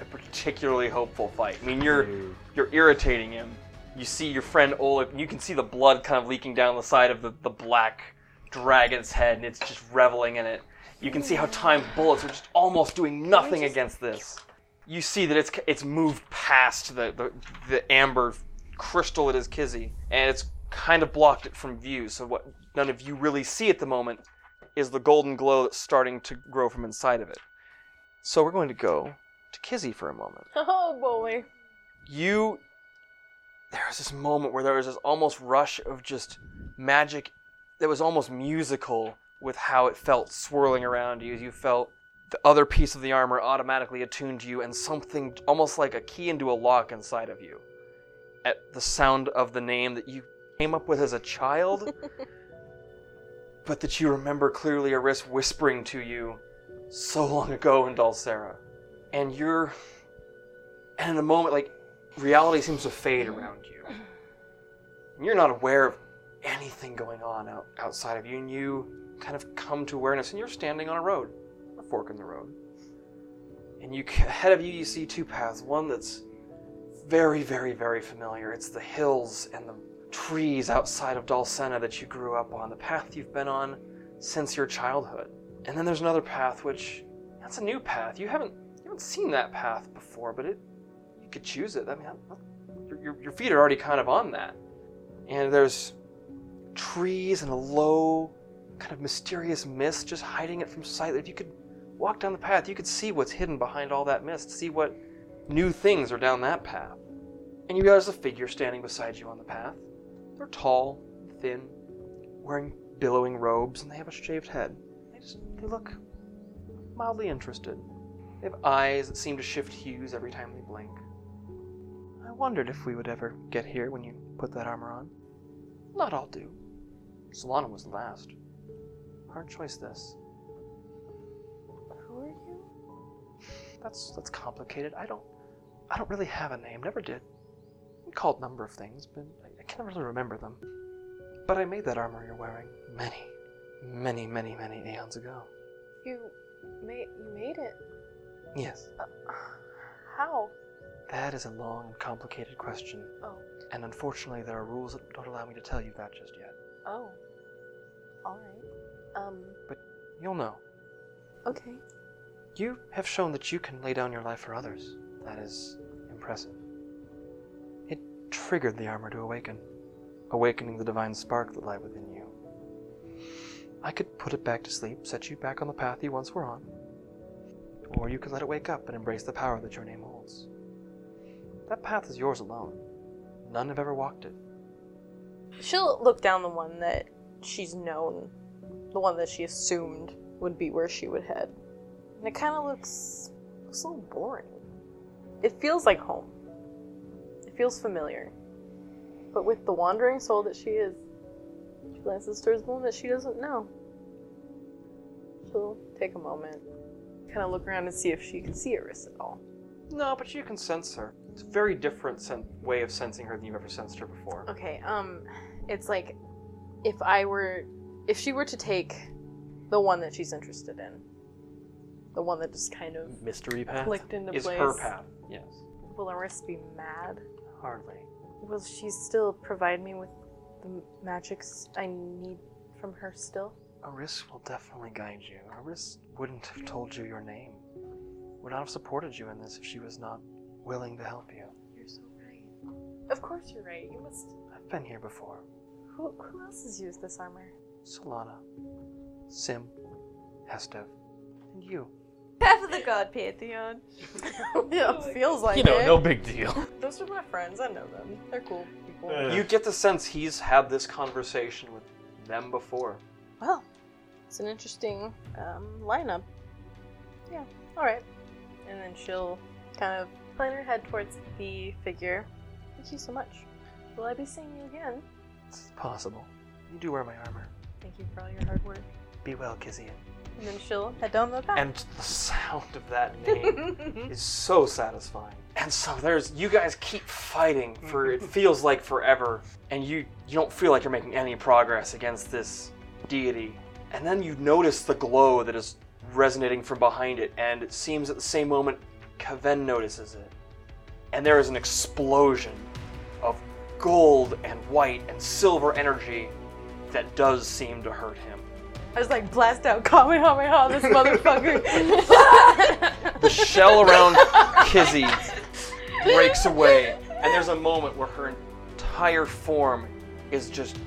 a particularly hopeful fight. I mean, you're you're irritating him. You see your friend Olaf, and you can see the blood kind of leaking down the side of the, the black dragon's head, and it's just reveling in it. You can see how timed bullets are just almost doing nothing against this. You see that it's it's moved past the, the, the amber crystal that is Kizzy, and it's kind of blocked it from view. So what none of you really see at the moment is the golden glow that's starting to grow from inside of it. So we're going to go to Kizzy for a moment. Oh boy. You there was this moment where there was this almost rush of just magic that was almost musical with how it felt swirling around you. You felt the other piece of the armor automatically attuned to you and something almost like a key into a lock inside of you. At the sound of the name that you came up with as a child, but that you remember clearly Aris whispering to you so long ago in Dulcera. And you're. And in the moment, like, reality seems to fade around you. And you're not aware of anything going on out, outside of you, and you kind of come to awareness, and you're standing on a road, a fork in the road. And you <laughs> c- ahead of you, you see two paths. One that's very, very, very familiar. It's the hills and the trees outside of Dulcena that you grew up on, the path you've been on since your childhood. And then there's another path, which that's a new path. You haven't you haven't seen that path before, but it you could choose it. I mean, I- your, your, your feet are already kind of on that. And there's trees and a low, kind of mysterious mist just hiding it from sight. If you could walk down the path, you could see what's hidden behind all that mist, see what new things are down that path. And you realize a figure standing beside you on the path. They're tall, thin, wearing billowing robes, and they have a shaved head. They just they look mildly interested. They have eyes that seem to shift hues every time they blink. I wondered if we would ever get here when you put that armor on. Not all do. Solana was the last. Hard choice this. Who are you? That's that's complicated. I don't I don't really have a name. Never did. I'm called a number of things, but I, I can't really remember them. But I made that armor you're wearing many, many, many, many aeons ago. You made you made it. Yes. Uh, How? That is a long and complicated question, Oh. and unfortunately there are rules that don't allow me to tell you that just yet. Oh. All right. Um. You'll know. Okay. You have shown that you can lay down your life for others. That is impressive. It triggered the armor to awaken, awakening the divine spark that lay within you. I could put it back to sleep, set you back on the path you once were on, or you could let it wake up and embrace the power that your name holds. That path is yours alone. None have ever walked it. She'll look down the one that she's known, the one that she assumed would be where she would head. And it kind of looks, looks a little boring. It feels like home. It feels familiar. But with the wandering soul that she is, she glances towards the one that she doesn't know. She'll take a moment, kind of look around and see if she can see Iris at all. No, but you can sense her. It's a very different sen- way of sensing her than you've ever sensed her before. Okay, um, it's like if I were, if she were to take the one that she's interested in, the one that just kind of Mystery path. clicked into Is place, her path? Yes. will Iris be mad? Hardly. Will she still provide me with the magics I need from her still? Aris will definitely guide you. Aris wouldn't have told you your name. Would not have supported you in this if she was not willing to help you. You're so right. Of course you're right. You must. I've been here before. Who, who else has used this armor? Solana, Sim, Hestev, and you. <laughs> Half of the god pantheon. <laughs> Oh yeah, feels like You know, it. no big deal. <laughs> Those are my friends. I know them. They're cool people. Uh. You get the sense he's had this conversation with them before. Well, it's an interesting um, lineup. All right. And then she'll kind of plan her head towards the figure. Thank you so much. Will I be seeing you again? It's possible. You do wear my armor. Thank you for all your hard work. Be well, Kizian. And then she'll head down the path. And the sound of that name is so satisfying. And so there's you guys keep fighting for it feels like forever, and you you don't feel like you're making any progress against this deity. And then you notice the glow that is resonating from behind it, and it seems at the same moment Kaven notices it. And there is an explosion of gold and white and silver energy that does seem to hurt him. <laughs> I was like, blast out Kamehameha, this motherfucker. The shell around Kizzy breaks away, and there's a moment where her entire form is just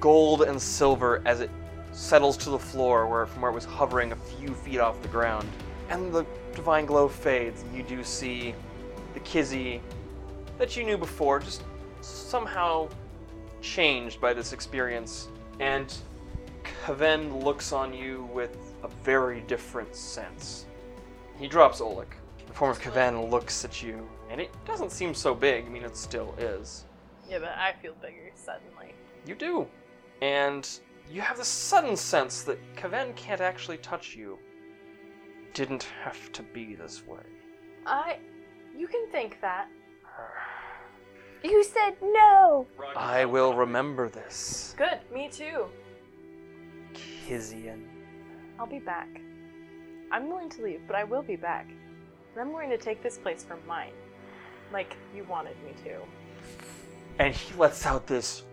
gold and silver as it settles to the floor where from where it was hovering a few feet off the ground. And the divine glow fades, and you do see the Kizzy that you knew before, just somehow changed by this experience. And Kaven looks on you with a very different sense. He drops Oleg. The form of Kaven looks at you, and it doesn't seem so big. I mean, it still is. yeah, but I feel bigger suddenly. You do. And you have this sudden sense that Kaven can't actually touch you. Didn't have to be this way. I. You can think that. You said no. I will remember this. Good, me too. Kizian. <laughs> I'll be back. I'm willing to leave, but I will be back. And I'm going to take this place for mine. Like you wanted me to. and he lets out this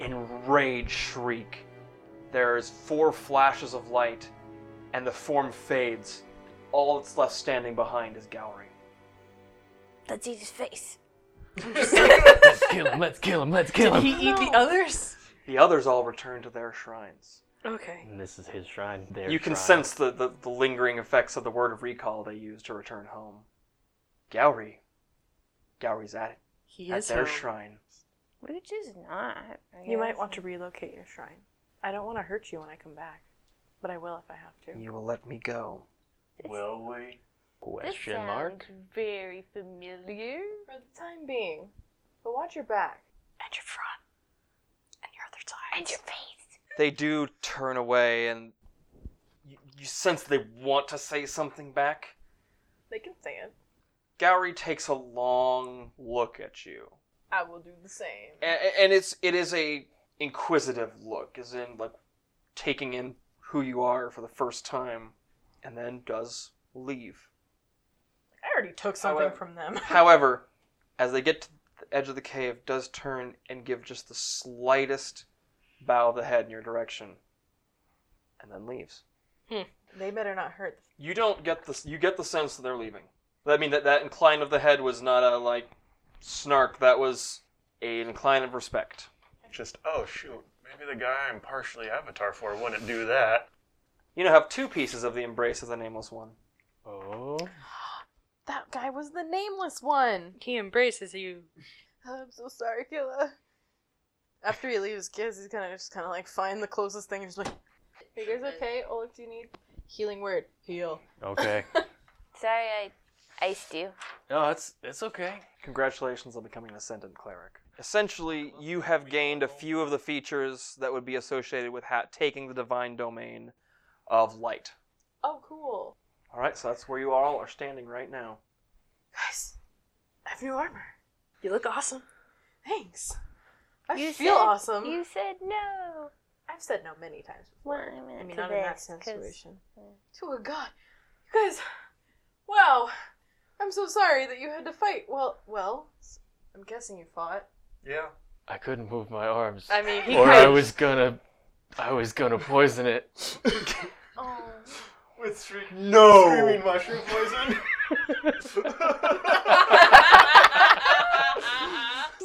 enraged shriek. There's four flashes of light, and the form fades. All that's left standing behind is Gowrie. Let's eat his face. Let's kill him. Let's kill him. Let's kill him. <laughs> He eat the others? The others all return to their shrines. Okay. And this is his shrine. Their you can shrine. sense the, the, the lingering effects of the word of recall they use to return home. Gowrie. Gowrie's at it. He at is their home. shrine. Which is not. I You might guess. want to relocate your shrine. I don't want to hurt you when I come back, but I will if I have to. You will let me go. Will we? This Question sounds mark. Very familiar. For the time being. But watch your back. And your front. And your other side. And your face. they do turn away and you, you sense they want to say something back. They can say it. Gowrie takes a long look at you. I will do the same. And, and it's it is a inquisitive look, as in like taking in who you are for the first time and then does leave. I already took However- something from them. <laughs> However, as they get to the edge of the cave, does turn and give just the slightest bow of the head in your direction and then leaves. They better not hurt. You don't get the you get the sense that they're leaving. I mean that that incline of the head was not a like snark. That was a incline of respect. Just, oh, shoot. Maybe the guy I'm partially avatar for wouldn't do that. You now have two pieces of the embrace of the nameless one. Oh. That guy was the nameless one. He embraces you. I'm so sorry, Killa. After he leaves, Giz is gonna just kind of like find the closest thing and just like, "You guys okay? Olaf, do you need healing word? Heal." Okay. Sorry, I iced you. no, it's it's okay. Congratulations on becoming an ascendant cleric. Essentially, you have gained a few of the features that would be associated with ha- taking the divine domain of light. Oh, cool. All right, so that's where you all are standing right now. Guys, I have new armor. You look awesome. Thanks. I You feel said- awesome. Um, You said no. I've said no many times. Well, I mean, I mean, to not in that this, 'cause- situation. To a god, you guys. Wow, I'm so sorry that you had to fight. Well, well, I'm guessing you <laughs> fought. Yeah. I couldn't move my arms, I mean, he or kind I of- was gonna, I was gonna poison it. Oh, With three No. mushroom poison. It's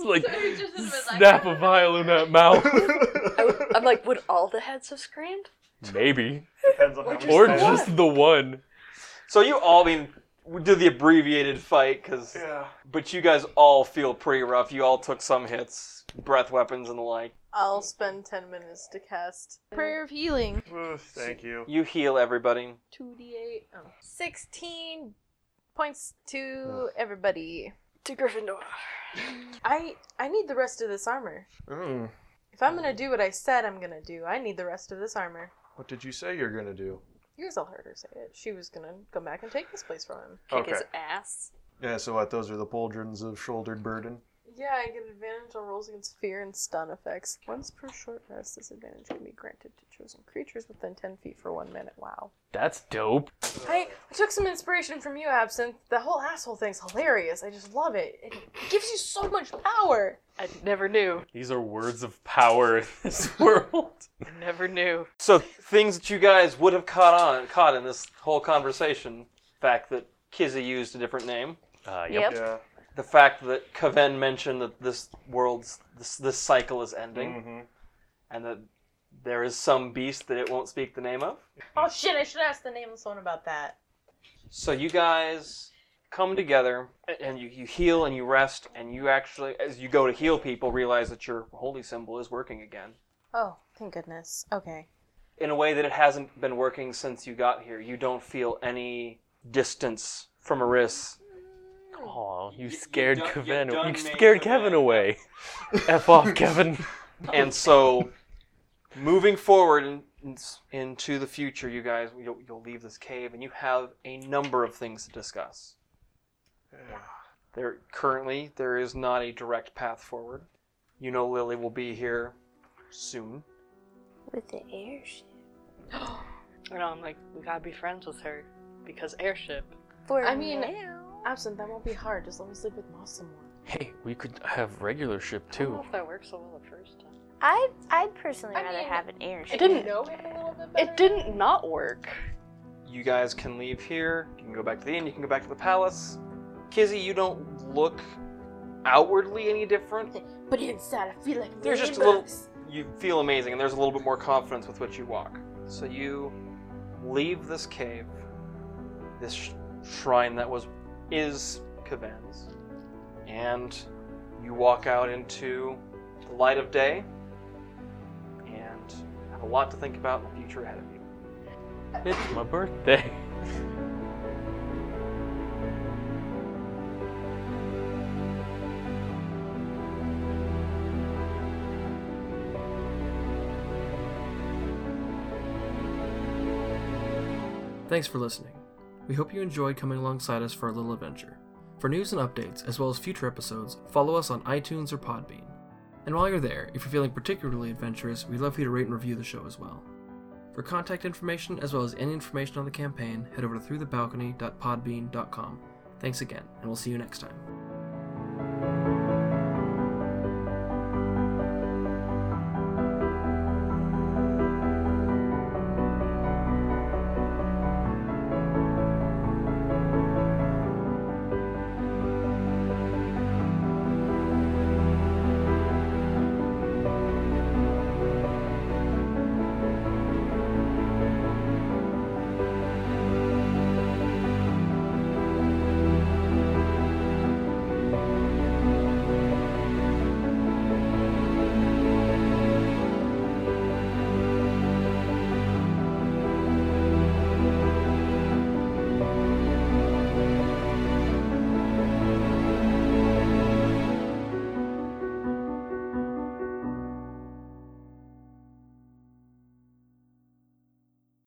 like just was like- snap a vial in that mouth. I'm like, would all the heads have screamed? Maybe, <laughs> Depends on how or much- just the one. So you all, I mean, we did the abbreviated fight because. Yeah. But you guys all feel pretty rough. You all took some hits, breath weapons and the like. I'll spend 10 minutes to cast Prayer of Healing. Ooh, thank you. You heal everybody. 2d8. Oh. 16 points to everybody. To Gryffindor. I I need the rest of this armor. Mm. If I'm gonna do what I said I'm gonna do, I need the rest of this armor. What did you say you're gonna do? Yours all heard her say it. She was gonna come back and take this place from him. Kick Okay. his ass. Yeah. So what? Those are the pauldrons of shouldered burden. Yeah, I get advantage on rolls against fear and stun effects. Once per short rest, this advantage can be granted to chosen creatures within 10 feet for one minute. Wow. That's dope. I, I took some inspiration from you, Absinthe. The whole asshole thing's hilarious. I just love it. It gives you so much power. I never knew. These are words of power in this <laughs> world. I never knew. So things that you guys would have caught on caught in this whole conversation: fact that Kizzy used a different name, Uh, yep. Yep. Yeah. the fact that Kaven mentioned that this world's this, this cycle is ending, Mhm. and that there is some beast that it won't speak the name of. Oh shit, I should ask the nameless one about that. So you guys come together and you, you heal and you rest and you actually as you go to heal people realize that your holy symbol is working again Oh, thank goodness. Okay. in a way that it hasn't been working since you got here you don't feel any distance from Eris. Aw, Oh, you You- scared you done- you Kevin. done You made scared Kevin. Kevin away. F off, Kevin. <laughs> and so moving forward in, in- into the future you guys you'll, you'll leave this cave and you have a number of things to discuss there currently there is not a direct path forward you know lily will be here soon With the airship. You know, I'm like, we gotta be friends with her because airship. For I mean- now. Absinthe, that won't be hard. Just let me sleep with Moss some more. Hey, we could have regular ship I don't too. know if that worked so well the first time. I I'd personally I rather mean, have an airship. It didn't. know him a little bit It didn't not work. you guys can leave here you can go back to the inn you can go back to the palace kizzy you don't look outwardly any different But inside, I feel like There's just a little- you feel amazing and there's a little bit more confidence with which you walk so you leave this cave this sh- shrine that was is Kavan's and you walk out into the light of day and have a lot to think about in the future ahead of you It's my birthday. Thanks for listening. We hope you enjoyed coming alongside us for our little adventure. For news and updates, as well as future episodes, follow us on iTunes or Podbean. And while you're there, if you're feeling particularly adventurous, we'd love for you to rate and review the show as well. For contact information, as well as any information on the campaign, head over to throughthebalcony.podbean.com. Thanks again, and we'll see you next time.